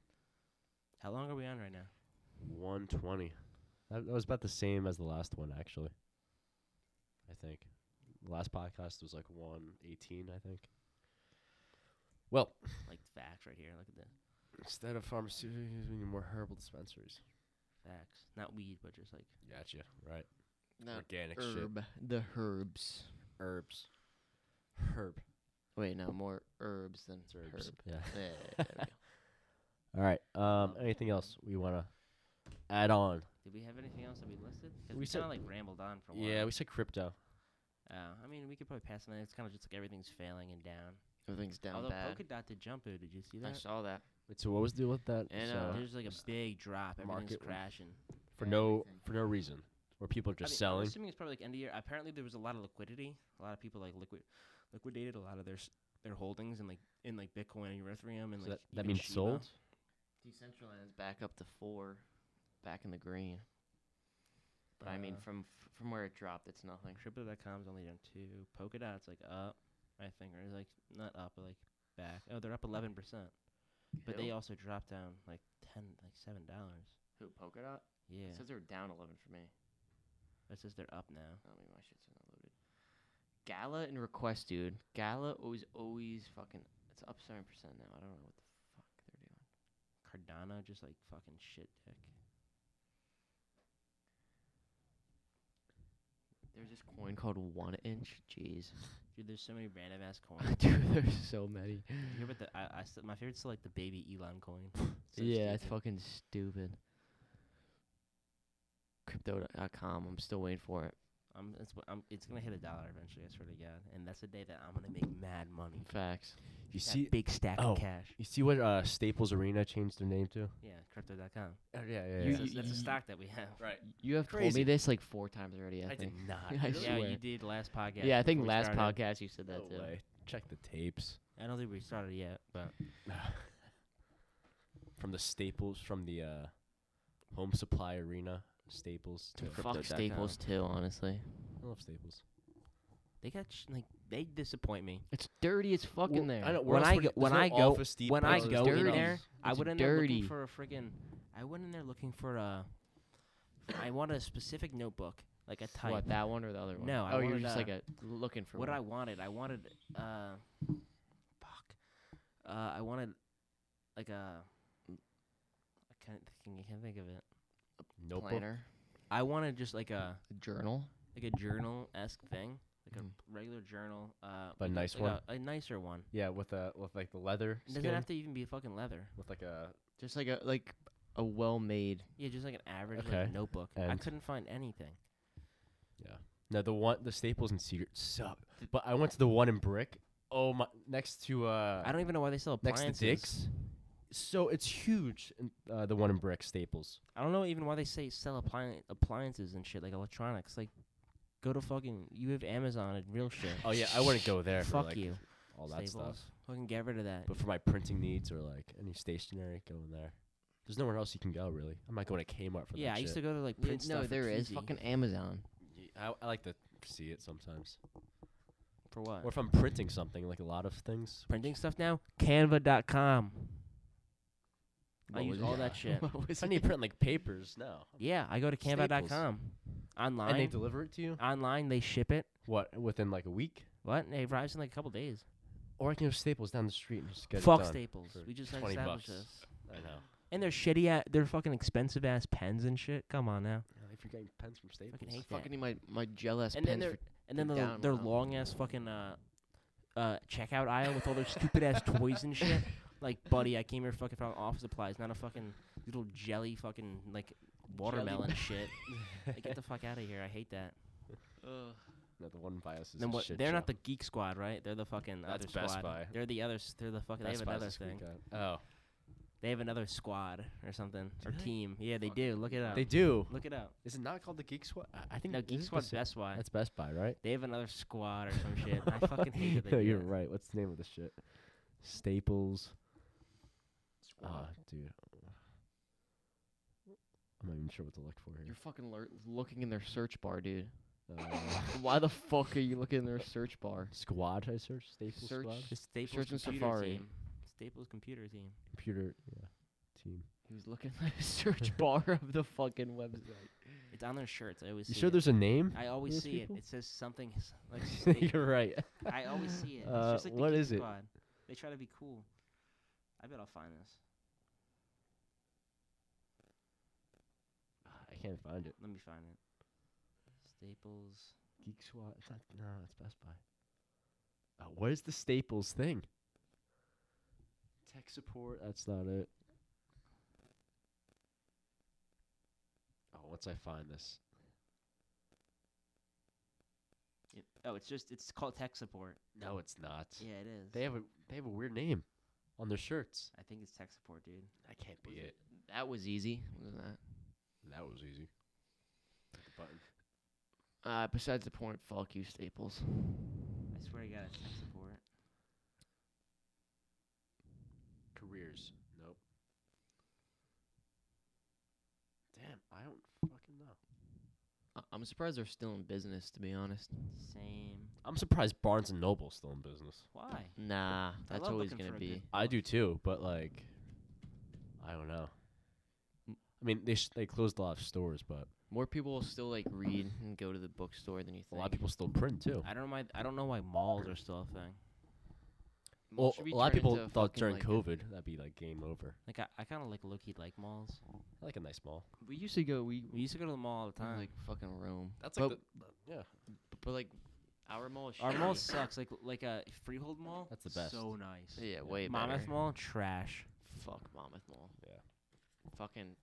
C: How long are we on right now?
B: 120. That, that was about the same as the last one, actually. I think. The last podcast was like 118, I think. Well,
C: Like facts right here. Look at this.
B: instead of pharmaceuticals, we need more herbal dispensaries.
C: Facts. Not weed, but just like
B: Gotcha. Right.
A: Not
B: Organic shit.
A: herb. The herbs.
B: Herbs. Herb.
A: Wait, no, more herbs than
B: It's
A: herb.
B: herbs. Yeah.
A: Yeah, yeah, yeah, there we go.
B: All right. Um, anything else we want to add on?
C: Did we have anything else that we listed? 'Cause
B: We
C: we
B: said-
C: kind of like rambled on for a while.
B: Yeah, we said crypto.
C: Uh, I mean, we could probably pass on that. It's kind of just like everything's failing and down.
A: Everything's down
C: Although
A: bad.
C: Polkadot did jump, ooh, did you see
A: I
C: that?
A: saw that.
B: Wait, so what was the deal with that?
A: And,
B: So-
A: uh,
C: There's like a big drop. Everything's
B: market was-
C: crashing.
B: for
A: Yeah,
B: no
A: everything.
B: for no reason, or people are
C: I
B: just
C: mean, I'm
B: selling.
C: assuming it's probably like end of year. Apparently, there was a lot of liquidity. A lot of people like liquid liquidated a lot of their s- their holdings in like in like Bitcoin and Ethereum and
B: So
C: like
B: that, that
C: even
B: means
C: Shiba.
B: sold.
A: Decentraland's back up to four, back in the green. But I mean,
C: Uh,
A: from f- from where it dropped, it's nothing.
C: Crypto.com's only down two. Polkadot's like up, I think, or like not up, but like back. Oh, they're up eleven percent, but they
A: Who?
C: also dropped down like ten, like seven dollars.
A: Who Polkadot?
C: Yeah,
A: It says they're down eleven for me.
C: that says they're up now.
A: Oh, maybe my shit's not loaded. Gala and request, dude. Gala always always fucking. It's up seven percent now. I don't know what the fuck they're doing.
C: Cardano just like fucking shit dick.
A: There's this coin called One Inch. Jeez,
C: Dude, there's so many random ass coins.
A: dude, there's so many.
C: Did you hear about the? I, I still, my favorite's still like the baby Elon coin. So
A: yeah, it's
C: stupid.
A: fucking stupid. Crypto.com. I'm still waiting for it.
C: I'm, it's, wh- I'm, it's gonna hit a dollar eventually. I swear to God, and that's the day that I'm gonna make mad money.
A: Facts.
B: You
C: That
B: see,
C: big stack
B: oh.
C: of cash.
B: you see what uh, Staples Arena changed their name to?
C: Yeah, crypto.com.
B: Oh, yeah, yeah,
A: You-
C: That's, a-
A: you-
C: that's a
A: you-
C: stock that we have.
B: right.
A: You have told
B: Crazy.
A: me this like four times already. I,
B: I did
A: think.
B: not.
A: I
C: yeah,
A: swear.
C: you did last podcast.
A: yeah, I think
C: before we
A: last
C: started.
A: podcast you said that
B: No
A: too.
B: way. Check the tapes
C: I don't think we started yet, but
B: from the Staples from the uh, Home Supply Arena. Staples to
A: Fuck
B: crypto.com.
A: Staples too. Honestly,
B: I love Staples.
C: they got sh- like they disappoint me.
A: it's dirty as fucking there.
B: I know, where
C: When
B: else
C: I
B: would-
C: go-
B: there's
C: when
B: no
C: I go-
B: Office
C: when I
B: Depot,
A: go
B: there's
A: in
B: no-
A: there-
C: I
A: It's
C: went in there
A: dirty.
C: looking for a friggin' I went in there looking for a. I want a specific notebook, like a type.
A: What that one or the other one?
C: No, I
A: oh, you were
C: wanted,
A: just
C: uh,
A: like a looking for
C: what
A: one.
C: I wanted. I wanted uh fuck. Uh I wanted like a I can't think, I can't think of it.
B: Notebook.
A: planner,
C: I wanted just like a
A: a journal.
C: like a journal esque thing. Like
A: Mhm.
C: a regular journal. Uh
B: But Hmm. a
C: like
B: nice
C: like
B: one?
C: A, a nicer one.
B: Yeah, with a with like the leather
C: It
B: skin,
C: doesn't have to even be fucking leather.
B: with like a
A: Just like a like a well-made.
C: Yeah, just like an average
B: Okay.
C: like, notebook. I
B: And-
C: couldn't find anything.
B: No, the one the Staples and Secret suck. But I went to the one in Brick. Oh my! Next to uh,
C: I don't even know why they sell
B: next
C: appliances.
B: to Dick's. So it's huge. in, Uh, the one in Brick Staples.
C: I don't know even why they say sell applian- appliances and shit like electronics. Like, go to fucking you have Amazon and real shit.
B: Oh yeah, I wouldn't go there.
C: Fuck
B: for, like,
C: you.
B: All that
C: Staples.
B: stuff.
C: Fucking get rid of that.
B: But for my printing needs or like any stationery, going there. There's nowhere else you can go really. I'm not going to Kmart for
C: yeah,
B: that
C: I used to
B: shit.
C: go to like
A: Yeah,
C: print stuff.
A: no,
C: for
A: there is
C: Kizzy.
A: fucking Amazon.
B: Y- I, I like to see it sometimes.
C: for what?
B: Or if I'm printing something, like a lot of things.
C: printing stuff now. Canva.com. I
A: What
C: use
A: was
C: all
A: it?
C: that shit.
A: What was
B: If I need
A: it?
B: to print like papers now,
C: yeah, I go to
B: Staples.
C: Canva.com. Online,
B: and they deliver it to you.
C: online they ship it.
B: What within like a week?
C: What? It arrives in like a couple days.
B: Or I can go to Staples down the street and just get
C: Fuck
B: it done.
C: Staples.
B: for
C: We just
B: 20
C: established
B: bucks.
C: this.
B: I know.
C: And they're shitty. At, they're fucking expensive ass pens and shit. Come on now.
B: Yeah, if you're getting pens from Staples,
C: Fucking hate that.
A: Fucking need my my jealous
C: and
A: pens
C: then they're
A: for
C: and then
A: the
C: the,
A: down
C: their
A: one.
C: long ass fucking uh uh checkout aisle with all their stupid ass toys and shit. Like, buddy, I came here fucking from office supplies, not a fucking little jelly fucking like watermelon shit. like, get the fuck out of here. I hate that.
B: no, the one bias is
C: then
B: a
C: what?
B: shit
C: They're
B: show.
C: not the geek squad, right? They're the fucking
B: That's
C: other
B: Best
C: squad.
B: Buy.
C: They're the others. They're the fucking.
B: Best
C: they have
B: Buys
C: another
B: this
C: thing.
B: weekend. Oh,
C: They have another squad or something
B: Do
C: or
B: they?
C: team. Yeah, they
A: Fuck.
C: do. Look it up.
B: they do.
C: Look it up.
B: Is it not called the Geek Squad? I- I think
C: Oh. No,
B: is it
C: Geek
B: the
C: Squad's
B: same-
C: Best Buy.
B: That's Best Buy, right?
C: They have another squad or some shit. I fucking hate that they
B: no,
C: do
B: you're
C: that.
B: right. What's the name of the shit? Staples.
A: squad.
B: Ah, dude. I'm not even sure what to look for here.
A: You're fucking lur- looking in their search bar, dude.
B: uh,
A: Why the fuck are you looking in their search bar?
B: squad. I searched Staples
A: Search-
B: squad.
C: The Staples
A: Search and
C: computer
A: Safari.
C: team. Staples computer team.
B: Computer yeah, team.
A: He was looking at the search bar of the fucking website.
C: It's on their shirts. I always
B: You
C: see
B: sure
C: it.
B: there's a name?
C: I always
B: those
C: see
B: people?
C: it. It says something s- like Staples.
B: You're right.
C: I always see it. It's
B: Uh,
C: just like the
B: what
C: Geek
B: is it?
C: Squad. They try to be cool. I bet I'll find this.
B: I can't find it.
C: Let me find it. Staples.
B: Geek Squad. It's not, no, it's Best Buy. Uh, what is the Staples thing? Tech support. That's not it. Oh, once I find this,
C: It, oh, it's just it's called tech support.
B: no, it's not.
C: Yeah, it is.
B: They have a they have a weird name on their shirts.
C: I think it's tech support, dude.
B: That can't be it.
A: That was easy, wasn't that?
B: That was easy. button.
A: Uh, besides the point, fuck you, Staples.
C: I swear to God, it's tech support.
B: Careers. Nope. Damn, I don't fucking know.
A: I- I'm surprised they're still in business, to be honest.
C: Same.
B: I'm surprised Barnes and Noble's still in business.
C: Why?
A: Nah, that's
C: love
A: always
C: looking
A: gonna
C: for a
A: be.
C: good-
B: I do too, but like, I don't know. I mean, they sh- they closed a lot of stores, but
A: More people will still like read and go to the bookstore than you
B: a
A: think.
B: lot of people still print too.
C: I don't know why. I don't know why malls are still a thing.
B: Well,
A: Should we
B: a lot of
A: turn it
B: people
A: into a
B: thought
A: fucking,
B: during
A: like,
B: COVID that'd be like game over.
C: Like I, I kind of like low key like malls.
B: I like a nice mall.
A: We used to go. We
C: We used to go to the mall all the
A: we
C: time.
A: like fucking Rome.
B: That's
A: like
B: like yeah,
A: But like, our mall. Is
C: Our
A: shitty.
C: mall sucks. Like like a Freehold Mall.
B: That's the best.
C: So nice.
A: Yeah, way
C: Monmouth
A: better.
C: Mall, trash.
A: Fuck Monmouth Mall.
B: Yeah.
A: Fucking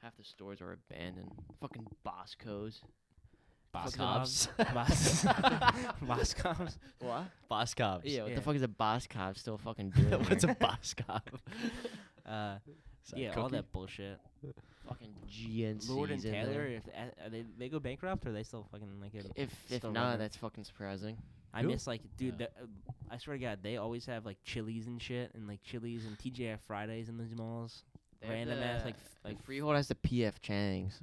A: half the stores are abandoned. Fucking Bosco's.
B: Boscovs.
C: Bos- Boscovs.
A: What?
B: Boscovs.
A: Yeah, what
C: Yeah.
A: the fuck is a Boscov still fucking doing?
B: What's
A: there?
B: a Boscov?
C: Uh,
B: Is that
C: yeah, all
B: cookie?
C: that bullshit.
A: fucking GNC?
C: Lord and Taylor, if a- are they they go bankrupt or they still fucking like it.
A: If if
C: Still
A: not,
C: running.
A: that's fucking surprising.
C: I
B: Who?
C: miss like dude.
B: Yeah.
C: the- uh, I swear to God, they always have like Chili's and shit, and like Chili's and TJF Fridays in those malls.
A: They have
C: Random ass, like,
A: the-
C: f-
A: the
C: like-
A: Freehold has the PF Chang's.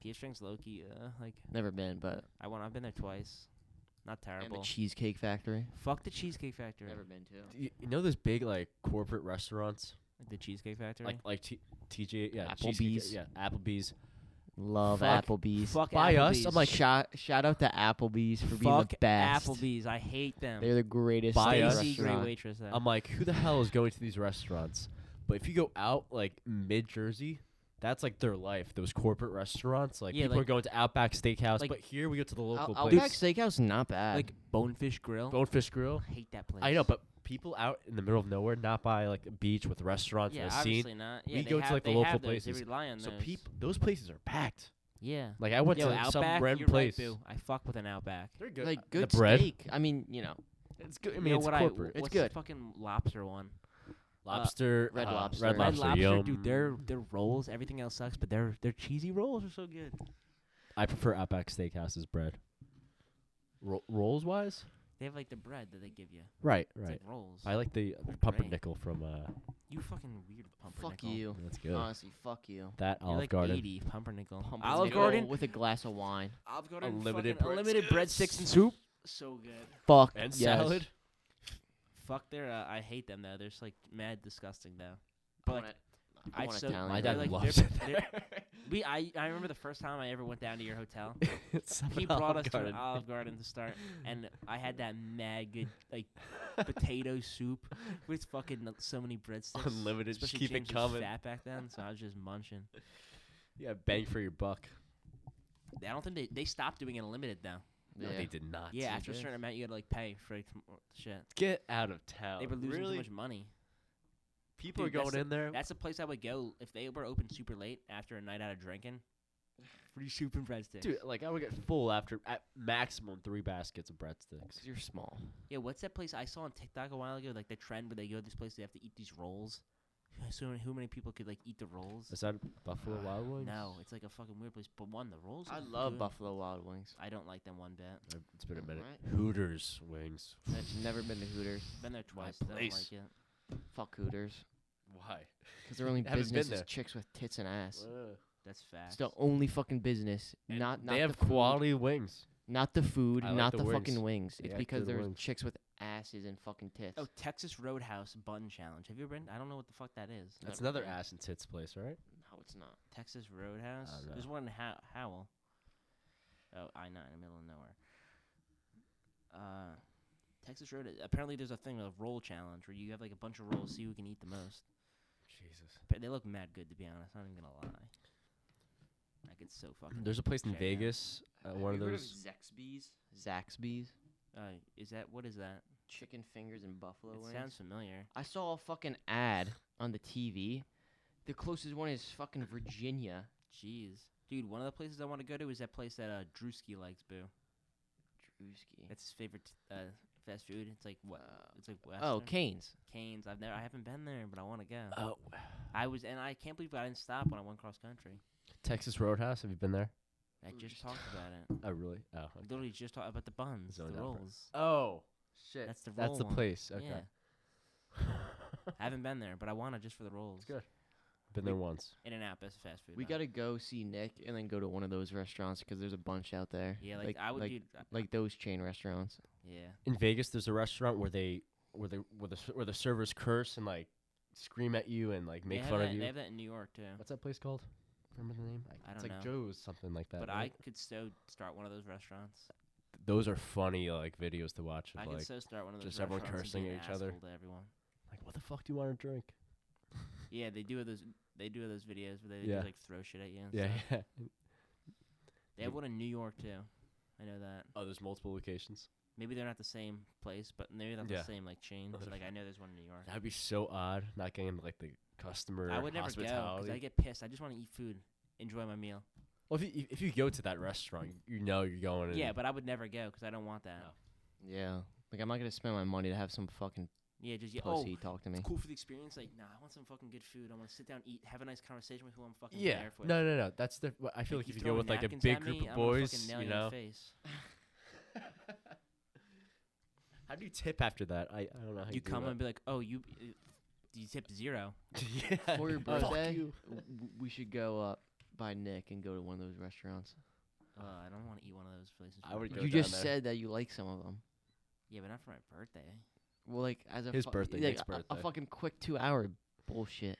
C: P.S. Strings Loki, uh, like
A: Never been, but
C: I went. I've been there twice. Not
A: and the
C: terrible.
A: Cheesecake Factory.
C: Fuck the Cheesecake Factory.
A: Never been to.
B: Do You you know those big like corporate restaurants,
C: The Cheesecake Factory.
B: like like T- TJ, yeah,
A: Applebee's.
B: Cheesecake- yeah, Applebee's.
A: Love
B: Fuck-
A: Applebee's.
C: fuck
B: By us,
C: Applebee's.
B: I'm like
A: shout shout out to Applebee's for being
C: fuck
A: the best.
C: Applebee's. I hate them.
A: They're the greatest
B: Buy us.
C: Stacy, great
A: restaurant.
C: waitress. There.
B: I'm like, who the hell is going to these restaurants? But if you go out like mid Jersey, that's like their life. Those corporate restaurants, like
C: Yeah,
B: people
C: like-
B: are going to Outback Steakhouse,
C: like-
B: but here we go to the local
A: Out- Outback
B: place,
A: Steakhouse not bad.
C: like Bonefish Grill.
B: Bonefish Grill.
C: I hate that place.
B: I know, but people out in the middle of nowhere, not by like a beach with restaurants
C: yeah,
B: and a
C: obviously
B: scene.
C: not. Yeah,
B: we
C: they
B: go to,
C: have-
B: like, the
C: they
B: local
C: have those.
B: places.
C: They rely on
B: So
C: those.
B: peop those places are packed.
C: Yeah.
B: Like I went
C: Yo,
B: to some
C: Outback,
B: random
C: you're
B: place.
C: Right, boo. I fuck with an Outback.
B: They're good.
A: like
B: Uh,
A: good
B: the bread.
A: steak. I mean, you know,
B: It's good. I
C: You
B: mean,
C: know
B: it's
C: what I-
B: corporate.
A: It's
C: what's the
A: good.
C: fucking lobster one. Uh,
B: lobster,
A: Red
B: uh,
A: Lobster.
B: Red
A: Red
B: Lobster,
C: Red Lobster,
B: yum.
C: dude, their their rolls, everything else sucks, but their their cheesy rolls are so good.
B: I prefer Outback Steakhouse's bread. Ro- rolls wise,
C: They have like the bread that they give you.
B: right,
C: It's
B: right.
C: like rolls.
B: I like the
C: They're
B: pumpernickel from uh.
C: you fucking weird pumpernickel.
A: fuck you.
B: That's good.
A: Honestly, fuck you.
B: that
C: You're
B: Olive
C: like
B: Garden.
C: 80 pumpernickel.
A: Pumpkin
C: Olive
A: ale
C: Garden.
A: with a glass of wine.
C: Olive Garden.
B: Unlimited
C: fucking
B: breadsticks.
C: Unlimited breadsticks and soup. So good.
A: Fuck
B: And
A: yes.
B: salad.
C: Fuck their. Uh, I hate them though. They're just like mad disgusting though.
A: I
C: But like,
A: want a- I
C: I
A: want
C: so-
A: Italian.
B: My
C: They're
A: bread.
B: dad
C: like-
B: loves
C: they're-
B: it. There.
C: we. I. I remember the first time I ever went down to your hotel.
B: It's up
C: he
B: at
C: brought
B: Olive
C: us
B: Garden.
C: to an Olive Garden to start, and I had that mad good like potato soup with fucking l- so many breadsticks.
B: Unlimited, just
C: Especially
B: keep
C: James
B: it coming.
C: Was fat back then, so I was just munching.
B: Yeah, bang for your buck.
C: I don't think they they stopped doing it unlimited now.
B: No,
A: Yeah.
B: they did not.
C: Yeah,
A: see
C: after a
A: this.
C: certain amount, you had to like pay for like, m- shit.
B: Get out of town.
C: They were losing
B: really?
C: too much money.
B: People
C: Dude,
B: are
C: that's
B: going
C: the-
B: in there.
C: That's the place I would go if they were open super late after a night out of drinking. Free soup and breadsticks.
B: Dude, like I would get full after at maximum three baskets of breadsticks.
C: Oh,
A: 'Cause you're small.
C: Yeah, what's that place I saw on TikTok a while ago? Like the trend where they go to this place, they have to eat these rolls. So many, how many people could like eat the rolls?
B: Is that Buffalo Wild Wings?
C: No, it's like a fucking weird place. But one, the rolls.
A: I
C: are
A: love
C: good.
B: Mm-hmm.
A: Buffalo Wild Wings.
C: I don't like them one bit.
B: Uh, It's been a minute.
A: Alright.
B: Hooters wings.
A: I've never been to Hooters.
C: Been there twice. I don't
B: place.
C: like it.
A: Fuck Hooters.
B: Why?
A: Because their only
B: Haven't been
A: business is
B: there.
A: chicks with tits and ass.
B: Ugh.
C: That's facts.
A: It's the only fucking business.
B: And
A: not not
B: they have
A: the food,
B: quality wings.
A: Not the food.
B: I like
A: not
B: the
A: the,
B: wings.
A: fucking wings.
B: Yeah, I
A: it's
B: could do
A: because
B: the
A: there's
B: wings.
A: chicks with asses and fucking tits.
C: oh, Texas Roadhouse Bun Challenge. Have you ever been? I don't know what the fuck that is.
A: That's
B: That's another
A: really-
B: ass and tits place, right?
A: No, it's not.
C: Texas Roadhouse.
B: I don't know.
C: There's one in How- Howell. Oh, I not in the middle of nowhere. Uh, Texas Road. Apparently, there's a thing of roll challenge where you have like a bunch of rolls, see who can eat the most.
B: Jesus.
C: But they look mad good, to be honest. I'm not even gonna lie. I could so fucking.
B: There's a place in
C: Check it out.
B: Vegas. Uh, one of those.
A: Zaxby's. Zaxby's.
C: Uh, is that what is that?
A: Chicken fingers and buffalo
C: It
A: wings.
C: sounds familiar.
A: I saw a fucking ad on the TV. The closest one is fucking Virginia.
C: Jeez, dude. One of the places I want to go to is that place that uh, Drewski likes. Boo.
A: Drewski.
C: That's his favorite uh, fast food. It's like what?
A: Uh,
C: It's like
A: Oh,
C: Western.
A: Canes.
C: Canes. I've never. I haven't been there, but I want to go.
B: Oh,
C: I was, and I can't believe I didn't stop when I went cross country.
B: Texas Roadhouse. Have you been there?
C: I
A: We were
C: just
A: just-
C: talked about it.
B: Oh, really? Oh,
C: I literally just talked about the buns,
B: Zoned
C: the
B: out, bro.
C: rolls.
B: oh shit.
C: That's the roll
B: That's the
C: one.
B: place. Okay.
C: Yeah, I haven't been there, but I want to just for the rolls.
B: It's good. Been there once.
C: In and out, best fast food.
A: We
C: though.
A: gotta go see Nick and then go to one of those restaurants because there's a bunch out there.
C: Yeah, like, I would.
A: like,
C: dude, I-
A: like those chain restaurants.
C: yeah.
B: In Vegas, there's a restaurant where they where they where the where the servers curse and like scream at you and like
C: They
B: make
C: have
B: fun
C: that,
B: of you.
C: They have that in New York too.
B: What's that place called? Remember the name? Like,
C: I
B: it's
C: don't
B: like
C: know.
B: Joe's something like that.
C: But
B: right?
C: I could so start one of those restaurants.
B: those are funny like videos to watch. Of,
C: I
B: like,
C: could so start one of those.
B: just everyone
C: restaurants and be
B: cursing
C: an
B: at each other.
C: asshole To everyone.
B: like what the fuck do you want to drink?
C: Yeah, they do those. They do those videos where they
B: Yeah.
C: just, like throw shit at you. And
B: Yeah,
C: Stuff.
B: yeah.
C: They have one in New York too. I know that.
B: Oh, there's multiple locations.
C: Maybe they're not the same place, but maybe they're
B: Yeah.
C: the same like chain.
B: Other
C: So like I know there's one in New York.
B: That'd be so odd. Not getting into, like the customer.
C: I would never go because
B: hospitality.
C: I get pissed. I just want to eat food, enjoy my meal.
B: Well, if you, if you go to that restaurant, you know you're going.
C: Yeah,
B: in-
C: but I would never go because I don't want that.
B: No.
A: Yeah. Like I'm not gonna spend my money to have some fucking
C: Yeah, just yeah. Oh,
A: pussy talk to me.
C: it's cool for the experience. Like, nah, I want some fucking good food. I want to sit down, eat, have a nice conversation with who I'm fucking
B: yeah.
C: there for.
B: No, no, no. That's the. I feel like, if you go
C: throw
B: with like a
C: napkins
B: big
C: at
B: group
C: me,
B: of
C: I'm gonna fucking
B: boys,
C: nail
B: you
C: in the
B: know.
C: face.
B: How do you tip after that? I, I don't know. How
C: you come and be like, oh, you, uh, you tipped zero.
B: yeah.
A: For your
B: Fuck
A: birthday,
B: you.
A: w- we should go up by Nick and go to one of those restaurants.
C: Uh, I don't want to eat one of those places. for
B: I
C: my
B: would
C: birth-
B: go
A: You
B: down
A: just
B: there.
A: said that you like some of them.
C: Yeah, but not for my birthday.
A: Well, like as a
B: His
A: fu-
B: birthday,
A: like,
B: Nick's
A: a- A,
B: birthday.
A: fucking quick two hour bullshit.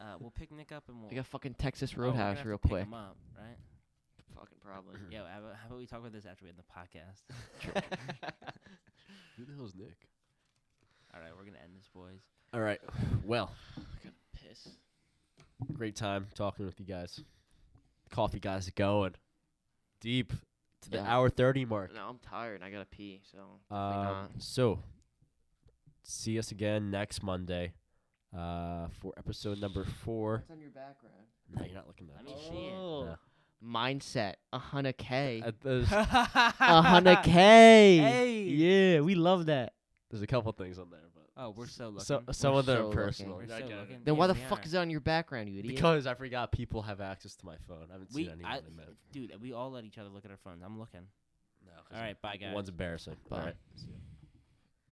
C: Uh, we'll pick Nick up and we'll.
A: Like a fucking Texas
C: oh, we're gonna
A: Roadhouse,
C: have to
A: real
C: pick
A: quick.
C: him up, right?
A: Fucking probably.
C: Yeah. How about, how about we talk about this after we end the podcast?
B: Who the hell's Nick?
C: All right, we're gonna end this, boys.
B: All right. Well,
A: Piss.
B: great time talking with you guys. Coffee guys going deep to the
A: Yeah.
B: hour thirty mark.
A: No, I'm tired. and I gotta pee. So. definitely
B: Um, so, see us again next Monday uh, for episode number four.
A: What's on your background?
B: No, you're not looking that.
C: Let me see it.
A: Oh.
B: No.
A: Mindset. A hundred k.
B: At those-
A: A hundred k.
C: Hey.
A: Yeah, we love that.
B: there's a couple things on there, but
C: Oh, we're so lucky.
B: so, some of them
A: so
B: are
A: looking.
B: personal.
C: We're
B: You're not
C: so
B: getting it.
C: looking.
A: Then
C: Yeah,
A: why the
C: we
A: fuck
C: are.
A: is it on your background, you idiot?
B: Because I forgot people have access to my phone. I haven't
C: we,
B: seen anyone
C: I,
B: in a minute.
C: dude, we all let each other look at our phones. I'm looking.
B: No, 'cause
C: All right, bye guys.
B: One's embarrassing.
A: Bye.
B: All right. See ya.